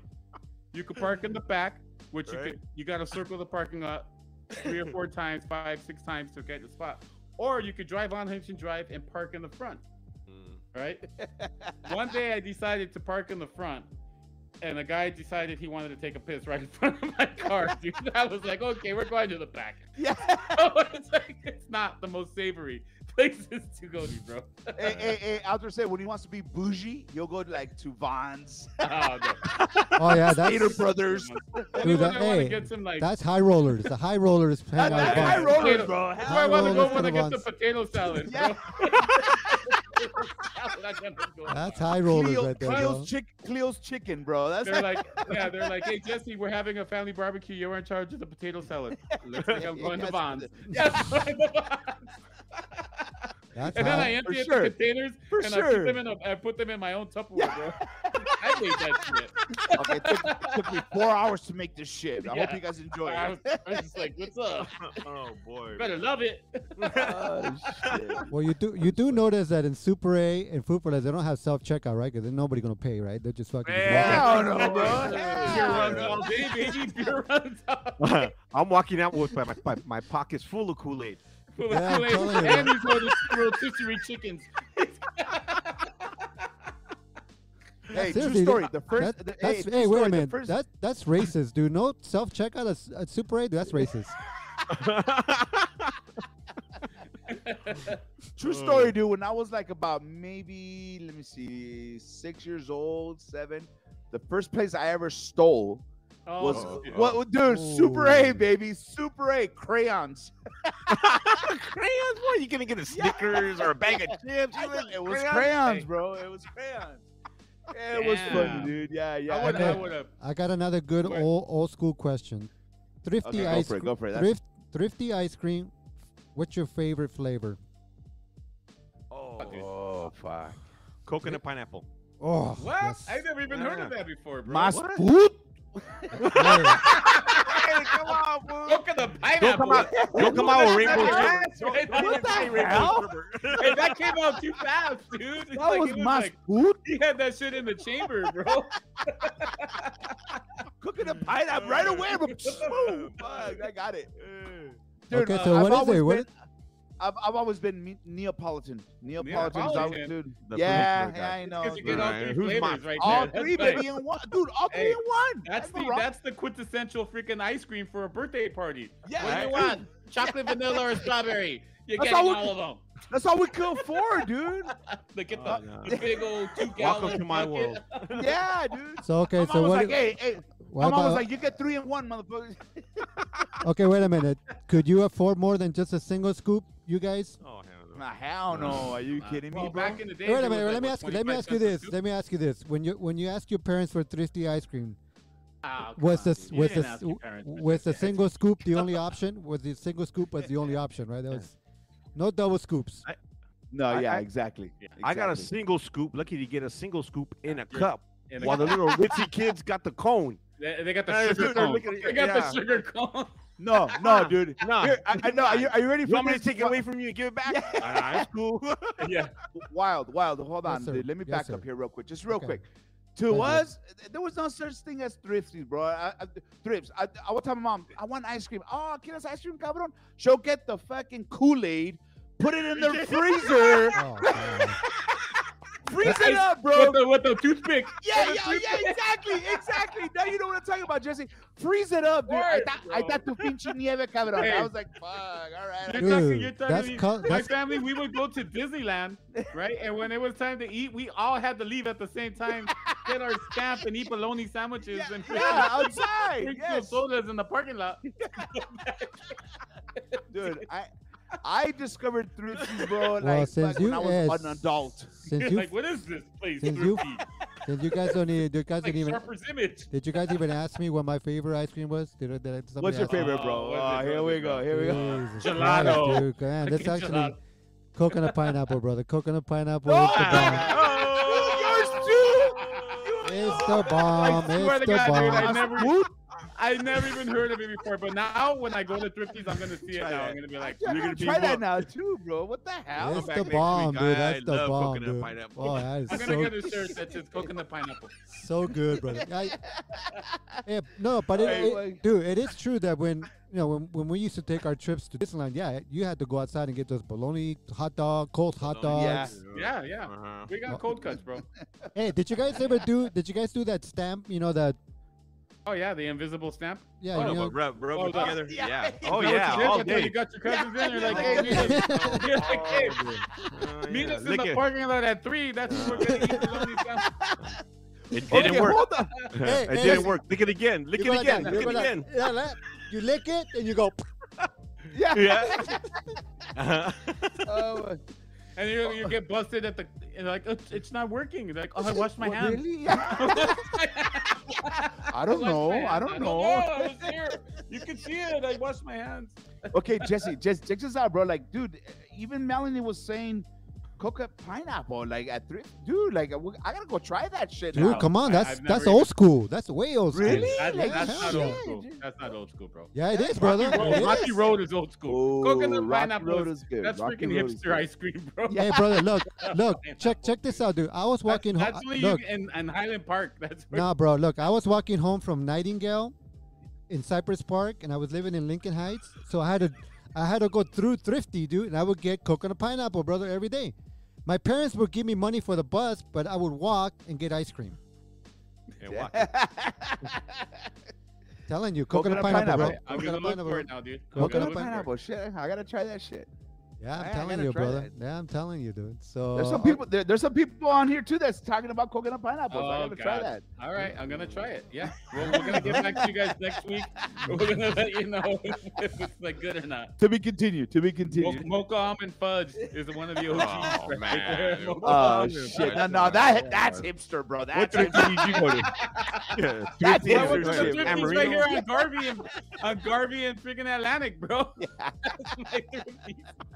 [SPEAKER 2] You can park in the back, which you
[SPEAKER 5] Right.
[SPEAKER 2] could, you got to circle the parking lot three or four times, five, six times to get the spot. Or you could drive on Hudson Drive and park in the front,
[SPEAKER 5] Mm.
[SPEAKER 2] right? One day I decided to park in the front, and a guy decided he wanted to take a piss right in front of my car. Dude, I was like, okay, we're going to the back.
[SPEAKER 4] Yeah.
[SPEAKER 2] it's like it's not the most savory places to go to, bro.
[SPEAKER 4] hey, hey, hey, Alter said when he wants to be bougie, you'll go like to Vons,
[SPEAKER 2] Oh, no.
[SPEAKER 3] Oh yeah, that's
[SPEAKER 4] Stater Brothers.
[SPEAKER 2] Dude,
[SPEAKER 3] Dude,
[SPEAKER 2] that,
[SPEAKER 3] that-
[SPEAKER 2] I want to
[SPEAKER 3] hey,
[SPEAKER 2] get some like. That's
[SPEAKER 3] that's high rollers. The high rollers hang
[SPEAKER 4] That-
[SPEAKER 3] out.
[SPEAKER 4] that
[SPEAKER 2] Vons.
[SPEAKER 4] high
[SPEAKER 3] bunch.
[SPEAKER 4] rollers, bro.
[SPEAKER 2] where I
[SPEAKER 4] Hell,
[SPEAKER 3] High
[SPEAKER 2] want to go
[SPEAKER 3] rollers for
[SPEAKER 2] when I
[SPEAKER 3] the
[SPEAKER 2] get the
[SPEAKER 3] ones.
[SPEAKER 2] potato salad.
[SPEAKER 4] Yeah.
[SPEAKER 2] Bro. That's what I go
[SPEAKER 3] That's
[SPEAKER 2] for.
[SPEAKER 3] high rollers
[SPEAKER 4] Cleo-
[SPEAKER 3] right there, bro.
[SPEAKER 4] Cleo's, chick, Cleo's chicken, bro. That's
[SPEAKER 2] They're like, yeah, they're like, hey Jesse, we're having a family barbecue. You're in charge of the potato salad. Looks like I'm going to
[SPEAKER 4] Yes.
[SPEAKER 2] Bonds. Yes, I'm going to Vons.
[SPEAKER 3] That's
[SPEAKER 2] and then I
[SPEAKER 3] high.
[SPEAKER 2] empty
[SPEAKER 4] For
[SPEAKER 2] out
[SPEAKER 4] sure.
[SPEAKER 2] the containers
[SPEAKER 4] for
[SPEAKER 2] and I put
[SPEAKER 4] sure.
[SPEAKER 2] them in a, I put them in my own Tupperware, bro. I made that shit.
[SPEAKER 4] okay, it took, it took me four hours to make this shit. I hope
[SPEAKER 2] Yeah.
[SPEAKER 4] you guys enjoy
[SPEAKER 2] I was,
[SPEAKER 4] it.
[SPEAKER 2] I was just like, what's up?
[SPEAKER 5] oh boy.
[SPEAKER 2] Better love it.
[SPEAKER 4] Oh, shit.
[SPEAKER 3] Well, you do you do notice that in Super A and Food for Less, they don't have self checkout, right? Because then nobody gonna pay, right? They're just fucking. just walking.
[SPEAKER 5] Yeah.
[SPEAKER 4] Hell no, bro.
[SPEAKER 2] Beer
[SPEAKER 4] Hell
[SPEAKER 2] runs
[SPEAKER 4] no.
[SPEAKER 2] all day, baby. Beer runs all
[SPEAKER 5] I'm walking out with my, my, my pockets full of Kool Aid.
[SPEAKER 2] Full
[SPEAKER 3] Yeah,
[SPEAKER 2] of
[SPEAKER 3] I'm
[SPEAKER 2] Kool-Aid.
[SPEAKER 3] telling you.
[SPEAKER 2] And he's holding rotisserie chickens.
[SPEAKER 4] Hey,
[SPEAKER 3] Seriously,
[SPEAKER 4] true story. The first.
[SPEAKER 3] That-
[SPEAKER 4] the-
[SPEAKER 3] that's,
[SPEAKER 4] true
[SPEAKER 3] hey, wait
[SPEAKER 4] story,
[SPEAKER 3] a
[SPEAKER 4] the
[SPEAKER 3] minute.
[SPEAKER 4] first-
[SPEAKER 3] That that's racist, dude. No self checkout at, at Super A. That's racist.
[SPEAKER 4] True
[SPEAKER 2] Mm.
[SPEAKER 4] story, dude. When I was like about maybe, let me see, six years old, seven, the first place I ever stole
[SPEAKER 2] Oh,
[SPEAKER 4] was
[SPEAKER 5] shit.
[SPEAKER 4] what, what- dude? Super A,
[SPEAKER 3] Ooh.
[SPEAKER 4] baby, Super A crayons.
[SPEAKER 5] crayons? What? You gonna get a Snickers or a bag of chips? You like
[SPEAKER 4] It was
[SPEAKER 5] crayons?
[SPEAKER 4] crayons, bro. It was crayons. Yeah, it was
[SPEAKER 2] Damn.
[SPEAKER 4] funny, dude. Yeah, yeah.
[SPEAKER 2] I would
[SPEAKER 3] I
[SPEAKER 2] I
[SPEAKER 3] know.
[SPEAKER 2] would have.
[SPEAKER 3] I got another good
[SPEAKER 2] Where?
[SPEAKER 3] old old school question. Thrifty
[SPEAKER 4] Okay, go
[SPEAKER 3] ice
[SPEAKER 4] for it. Go for it. That's-
[SPEAKER 3] thrift, thrifty ice cream. What's your favorite flavor?
[SPEAKER 5] Oh,
[SPEAKER 4] Oh fuck.
[SPEAKER 5] coconut pineapple.
[SPEAKER 3] Oh,
[SPEAKER 2] What?
[SPEAKER 3] yes.
[SPEAKER 2] I never even heard of
[SPEAKER 5] Yeah.
[SPEAKER 2] that before, bro.
[SPEAKER 4] Mas
[SPEAKER 5] What?
[SPEAKER 4] food?
[SPEAKER 3] Yeah.
[SPEAKER 5] hey, come on, fool.
[SPEAKER 2] Look at the
[SPEAKER 5] Don't
[SPEAKER 2] pineapple.
[SPEAKER 5] come out. Don't come out with rainbow sugar.
[SPEAKER 2] That's right.
[SPEAKER 5] Don't come out with rainbow
[SPEAKER 4] hell?
[SPEAKER 5] sugar.
[SPEAKER 2] Hey, that came out too fast, dude. It's
[SPEAKER 4] That
[SPEAKER 2] like,
[SPEAKER 4] was
[SPEAKER 2] it
[SPEAKER 4] mas
[SPEAKER 2] like-
[SPEAKER 4] food.
[SPEAKER 2] he had that shit in the chamber, bro.
[SPEAKER 4] Cooking a pineapple right away. But boom, fuck, I got it. Dude,
[SPEAKER 3] Okay,
[SPEAKER 4] uh,
[SPEAKER 3] so
[SPEAKER 4] I've
[SPEAKER 3] what is
[SPEAKER 4] always
[SPEAKER 3] it? What
[SPEAKER 4] been- I've, I've always been me- Neapolitan. Neapolitan. is always-
[SPEAKER 2] Neapolitan.
[SPEAKER 4] dude.
[SPEAKER 5] The
[SPEAKER 4] Yeah,
[SPEAKER 5] food
[SPEAKER 4] yeah, I know.
[SPEAKER 2] Because you get
[SPEAKER 4] dude.
[SPEAKER 2] all
[SPEAKER 5] Alright,
[SPEAKER 2] three
[SPEAKER 5] who's
[SPEAKER 2] flavors
[SPEAKER 5] mine?
[SPEAKER 2] right
[SPEAKER 4] all
[SPEAKER 2] there.
[SPEAKER 4] three,
[SPEAKER 2] That's
[SPEAKER 4] baby, in one. Dude, all three
[SPEAKER 2] Hey,
[SPEAKER 4] in one.
[SPEAKER 2] That's
[SPEAKER 4] Ain't no
[SPEAKER 2] the
[SPEAKER 4] wrong-
[SPEAKER 2] that's the quintessential freaking ice cream for a birthday party.
[SPEAKER 4] Yeah,
[SPEAKER 2] What do you
[SPEAKER 4] dude,
[SPEAKER 2] want? Chocolate, vanilla, or strawberry? You're
[SPEAKER 4] That's
[SPEAKER 2] getting
[SPEAKER 4] all we-
[SPEAKER 2] all of them.
[SPEAKER 4] That's all we could afford, dude.
[SPEAKER 2] Look at the,
[SPEAKER 5] Oh, no.
[SPEAKER 2] the big old two gallon.
[SPEAKER 5] Welcome to my
[SPEAKER 2] bucket.
[SPEAKER 5] world.
[SPEAKER 4] Yeah, dude.
[SPEAKER 3] So okay,
[SPEAKER 4] My
[SPEAKER 3] so
[SPEAKER 4] mom was
[SPEAKER 3] what?
[SPEAKER 4] like, hey, hey.
[SPEAKER 3] what
[SPEAKER 4] My mom was
[SPEAKER 3] about-
[SPEAKER 4] like, you get three in one, motherfucker.
[SPEAKER 3] okay, wait a minute. Could you afford more than just a single scoop, you guys?
[SPEAKER 5] Oh, hell no.
[SPEAKER 4] Nah, hell no. Are you kidding
[SPEAKER 2] Well,
[SPEAKER 4] me, bro?
[SPEAKER 2] back in the day,
[SPEAKER 3] Hey, wait
[SPEAKER 2] there
[SPEAKER 3] a
[SPEAKER 2] was
[SPEAKER 3] minute.
[SPEAKER 2] like,
[SPEAKER 3] let me
[SPEAKER 2] what,
[SPEAKER 3] ask you. Let me
[SPEAKER 2] 25
[SPEAKER 3] ask you
[SPEAKER 2] cents a
[SPEAKER 3] this.
[SPEAKER 2] scoop?
[SPEAKER 3] Let me ask you this. When you when you ask your parents for thrifty ice cream,
[SPEAKER 2] Ah, come
[SPEAKER 3] was
[SPEAKER 2] on,
[SPEAKER 3] this
[SPEAKER 2] dude. You
[SPEAKER 3] was
[SPEAKER 2] didn't
[SPEAKER 3] this
[SPEAKER 2] ask your parents for
[SPEAKER 3] was the
[SPEAKER 2] this.
[SPEAKER 3] single scoop the only option? Was the single scoop was the only option, right? That was no double scoops.
[SPEAKER 4] No,
[SPEAKER 5] I-
[SPEAKER 4] yeah,
[SPEAKER 5] I-
[SPEAKER 4] exactly.
[SPEAKER 5] I got a
[SPEAKER 4] Exactly.
[SPEAKER 5] single scoop. Lucky to get a single scoop in a
[SPEAKER 2] Yeah.
[SPEAKER 5] cup.
[SPEAKER 2] And
[SPEAKER 5] While the little ritzy kids got the cone.
[SPEAKER 2] They, they got the
[SPEAKER 5] Hey,
[SPEAKER 2] sugar
[SPEAKER 5] dude, they're
[SPEAKER 2] cone.
[SPEAKER 5] looking at-
[SPEAKER 2] They got
[SPEAKER 5] yeah.
[SPEAKER 2] the sugar cone.
[SPEAKER 4] No, no, dude.
[SPEAKER 5] Nah.
[SPEAKER 4] Here, I, I know. Are you, are you ready
[SPEAKER 5] You
[SPEAKER 4] for
[SPEAKER 5] want me to
[SPEAKER 4] this?
[SPEAKER 5] take it away from you and give it back?
[SPEAKER 4] Yeah.
[SPEAKER 5] Nah, nah, it's cool.
[SPEAKER 2] yeah.
[SPEAKER 4] Wild, wild. Hold
[SPEAKER 3] Yes,
[SPEAKER 4] on,
[SPEAKER 3] sir.
[SPEAKER 4] dude. Let me
[SPEAKER 3] Yes,
[SPEAKER 4] back
[SPEAKER 3] sir.
[SPEAKER 4] up here real quick. Just real
[SPEAKER 3] Okay.
[SPEAKER 4] quick.
[SPEAKER 3] Thank
[SPEAKER 4] To
[SPEAKER 3] you.
[SPEAKER 4] us, th- there was no such thing as thrifty, bro. I, I, thrifts. I, I would tell my mom, I want ice cream. Oh, quieres ice cream, cabrón? She'll get the fucking Kool Aid, put it in the freezer,
[SPEAKER 3] Oh, man.
[SPEAKER 4] freeze
[SPEAKER 2] Ice-
[SPEAKER 4] it up, bro.
[SPEAKER 2] With the, with the toothpick.
[SPEAKER 4] Yeah,
[SPEAKER 2] with
[SPEAKER 4] yeah,
[SPEAKER 2] the
[SPEAKER 4] yeah, exactly, exactly. Now you know what I'm talking about, Jesse. Freeze it up, dude. I
[SPEAKER 2] Word,
[SPEAKER 4] thought, I
[SPEAKER 2] bro.
[SPEAKER 4] thought tu pinche nieve, cabrón.
[SPEAKER 2] Hey.
[SPEAKER 4] I was like, fuck, all right.
[SPEAKER 2] You're talking,
[SPEAKER 3] Dude,
[SPEAKER 2] you're
[SPEAKER 3] that's
[SPEAKER 2] talking,
[SPEAKER 3] col-
[SPEAKER 2] my
[SPEAKER 3] that's-
[SPEAKER 2] family, we would go to Disneyland, right? And when it was time to eat, we all had to leave at the same time, get our stamp and eat bologna sandwiches
[SPEAKER 4] Yeah,
[SPEAKER 2] and
[SPEAKER 4] yeah,
[SPEAKER 2] drink
[SPEAKER 4] outside.
[SPEAKER 2] some
[SPEAKER 4] Yes.
[SPEAKER 2] sodas in the parking lot.
[SPEAKER 4] dude. I I discovered thrifty, bro.
[SPEAKER 3] Well,
[SPEAKER 4] like,
[SPEAKER 3] since
[SPEAKER 4] fuck, when
[SPEAKER 3] you
[SPEAKER 4] I was
[SPEAKER 3] as-
[SPEAKER 4] an adult.
[SPEAKER 3] Since you
[SPEAKER 2] like, what is this place?
[SPEAKER 3] since you-
[SPEAKER 2] Thrifty?
[SPEAKER 3] Then you guys don't need. You guys
[SPEAKER 6] like
[SPEAKER 3] didn't even.
[SPEAKER 6] sharper's image.
[SPEAKER 3] Did you guys even ask me what my favorite ice cream was? Did, I- did I-
[SPEAKER 4] What's
[SPEAKER 3] somebody
[SPEAKER 4] your
[SPEAKER 3] ask me?
[SPEAKER 4] favorite,
[SPEAKER 6] Oh,
[SPEAKER 4] bro?
[SPEAKER 6] what's
[SPEAKER 4] Oh,
[SPEAKER 6] it,
[SPEAKER 4] here
[SPEAKER 6] what's
[SPEAKER 4] we
[SPEAKER 6] it,
[SPEAKER 4] go.
[SPEAKER 6] bro?
[SPEAKER 4] Here we go.
[SPEAKER 3] Jesus
[SPEAKER 6] Gelato.
[SPEAKER 3] Christ, dude. Man, that's
[SPEAKER 6] Fucking
[SPEAKER 3] actually
[SPEAKER 6] gelato.
[SPEAKER 3] coconut pineapple, brother. Coconut pineapple is the bomb.
[SPEAKER 4] Oh,
[SPEAKER 3] It's the bomb.
[SPEAKER 2] I swear
[SPEAKER 3] It's
[SPEAKER 2] to
[SPEAKER 3] the
[SPEAKER 2] God, dude, I
[SPEAKER 3] bomb.
[SPEAKER 2] never,
[SPEAKER 4] Whoop.
[SPEAKER 2] I never even heard of it before. But now, when I go to thrifties, I'm gonna see it
[SPEAKER 5] Try
[SPEAKER 2] now. I'm
[SPEAKER 5] that.
[SPEAKER 2] gonna be like,
[SPEAKER 4] Yeah,
[SPEAKER 2] you're gonna be
[SPEAKER 4] try that
[SPEAKER 2] hooked.
[SPEAKER 4] now too, bro. What the hell?
[SPEAKER 3] It's
[SPEAKER 5] back
[SPEAKER 3] the
[SPEAKER 5] next
[SPEAKER 3] bomb,
[SPEAKER 5] week.
[SPEAKER 3] dude.
[SPEAKER 5] I
[SPEAKER 3] That's the
[SPEAKER 5] love
[SPEAKER 3] bomb,
[SPEAKER 5] coconut
[SPEAKER 3] dude.
[SPEAKER 5] pineapple.
[SPEAKER 3] Oh, that
[SPEAKER 2] I'm
[SPEAKER 3] is
[SPEAKER 2] gonna
[SPEAKER 3] so
[SPEAKER 2] get a shirt that says coconut pineapple.
[SPEAKER 3] so good, brother. I, yeah, no, but it,
[SPEAKER 4] Hey,
[SPEAKER 3] it-
[SPEAKER 4] like-
[SPEAKER 3] dude, it is true that when you know when, when we used to take our trips to Disneyland, yeah, you had to go outside and get those bologna hot dog, cold hot dogs.
[SPEAKER 4] yeah.
[SPEAKER 2] Yeah, yeah.
[SPEAKER 5] Uh-huh.
[SPEAKER 2] We got cold cuts, bro.
[SPEAKER 3] Hey, did you guys ever do? Did you guys do that stamp? You know that?
[SPEAKER 2] Oh yeah, the invisible stamp.
[SPEAKER 3] Yeah,
[SPEAKER 5] Oh,
[SPEAKER 3] you know,
[SPEAKER 5] but rub, rub
[SPEAKER 2] Oh,
[SPEAKER 5] it
[SPEAKER 2] yeah.
[SPEAKER 5] together.
[SPEAKER 4] Yeah.
[SPEAKER 5] Yeah. Oh
[SPEAKER 2] You know what
[SPEAKER 5] yeah.
[SPEAKER 2] you did
[SPEAKER 5] All
[SPEAKER 2] with that?
[SPEAKER 5] day.
[SPEAKER 2] You got your cousins in. You're like,
[SPEAKER 4] Yeah.
[SPEAKER 2] hey, meet us, you're like, hey,
[SPEAKER 5] Oh,
[SPEAKER 2] meet
[SPEAKER 5] yeah.
[SPEAKER 2] us in
[SPEAKER 5] Lick
[SPEAKER 2] the
[SPEAKER 5] it.
[SPEAKER 2] parking lot at three. That's when we're gonna eat bologna stamp.
[SPEAKER 5] It didn't
[SPEAKER 4] Okay,
[SPEAKER 5] work.
[SPEAKER 4] hold on.
[SPEAKER 3] Hey,
[SPEAKER 5] it
[SPEAKER 3] hey,
[SPEAKER 5] didn't
[SPEAKER 3] listen.
[SPEAKER 5] work. Lick it again. Lick
[SPEAKER 3] you go
[SPEAKER 5] it
[SPEAKER 3] like
[SPEAKER 5] again.
[SPEAKER 3] that,
[SPEAKER 5] Lick
[SPEAKER 3] you
[SPEAKER 5] it
[SPEAKER 3] go like-
[SPEAKER 5] again.
[SPEAKER 3] yeah, that- you lick it and you go.
[SPEAKER 4] Yeah.
[SPEAKER 5] Yeah. Uh-huh.
[SPEAKER 4] Oh,
[SPEAKER 2] And you you get busted at the and like it's, it's not working. You're like, oh, I washed my
[SPEAKER 4] what,
[SPEAKER 2] hands.
[SPEAKER 4] Really? I don't know. I don't know.
[SPEAKER 2] I was here. You can see it. I washed my hands.
[SPEAKER 4] Okay, Jesse, just check this out, bro. Like, dude, even Melanie was saying coconut pineapple, like at three, dude. Like, I w- I gotta go try that shit.
[SPEAKER 3] Dude,
[SPEAKER 4] now.
[SPEAKER 3] come on,
[SPEAKER 2] I-
[SPEAKER 3] that's
[SPEAKER 2] I've never
[SPEAKER 3] that's
[SPEAKER 2] even-
[SPEAKER 3] old school. That's way old school.
[SPEAKER 4] Really?
[SPEAKER 2] That-
[SPEAKER 4] Like,
[SPEAKER 2] that's
[SPEAKER 3] hell
[SPEAKER 2] not
[SPEAKER 3] yeah,
[SPEAKER 2] old school.
[SPEAKER 4] dude.
[SPEAKER 2] That's not old school, bro.
[SPEAKER 3] Yeah, it
[SPEAKER 4] That's
[SPEAKER 3] is, brother.
[SPEAKER 2] Rocky Road,
[SPEAKER 3] It
[SPEAKER 2] Rocky
[SPEAKER 3] is.
[SPEAKER 2] Road is old school. Coconut
[SPEAKER 4] Rocky
[SPEAKER 2] pineapple
[SPEAKER 4] Road
[SPEAKER 2] is-
[SPEAKER 4] is good.
[SPEAKER 2] That's
[SPEAKER 4] Rocky
[SPEAKER 2] freaking
[SPEAKER 4] Road is
[SPEAKER 2] hipster
[SPEAKER 4] good.
[SPEAKER 2] ice cream, bro.
[SPEAKER 4] Yeah.
[SPEAKER 3] Hey, brother, look, look, check
[SPEAKER 2] Pineapple.
[SPEAKER 3] check this out, dude. I was
[SPEAKER 2] That's,
[SPEAKER 3] walking home.
[SPEAKER 2] that's where you
[SPEAKER 3] Look,
[SPEAKER 2] in, in Highland Park. That's where
[SPEAKER 3] nah, bro. Look, I was walking home from Nightingale in Cypress Park, and I was living in Lincoln Heights, so I had to, I had to go through Thrifty, dude, and I would get coconut pineapple, brother, every day. My parents would give me money for the bus, but I would walk and get ice cream.
[SPEAKER 5] And walk.
[SPEAKER 3] Telling you, coconut,
[SPEAKER 4] Coconut
[SPEAKER 3] pineapple,
[SPEAKER 4] pineapple.
[SPEAKER 3] bro.
[SPEAKER 2] I'm gonna
[SPEAKER 3] Coconut
[SPEAKER 2] look
[SPEAKER 3] pineapple.
[SPEAKER 2] for it now, dude. I'm gonna
[SPEAKER 4] coconut
[SPEAKER 2] look for it.
[SPEAKER 4] pineapple. Shit, I gotta try that shit.
[SPEAKER 3] Yeah, I'm
[SPEAKER 4] I- I
[SPEAKER 3] telling
[SPEAKER 4] gotta
[SPEAKER 3] you,
[SPEAKER 4] try
[SPEAKER 3] brother.
[SPEAKER 4] that.
[SPEAKER 3] Yeah, I'm telling you, dude. So
[SPEAKER 4] There's some
[SPEAKER 3] uh,
[SPEAKER 4] people. There, there's some people on here too that's talking about coconut pineapples. I
[SPEAKER 2] Oh,
[SPEAKER 4] gotta try
[SPEAKER 2] God.
[SPEAKER 4] that.
[SPEAKER 2] All right, I'm gonna try it. Yeah, we're, we're gonna get back to you guys next week. We're gonna let you know if it's like good or not.
[SPEAKER 4] To be continued. To be
[SPEAKER 2] Mo-
[SPEAKER 4] continued.
[SPEAKER 2] Mocha almond fudge is one of the OGs.
[SPEAKER 5] Oh,
[SPEAKER 2] right
[SPEAKER 5] man.
[SPEAKER 2] there. Mocha
[SPEAKER 4] Oh
[SPEAKER 2] almond
[SPEAKER 4] shit!
[SPEAKER 2] fudge.
[SPEAKER 4] No, no, that that's hipster, bro.
[SPEAKER 5] What
[SPEAKER 4] That's
[SPEAKER 5] did
[SPEAKER 4] hipster.
[SPEAKER 5] you go to? Yeah,
[SPEAKER 4] That's
[SPEAKER 5] thrifty
[SPEAKER 2] Yeah,
[SPEAKER 4] what
[SPEAKER 5] and
[SPEAKER 2] we're
[SPEAKER 4] was
[SPEAKER 5] thrift
[SPEAKER 4] the
[SPEAKER 5] shop.
[SPEAKER 4] difference
[SPEAKER 2] doing
[SPEAKER 5] Amarillo.
[SPEAKER 2] thrifties right here on Garvey and on Garvey and freaking Atlantic, bro.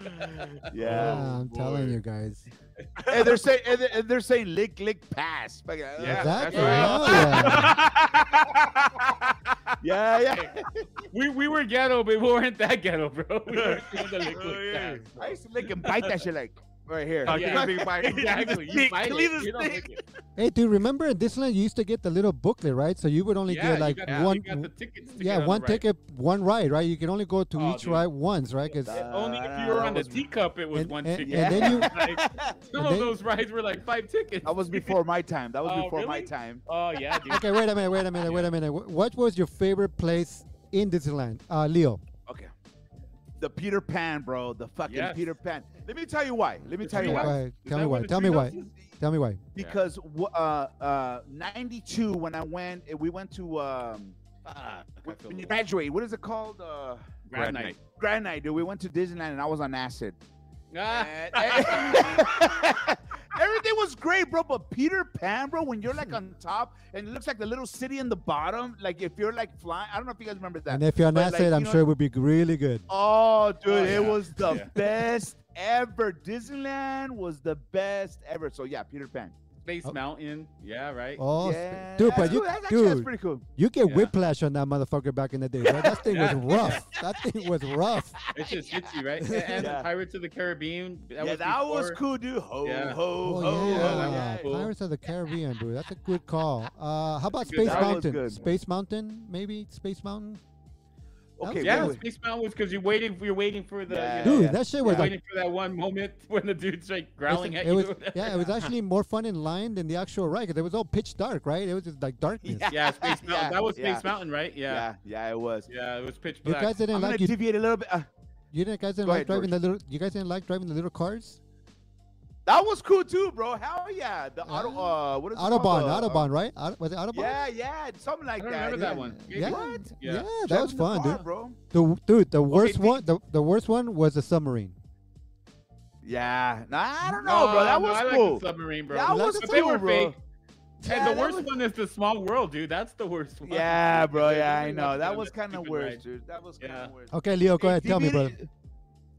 [SPEAKER 3] yeah,
[SPEAKER 4] yeah.
[SPEAKER 3] I'm telling you guys.
[SPEAKER 4] and they're saying and they're, and they're saying lick lick pass. Like, uh,
[SPEAKER 5] Yeah, that's
[SPEAKER 3] exactly.
[SPEAKER 5] right.
[SPEAKER 3] hell yeah.
[SPEAKER 4] yeah, yeah.
[SPEAKER 2] we we were ghetto, but we weren't that ghetto, bro. We were doing the lick,
[SPEAKER 5] Oh,
[SPEAKER 2] lick
[SPEAKER 5] yeah.
[SPEAKER 2] tax, bro.
[SPEAKER 4] I used to lick and bite that shit like right here.
[SPEAKER 5] Oh, give me
[SPEAKER 2] Yeah.
[SPEAKER 5] a big bite.
[SPEAKER 2] Exactly. You
[SPEAKER 5] Sneak,
[SPEAKER 2] bite
[SPEAKER 5] leave
[SPEAKER 2] it.
[SPEAKER 5] the
[SPEAKER 2] You don't
[SPEAKER 5] sneak.
[SPEAKER 2] lick it.
[SPEAKER 3] Hey, dude, remember in Disneyland you used to get the little booklet, right? So you would only
[SPEAKER 2] Yeah,
[SPEAKER 3] get like
[SPEAKER 2] you got,
[SPEAKER 3] one,
[SPEAKER 2] You got the tickets to
[SPEAKER 3] yeah,
[SPEAKER 2] get on
[SPEAKER 3] one
[SPEAKER 2] the ride.
[SPEAKER 3] ticket, one ride, right? You can only go to
[SPEAKER 2] Oh,
[SPEAKER 3] each
[SPEAKER 2] dude.
[SPEAKER 3] ride once, right? 'Cause-
[SPEAKER 4] That-
[SPEAKER 2] Only if you
[SPEAKER 4] Uh,
[SPEAKER 2] were on
[SPEAKER 4] that
[SPEAKER 2] the
[SPEAKER 4] was-
[SPEAKER 2] teacup, it was
[SPEAKER 3] and,
[SPEAKER 2] one
[SPEAKER 3] and-
[SPEAKER 2] ticket.
[SPEAKER 3] and then you,
[SPEAKER 2] Like, some
[SPEAKER 3] and
[SPEAKER 2] of
[SPEAKER 3] then-
[SPEAKER 2] those rides were like five tickets.
[SPEAKER 4] That was before my time. That was
[SPEAKER 2] Oh,
[SPEAKER 4] before my
[SPEAKER 2] really?
[SPEAKER 4] time.
[SPEAKER 2] Oh yeah, dude.
[SPEAKER 3] okay, wait a minute, wait a minute, wait a minute. Wh- What was your favorite place in Disneyland, uh, Leo?
[SPEAKER 4] Okay. The Peter Pan, bro. The fucking
[SPEAKER 2] Yes.
[SPEAKER 4] Peter Pan. Let me tell you why. Let me tell you
[SPEAKER 2] Three
[SPEAKER 3] Tell
[SPEAKER 4] why.
[SPEAKER 3] me
[SPEAKER 2] houses?
[SPEAKER 3] why.
[SPEAKER 2] Is
[SPEAKER 3] Tell me
[SPEAKER 2] that where
[SPEAKER 3] why.
[SPEAKER 2] the
[SPEAKER 3] Tell me
[SPEAKER 2] tree
[SPEAKER 3] why.
[SPEAKER 2] house is?
[SPEAKER 3] Tell me why.
[SPEAKER 4] Because w- uh uh 92 when I went eh, we went to um
[SPEAKER 2] Fuck, I feel
[SPEAKER 4] when you
[SPEAKER 2] old.
[SPEAKER 4] graduate, what is it called? Uh
[SPEAKER 2] Grad
[SPEAKER 5] Grad
[SPEAKER 2] night.
[SPEAKER 5] night.
[SPEAKER 4] Grand Night, dude. We went to Disneyland and I was on acid.
[SPEAKER 2] Ah,
[SPEAKER 4] And- and- Everything was great, bro. But Peter Pan, bro, when you're like on top and it looks like the little city in the bottom, like if you're like flying, I don't know if you guys remember that.
[SPEAKER 3] And if you're
[SPEAKER 4] But,
[SPEAKER 3] not
[SPEAKER 4] like,
[SPEAKER 3] said,
[SPEAKER 4] you
[SPEAKER 3] I'm
[SPEAKER 4] know-
[SPEAKER 3] sure it would be g- really good.
[SPEAKER 4] Oh, dude,
[SPEAKER 2] Oh, yeah.
[SPEAKER 4] it was the
[SPEAKER 2] Yeah.
[SPEAKER 4] best ever. Disneyland was the best ever. So yeah, Peter Pan.
[SPEAKER 2] Space
[SPEAKER 3] Oh.
[SPEAKER 2] Mountain. Yeah, right.
[SPEAKER 3] Oh, s-
[SPEAKER 4] yeah,
[SPEAKER 3] dude,
[SPEAKER 4] that's
[SPEAKER 3] but you,
[SPEAKER 4] cool. that's actually- that's
[SPEAKER 3] dude,
[SPEAKER 4] pretty cool.
[SPEAKER 3] you get
[SPEAKER 2] Yeah.
[SPEAKER 3] whiplash on that motherfucker back in the day. Right? That thing was rough. That thing was rough.
[SPEAKER 2] It's just itchy, right? And, and
[SPEAKER 4] Yeah.
[SPEAKER 2] Pirates of the Caribbean. That
[SPEAKER 4] yeah,
[SPEAKER 2] was
[SPEAKER 4] that was
[SPEAKER 2] before-
[SPEAKER 4] cool, dude. Ho,
[SPEAKER 2] Yeah.
[SPEAKER 4] ho,
[SPEAKER 3] Oh,
[SPEAKER 4] ho.
[SPEAKER 3] yeah.
[SPEAKER 4] ho.
[SPEAKER 2] that was cool.
[SPEAKER 3] Pirates of the Caribbean, dude. That's a good call. Uh, how about
[SPEAKER 2] That's a good-
[SPEAKER 3] Space
[SPEAKER 4] that was
[SPEAKER 3] Mountain?
[SPEAKER 4] good.
[SPEAKER 3] Space Mountain, maybe Space Mountain.
[SPEAKER 4] Okay,
[SPEAKER 2] Yeah,
[SPEAKER 4] wait, wait.
[SPEAKER 2] Space Mountain was because you're waiting. You're waiting for the.
[SPEAKER 4] Yeah.
[SPEAKER 2] You know,
[SPEAKER 3] Dude, that shit was
[SPEAKER 4] Yeah.
[SPEAKER 3] like.
[SPEAKER 2] waiting for that one moment when the dude's like
[SPEAKER 3] it's-
[SPEAKER 2] growling at
[SPEAKER 3] it
[SPEAKER 2] you.
[SPEAKER 3] was, yeah, it was actually more fun in line than the actual ride 'cause it was all pitch dark, right? It was just like darkness.
[SPEAKER 4] Yeah.
[SPEAKER 2] Yeah, Space Mountain.
[SPEAKER 4] Yeah,
[SPEAKER 2] That was
[SPEAKER 4] yeah.
[SPEAKER 2] Space Mountain, right?
[SPEAKER 4] yeah.
[SPEAKER 2] Yeah.
[SPEAKER 4] yeah, it was.
[SPEAKER 2] yeah, It was pitch
[SPEAKER 3] You
[SPEAKER 2] black.
[SPEAKER 3] guys didn't
[SPEAKER 4] I'm gonna
[SPEAKER 3] like you,
[SPEAKER 4] deviate a little bit. Uh,
[SPEAKER 3] you didn't guys didn't
[SPEAKER 4] Go
[SPEAKER 3] like
[SPEAKER 4] ahead,
[SPEAKER 3] driving
[SPEAKER 4] George.
[SPEAKER 3] the little you guys didn't like driving the little cars?
[SPEAKER 4] that was cool too, bro. Hell yeah, the auto.
[SPEAKER 3] Yeah.
[SPEAKER 4] Uh, what is it called?
[SPEAKER 3] Autobahn,
[SPEAKER 4] Uh, uh,
[SPEAKER 3] Autobahn, right? Aut- was it Autobahn?
[SPEAKER 4] Yeah, yeah, something
[SPEAKER 2] I
[SPEAKER 4] like
[SPEAKER 2] don't
[SPEAKER 4] that.
[SPEAKER 2] remember
[SPEAKER 4] yeah.
[SPEAKER 2] that one.
[SPEAKER 3] Yeah,
[SPEAKER 4] What?
[SPEAKER 3] yeah,
[SPEAKER 2] Yeah.
[SPEAKER 3] that
[SPEAKER 4] Driving
[SPEAKER 3] was
[SPEAKER 4] the
[SPEAKER 3] fun,
[SPEAKER 4] car,
[SPEAKER 3] dude.
[SPEAKER 4] bro.
[SPEAKER 3] The dude, the worst
[SPEAKER 2] did-
[SPEAKER 3] one, the, the worst one was the submarine.
[SPEAKER 4] Yeah, nah, I don't know, bro. That
[SPEAKER 2] No,
[SPEAKER 4] was
[SPEAKER 2] Uh, I like
[SPEAKER 4] cool.
[SPEAKER 2] the submarine, bro.
[SPEAKER 4] That
[SPEAKER 3] was
[SPEAKER 2] but they
[SPEAKER 4] cool,
[SPEAKER 2] were
[SPEAKER 4] bro.
[SPEAKER 2] fake.
[SPEAKER 4] Yeah,
[SPEAKER 2] and
[SPEAKER 4] that
[SPEAKER 2] the worst
[SPEAKER 4] was-
[SPEAKER 2] one is the small world, dude. That's the worst one.
[SPEAKER 4] Yeah, bro. Yeah, I
[SPEAKER 2] That's
[SPEAKER 4] know. That
[SPEAKER 2] gonna
[SPEAKER 4] was kind of
[SPEAKER 2] keep it
[SPEAKER 4] worse,
[SPEAKER 2] right.
[SPEAKER 4] dude. That was kind
[SPEAKER 2] Yeah.
[SPEAKER 4] of worse.
[SPEAKER 3] Okay, Leo, Oh, go ahead. Tell me, brother.
[SPEAKER 4] Deviating-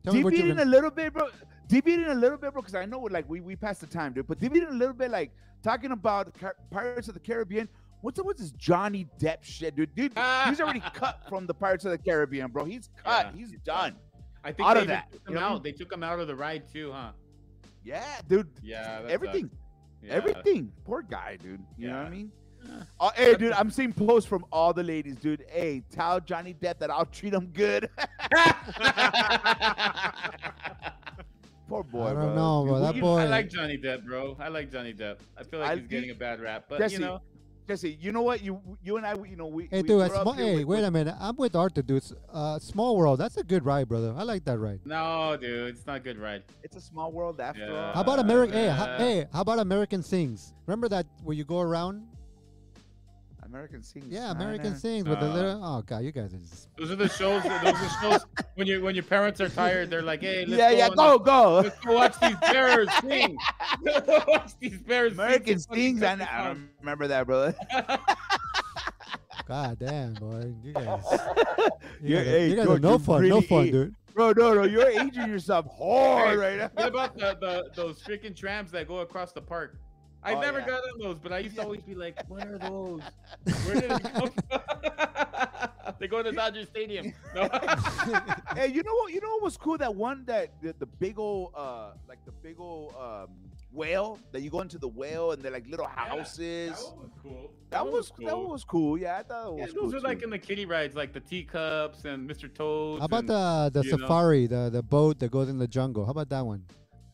[SPEAKER 3] Tell me what you've
[SPEAKER 4] deviating
[SPEAKER 3] been.
[SPEAKER 4] a little bit, bro. Deviating a little bit, bro, because I know like we we passed the time, dude. But deviating a little bit, like talking about Car- Pirates of the Caribbean. What's up with this Johnny Depp shit, dude? Dude, he's already cut from the Pirates of the Caribbean, bro. He's cut.
[SPEAKER 2] Yeah,
[SPEAKER 4] he's
[SPEAKER 2] he's
[SPEAKER 4] done.
[SPEAKER 2] done. I think
[SPEAKER 4] Out
[SPEAKER 2] they
[SPEAKER 4] of
[SPEAKER 2] even
[SPEAKER 4] that,
[SPEAKER 2] Took
[SPEAKER 4] you
[SPEAKER 2] him
[SPEAKER 4] know?
[SPEAKER 2] out. They took him out of the ride too, huh?
[SPEAKER 4] Yeah, dude.
[SPEAKER 2] Yeah. that
[SPEAKER 4] everything,
[SPEAKER 2] sucks. Yeah.
[SPEAKER 4] everything. Poor guy, dude. You know what I
[SPEAKER 2] Yeah.
[SPEAKER 4] mean?
[SPEAKER 2] Yeah.
[SPEAKER 4] Oh, hey, dude, I'm seeing posts from all the ladies, dude. Hey, tell Johnny Depp that I'll treat him good. Poor boy.
[SPEAKER 3] I don't
[SPEAKER 4] bro.
[SPEAKER 3] know, bro.
[SPEAKER 4] Dude,
[SPEAKER 3] That
[SPEAKER 2] You-
[SPEAKER 3] boy.
[SPEAKER 2] I like Johnny Depp, bro. I like Johnny Depp. I feel like
[SPEAKER 4] I
[SPEAKER 2] he's getting a
[SPEAKER 4] think-
[SPEAKER 2] bad rap, but
[SPEAKER 4] Jesse,
[SPEAKER 2] you know,
[SPEAKER 4] Jesse, you know what? You you and I, we- you know, we.
[SPEAKER 3] Hey,
[SPEAKER 4] we
[SPEAKER 3] dude,
[SPEAKER 4] grew
[SPEAKER 3] a
[SPEAKER 4] up
[SPEAKER 3] small,
[SPEAKER 4] here
[SPEAKER 3] hey,
[SPEAKER 4] with-
[SPEAKER 3] wait a minute. I'm with Arthur, dude. S- Uh, small World. That's a good ride, brother. I like that ride.
[SPEAKER 2] no, dude, it's not good, right?
[SPEAKER 4] It's a small world after
[SPEAKER 2] Yeah.
[SPEAKER 3] How
[SPEAKER 4] all.
[SPEAKER 3] about American? hey, how,
[SPEAKER 2] Uh,
[SPEAKER 3] hey, how about American Sings? Remember that where you go around?
[SPEAKER 4] American scenes.
[SPEAKER 3] Yeah, American Sings with the
[SPEAKER 2] Uh,
[SPEAKER 3] little. Oh God, you guys are just.
[SPEAKER 2] Those are the shows. Those are shows when you when your parents are tired, they're like, "Hey, let's
[SPEAKER 4] yeah,
[SPEAKER 2] go
[SPEAKER 4] yeah,
[SPEAKER 2] on
[SPEAKER 4] go, go.
[SPEAKER 2] the- let's go watch these bears sing. Let's go watch these bears sing
[SPEAKER 4] American
[SPEAKER 2] some fucking
[SPEAKER 4] scenes. I,
[SPEAKER 2] country
[SPEAKER 4] I
[SPEAKER 2] songs."
[SPEAKER 4] don't remember that, brother.
[SPEAKER 3] God damn, boy, you guys.
[SPEAKER 4] You're-
[SPEAKER 3] You guys, are-
[SPEAKER 4] hey,
[SPEAKER 3] you guys
[SPEAKER 4] George,
[SPEAKER 3] are no
[SPEAKER 4] you're
[SPEAKER 3] fun, no
[SPEAKER 4] pretty
[SPEAKER 3] fun,
[SPEAKER 4] E.
[SPEAKER 3] dude.
[SPEAKER 4] Bro, no, no, you're aging yourself hard
[SPEAKER 2] Hey,
[SPEAKER 4] right now.
[SPEAKER 2] What about the, the those freaking trams that go across the park? I
[SPEAKER 4] Oh,
[SPEAKER 2] never
[SPEAKER 4] yeah.
[SPEAKER 2] got on those, but I used
[SPEAKER 4] Yeah.
[SPEAKER 2] to always be like, "What are those? Where did they come from?" they go to Dodger Stadium. No.
[SPEAKER 4] hey, you know what? You know what was cool? That one that the, the big old, uh, like the big old um, whale that you go into the whale and they're like little houses.
[SPEAKER 2] That one was cool.
[SPEAKER 4] That was that
[SPEAKER 2] cool.
[SPEAKER 4] was cool. Yeah, I thought it was
[SPEAKER 2] Yeah,
[SPEAKER 4] cool
[SPEAKER 2] those are like
[SPEAKER 4] too.
[SPEAKER 2] in the kiddie rides, like the teacups and Mr. Toad.
[SPEAKER 3] How about the the
[SPEAKER 2] you know.
[SPEAKER 3] safari, the the boat that goes in the jungle? How about that one?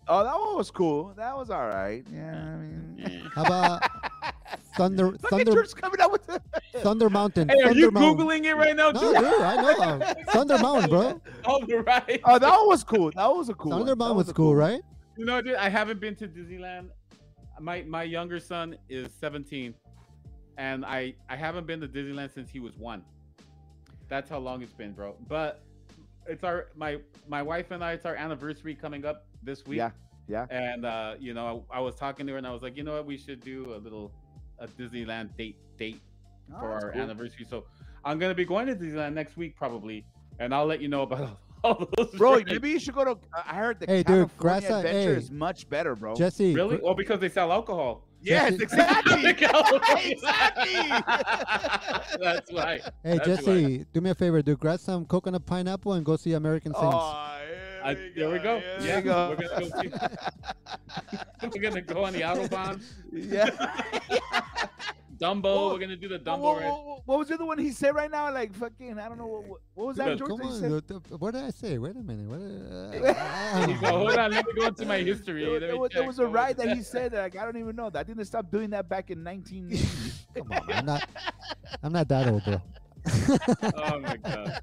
[SPEAKER 4] Oh, that one was cool. That was all right. Yeah, I mean,
[SPEAKER 3] How about Thunder
[SPEAKER 4] fucking
[SPEAKER 3] Thunder
[SPEAKER 4] church coming out with the
[SPEAKER 3] Thunder Mountain?
[SPEAKER 2] Hey, are
[SPEAKER 3] Thunder
[SPEAKER 2] you
[SPEAKER 3] Mountain.
[SPEAKER 2] googling it right now?
[SPEAKER 3] No,
[SPEAKER 2] too?
[SPEAKER 3] dude, I know. uh, Thunder Mountain, bro.
[SPEAKER 2] All the rides.
[SPEAKER 4] Oh, that one was cool. That was a cool. one.
[SPEAKER 3] Thunder
[SPEAKER 4] That
[SPEAKER 3] Mountain
[SPEAKER 4] was
[SPEAKER 3] was
[SPEAKER 4] a
[SPEAKER 3] cool,
[SPEAKER 4] one.
[SPEAKER 3] right?
[SPEAKER 2] You know, dude, I haven't been to Disneyland. My my younger son is 17, and I I haven't been to Disneyland since he was one. That's how long it's been, bro. But it's our my my wife and I. It's our anniversary coming up this week.
[SPEAKER 4] Yeah, yeah.
[SPEAKER 2] And uh, you know, I, I was talking to her, and I was like, you know what, we should do a little a Disneyland date date
[SPEAKER 4] Oh,
[SPEAKER 2] for
[SPEAKER 4] that's
[SPEAKER 2] our
[SPEAKER 4] cool.
[SPEAKER 2] anniversary. So I'm gonna be going to Disneyland next week probably, and I'll let you know about all, all those.
[SPEAKER 4] Bro,
[SPEAKER 2] rides.
[SPEAKER 4] maybe you should go to. I heard the
[SPEAKER 3] Hey, dude,
[SPEAKER 4] California
[SPEAKER 3] Grass Island-
[SPEAKER 4] Adventure
[SPEAKER 3] hey.
[SPEAKER 4] is much better, bro.
[SPEAKER 3] Jesse.
[SPEAKER 2] really?
[SPEAKER 3] gr-
[SPEAKER 2] Well, because they sell alcohol.
[SPEAKER 4] yes,
[SPEAKER 3] Jesse-
[SPEAKER 4] exactly.
[SPEAKER 2] exactly. That's right.
[SPEAKER 3] Hey,
[SPEAKER 2] That's
[SPEAKER 3] Jesse, do me a favor, dude. Grab some coconut pineapple and go see American Saints.
[SPEAKER 4] Oh, here
[SPEAKER 2] I,
[SPEAKER 4] we
[SPEAKER 2] there we go.
[SPEAKER 4] Here
[SPEAKER 2] Yeah,
[SPEAKER 4] we go.
[SPEAKER 2] we're gonna go. see- we're gonna go on the autobahn.
[SPEAKER 4] yeah.
[SPEAKER 2] Dumbo.
[SPEAKER 4] Whoa.
[SPEAKER 2] We're gonna do the
[SPEAKER 4] What,
[SPEAKER 2] Dumbo
[SPEAKER 4] what,
[SPEAKER 2] ride.
[SPEAKER 4] what, what was the other one he said right now? Like fucking, I don't know what. What, what was that?
[SPEAKER 2] Dude,
[SPEAKER 4] George,
[SPEAKER 3] Come
[SPEAKER 4] that you
[SPEAKER 3] on,
[SPEAKER 4] said?
[SPEAKER 3] dude. Th- what did I say? Wait a minute. What? did- uh,
[SPEAKER 2] Here you go. Hold on. Let me go into my history.
[SPEAKER 4] There,
[SPEAKER 2] Let
[SPEAKER 4] there
[SPEAKER 2] me
[SPEAKER 4] was, there
[SPEAKER 2] check. Oh,
[SPEAKER 4] was a
[SPEAKER 2] What
[SPEAKER 4] ride that
[SPEAKER 2] that?
[SPEAKER 4] he said that like, I don't even know. I think they stopped doing that back in 19.
[SPEAKER 3] Come on, man. I'm not. I'm not that old, bro.
[SPEAKER 2] Oh my god.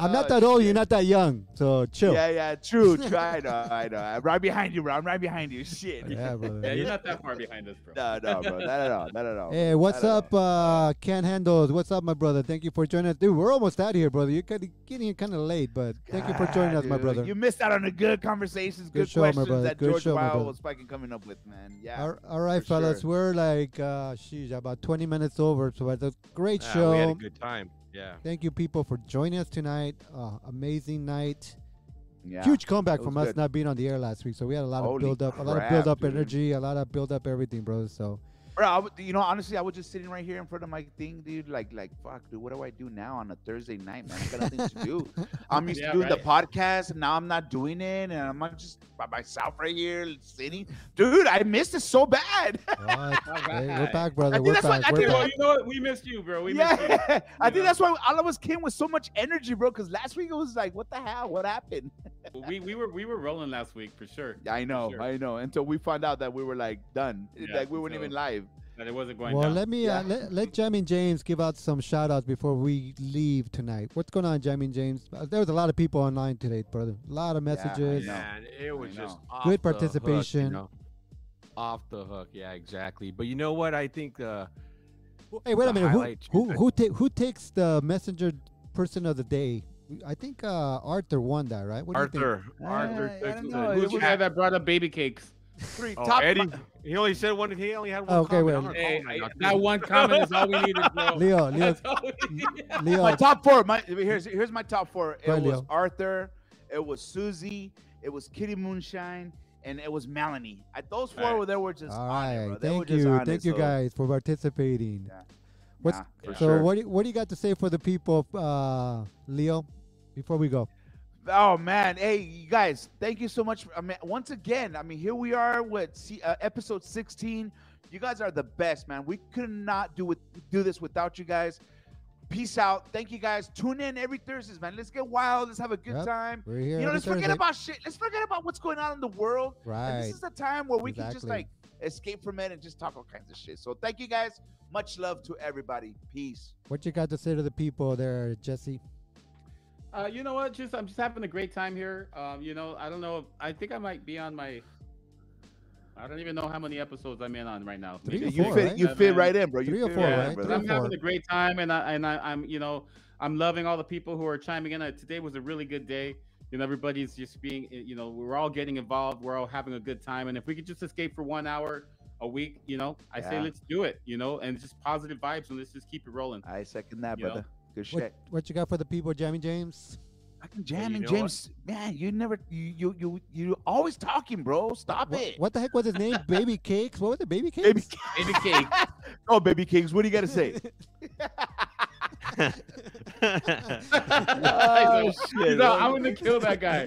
[SPEAKER 3] I'm not
[SPEAKER 4] Oh,
[SPEAKER 3] that old. You're
[SPEAKER 4] shit.
[SPEAKER 3] not that young. So chill.
[SPEAKER 4] Yeah, yeah, true, true. I know, I know. I'm right behind you, bro. I'm right behind you. Shit.
[SPEAKER 3] Yeah, brother.
[SPEAKER 2] Yeah, you're not that far behind us, bro.
[SPEAKER 4] No, no, bro. Not at all. Not at all.
[SPEAKER 3] Hey, what's
[SPEAKER 4] Not at
[SPEAKER 3] up, uh, Can't Handles? What's up, my brother? Thank you for joining us, dude. We're almost out here, brother. You're kinda- getting kind of late, but thank you for joining
[SPEAKER 4] God,
[SPEAKER 3] us, my
[SPEAKER 4] dude,
[SPEAKER 3] brother.
[SPEAKER 4] You missed out on the good conversations, good,
[SPEAKER 3] Good show, my
[SPEAKER 4] questions
[SPEAKER 3] brother.
[SPEAKER 4] that
[SPEAKER 3] Good
[SPEAKER 4] George
[SPEAKER 3] show, my
[SPEAKER 4] Wow
[SPEAKER 3] brother.
[SPEAKER 4] was fucking coming up with, man. Yeah.
[SPEAKER 3] All- all right,
[SPEAKER 4] for
[SPEAKER 3] fellas,
[SPEAKER 4] sure.
[SPEAKER 3] we're like, uh, sheesh, about 20 minutes over. So it's a great
[SPEAKER 5] Ah,
[SPEAKER 3] show.
[SPEAKER 5] we had a good time. Yeah.
[SPEAKER 3] Thank you, people, for joining us tonight. Uh, amazing night.
[SPEAKER 4] yeah.
[SPEAKER 3] Huge comeback
[SPEAKER 4] It
[SPEAKER 3] from
[SPEAKER 4] was
[SPEAKER 3] us
[SPEAKER 4] good.
[SPEAKER 3] not being on the air last week. So we had a lot of
[SPEAKER 4] Holy
[SPEAKER 3] build up, a lot of
[SPEAKER 4] crap,
[SPEAKER 3] build up
[SPEAKER 4] dude.
[SPEAKER 3] energy, a lot of build up everything, bro. So
[SPEAKER 4] Bro, I would, you know, honestly, I was just sitting right here in front of my thing, dude. Like, like, fuck, dude, what do I do now on a Thursday night, man? I got nothing to do. I'm used to
[SPEAKER 2] Yeah,
[SPEAKER 4] doing the podcast, and now I'm not doing it, and I'm not just by myself right here sitting. Dude, I missed it so bad.
[SPEAKER 3] what? Hey, we're
[SPEAKER 2] Alright.
[SPEAKER 3] back,
[SPEAKER 4] I
[SPEAKER 3] brother.
[SPEAKER 4] think
[SPEAKER 3] We're
[SPEAKER 4] that's what-
[SPEAKER 3] back.
[SPEAKER 4] I
[SPEAKER 3] We're
[SPEAKER 2] Hey,
[SPEAKER 4] think
[SPEAKER 3] back.
[SPEAKER 2] well, you know what? We missed you, bro. We missed you.
[SPEAKER 4] yeah, I think
[SPEAKER 2] know?
[SPEAKER 4] that's why all of us came with so much energy, bro. Because last week it was like, what the hell? What happened?
[SPEAKER 2] We we were we were rolling last week for sure.
[SPEAKER 4] Yeah, I know,
[SPEAKER 2] sure.
[SPEAKER 4] I know. Until we found out that we were like done, It-
[SPEAKER 2] Yeah,
[SPEAKER 4] like we weren't
[SPEAKER 2] so-
[SPEAKER 4] even live.
[SPEAKER 2] But it wasn't going
[SPEAKER 3] Well,
[SPEAKER 2] down.
[SPEAKER 3] let me uh,
[SPEAKER 4] Yeah.
[SPEAKER 3] let, let Jamin James give out some shout outs before we leave tonight. What's going on, Jamin James? Uh, there was a lot of people online today, brother. A lot of
[SPEAKER 4] Yeah, I
[SPEAKER 3] messages.
[SPEAKER 4] know.
[SPEAKER 5] Man, it was just
[SPEAKER 4] know.
[SPEAKER 5] off
[SPEAKER 3] Good
[SPEAKER 5] the hook, you
[SPEAKER 3] participation.
[SPEAKER 5] know? Off the hook, yeah, exactly. But you know what? I think uh,
[SPEAKER 3] Hey, wait a
[SPEAKER 5] The
[SPEAKER 3] minute. Who
[SPEAKER 5] highlights,
[SPEAKER 3] who
[SPEAKER 5] dude.
[SPEAKER 3] who, ta- who takes the messenger person of the day? I think uh, Arthur won that, right? What do you think?
[SPEAKER 5] Arthur,
[SPEAKER 4] Uh,
[SPEAKER 5] Arthur,
[SPEAKER 4] I
[SPEAKER 5] took
[SPEAKER 4] don't
[SPEAKER 5] the-
[SPEAKER 4] know, it
[SPEAKER 2] Who's the
[SPEAKER 4] was-
[SPEAKER 2] guy that brought up baby cakes?
[SPEAKER 4] Three
[SPEAKER 5] Oh,
[SPEAKER 4] top
[SPEAKER 5] Eddie.
[SPEAKER 4] five-
[SPEAKER 5] He only said one. He only had one.
[SPEAKER 3] Okay,
[SPEAKER 5] comment.
[SPEAKER 3] wait.
[SPEAKER 5] I'm not
[SPEAKER 2] Hey,
[SPEAKER 5] calling
[SPEAKER 2] I-
[SPEAKER 5] that
[SPEAKER 2] that
[SPEAKER 5] dude.
[SPEAKER 2] one comment is all we needed, bro.
[SPEAKER 3] Leo, Leo,
[SPEAKER 2] That's all we needed.
[SPEAKER 4] my
[SPEAKER 3] Leo.
[SPEAKER 4] top four. My here's here's my top four. It
[SPEAKER 3] Go ahead,
[SPEAKER 4] was
[SPEAKER 3] Leo.
[SPEAKER 4] Arthur, it was Susie, it was Kitty Moonshine, and it was Melanie. I, those four
[SPEAKER 2] Alright.
[SPEAKER 4] were there were just
[SPEAKER 3] All
[SPEAKER 4] on it,
[SPEAKER 3] right,
[SPEAKER 4] bro. They were
[SPEAKER 3] thank
[SPEAKER 4] just
[SPEAKER 3] you,
[SPEAKER 4] on it,
[SPEAKER 3] thank you
[SPEAKER 4] so,
[SPEAKER 3] guys for participating.
[SPEAKER 4] Yeah.
[SPEAKER 3] What's
[SPEAKER 4] nah, for
[SPEAKER 3] so?
[SPEAKER 4] sure.
[SPEAKER 3] What do you, what do you got to say for the people, uh, Leo? Before we go,
[SPEAKER 4] Oh man, hey you guys, thank you so much. I mean, once again, I mean, here we are with see, uh, episode 16. You guys are the best, man. We could not do with do this without you guys. Peace out. Thank you guys. Tune in every Thursdays, man. Let's get wild. Let's have a good
[SPEAKER 3] Yep.
[SPEAKER 4] time.
[SPEAKER 3] we're here.
[SPEAKER 4] You know,
[SPEAKER 3] every
[SPEAKER 4] let's forget
[SPEAKER 3] Thursday.
[SPEAKER 4] about shit. Let's forget about what's going on in the world. And
[SPEAKER 3] right.
[SPEAKER 4] this is the time where we can just
[SPEAKER 3] Exactly.
[SPEAKER 4] like escape from it and just talk all kinds of shit. So thank you guys. Much love to everybody. Peace.
[SPEAKER 3] What you got to say to the people there, Jesse?
[SPEAKER 2] Uh, you know what? Just I'm just having a great time here. Um, you know, I don't know. If, I think I might be on my. I don't even know how many episodes I'm in on right now.
[SPEAKER 3] Three
[SPEAKER 2] Maybe
[SPEAKER 3] or
[SPEAKER 4] You
[SPEAKER 3] four,
[SPEAKER 4] fit
[SPEAKER 3] right?
[SPEAKER 4] you fit
[SPEAKER 2] Seven.
[SPEAKER 4] right in, bro. You
[SPEAKER 3] Three or
[SPEAKER 4] fit
[SPEAKER 3] four,
[SPEAKER 4] right in,
[SPEAKER 2] Yeah,
[SPEAKER 3] right?
[SPEAKER 4] brother.
[SPEAKER 2] but I'm
[SPEAKER 3] Three or
[SPEAKER 2] having
[SPEAKER 3] four.
[SPEAKER 2] a great time, and I and I, I'm you know I'm loving all the people who are chiming in. Uh, Today was a really good day, and everybody's just being eh, you know we're all getting involved, we're all having a good time, and if we could just escape for one hour a week, you know, I say
[SPEAKER 4] Yeah.
[SPEAKER 2] let's do it, you know, and just positive vibes, and let's just keep it rolling.
[SPEAKER 4] I second that,
[SPEAKER 2] You know?
[SPEAKER 4] brother. Good shit.
[SPEAKER 3] What, what you got for the people, Jamie James?
[SPEAKER 4] I can jam
[SPEAKER 5] you
[SPEAKER 4] and
[SPEAKER 5] know what?
[SPEAKER 4] James. Man, you never you you you you always talking, bro. Stop
[SPEAKER 3] What,
[SPEAKER 4] it.
[SPEAKER 3] what the heck was his name? Baby Cakes? What was it? Baby Cakes?
[SPEAKER 4] Baby
[SPEAKER 2] Baby cake.
[SPEAKER 4] Oh, baby kings, what do you gotta say?
[SPEAKER 2] Oh,
[SPEAKER 5] shit.
[SPEAKER 2] No, I'm gonna kill that guy.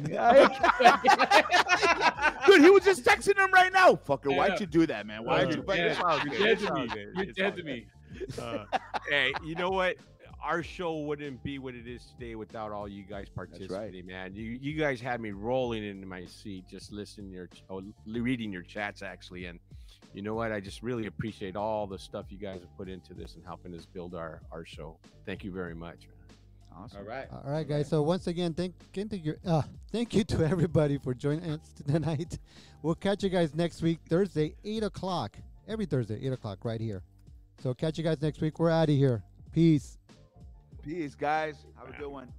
[SPEAKER 4] Dude, he was just texting him right now. Fucker,
[SPEAKER 2] Yeah.
[SPEAKER 4] why'd you do that, man? Why'd
[SPEAKER 2] Yeah.
[SPEAKER 4] you fucking-
[SPEAKER 2] Yeah.
[SPEAKER 5] all
[SPEAKER 2] You're
[SPEAKER 5] good.
[SPEAKER 2] dead
[SPEAKER 5] It's
[SPEAKER 2] to
[SPEAKER 5] all
[SPEAKER 2] me.
[SPEAKER 5] good.
[SPEAKER 2] You're
[SPEAKER 5] It's
[SPEAKER 2] dead
[SPEAKER 5] all
[SPEAKER 2] to me.
[SPEAKER 5] good. Uh, hey, you know what? Our show wouldn't be what it is today without all you guys
[SPEAKER 4] right.
[SPEAKER 5] participating, man. You you guys had me rolling into my seat, just listening to your ch- oh, l- reading your chats actually, and you know what? I just really appreciate all the stuff you guys have put into this and helping us build our our show. Thank you very much. Man.
[SPEAKER 4] Awesome.
[SPEAKER 2] All right.
[SPEAKER 3] All right, guys. So once again, thank thank you, uh, thank you to everybody for joining us tonight. We'll catch you guys next week, Thursday, eight o'clock. Every Thursday, eight o'clock, right here. So catch you guys next week. We're out of here. Peace.
[SPEAKER 4] Peace, guys. Have a good one.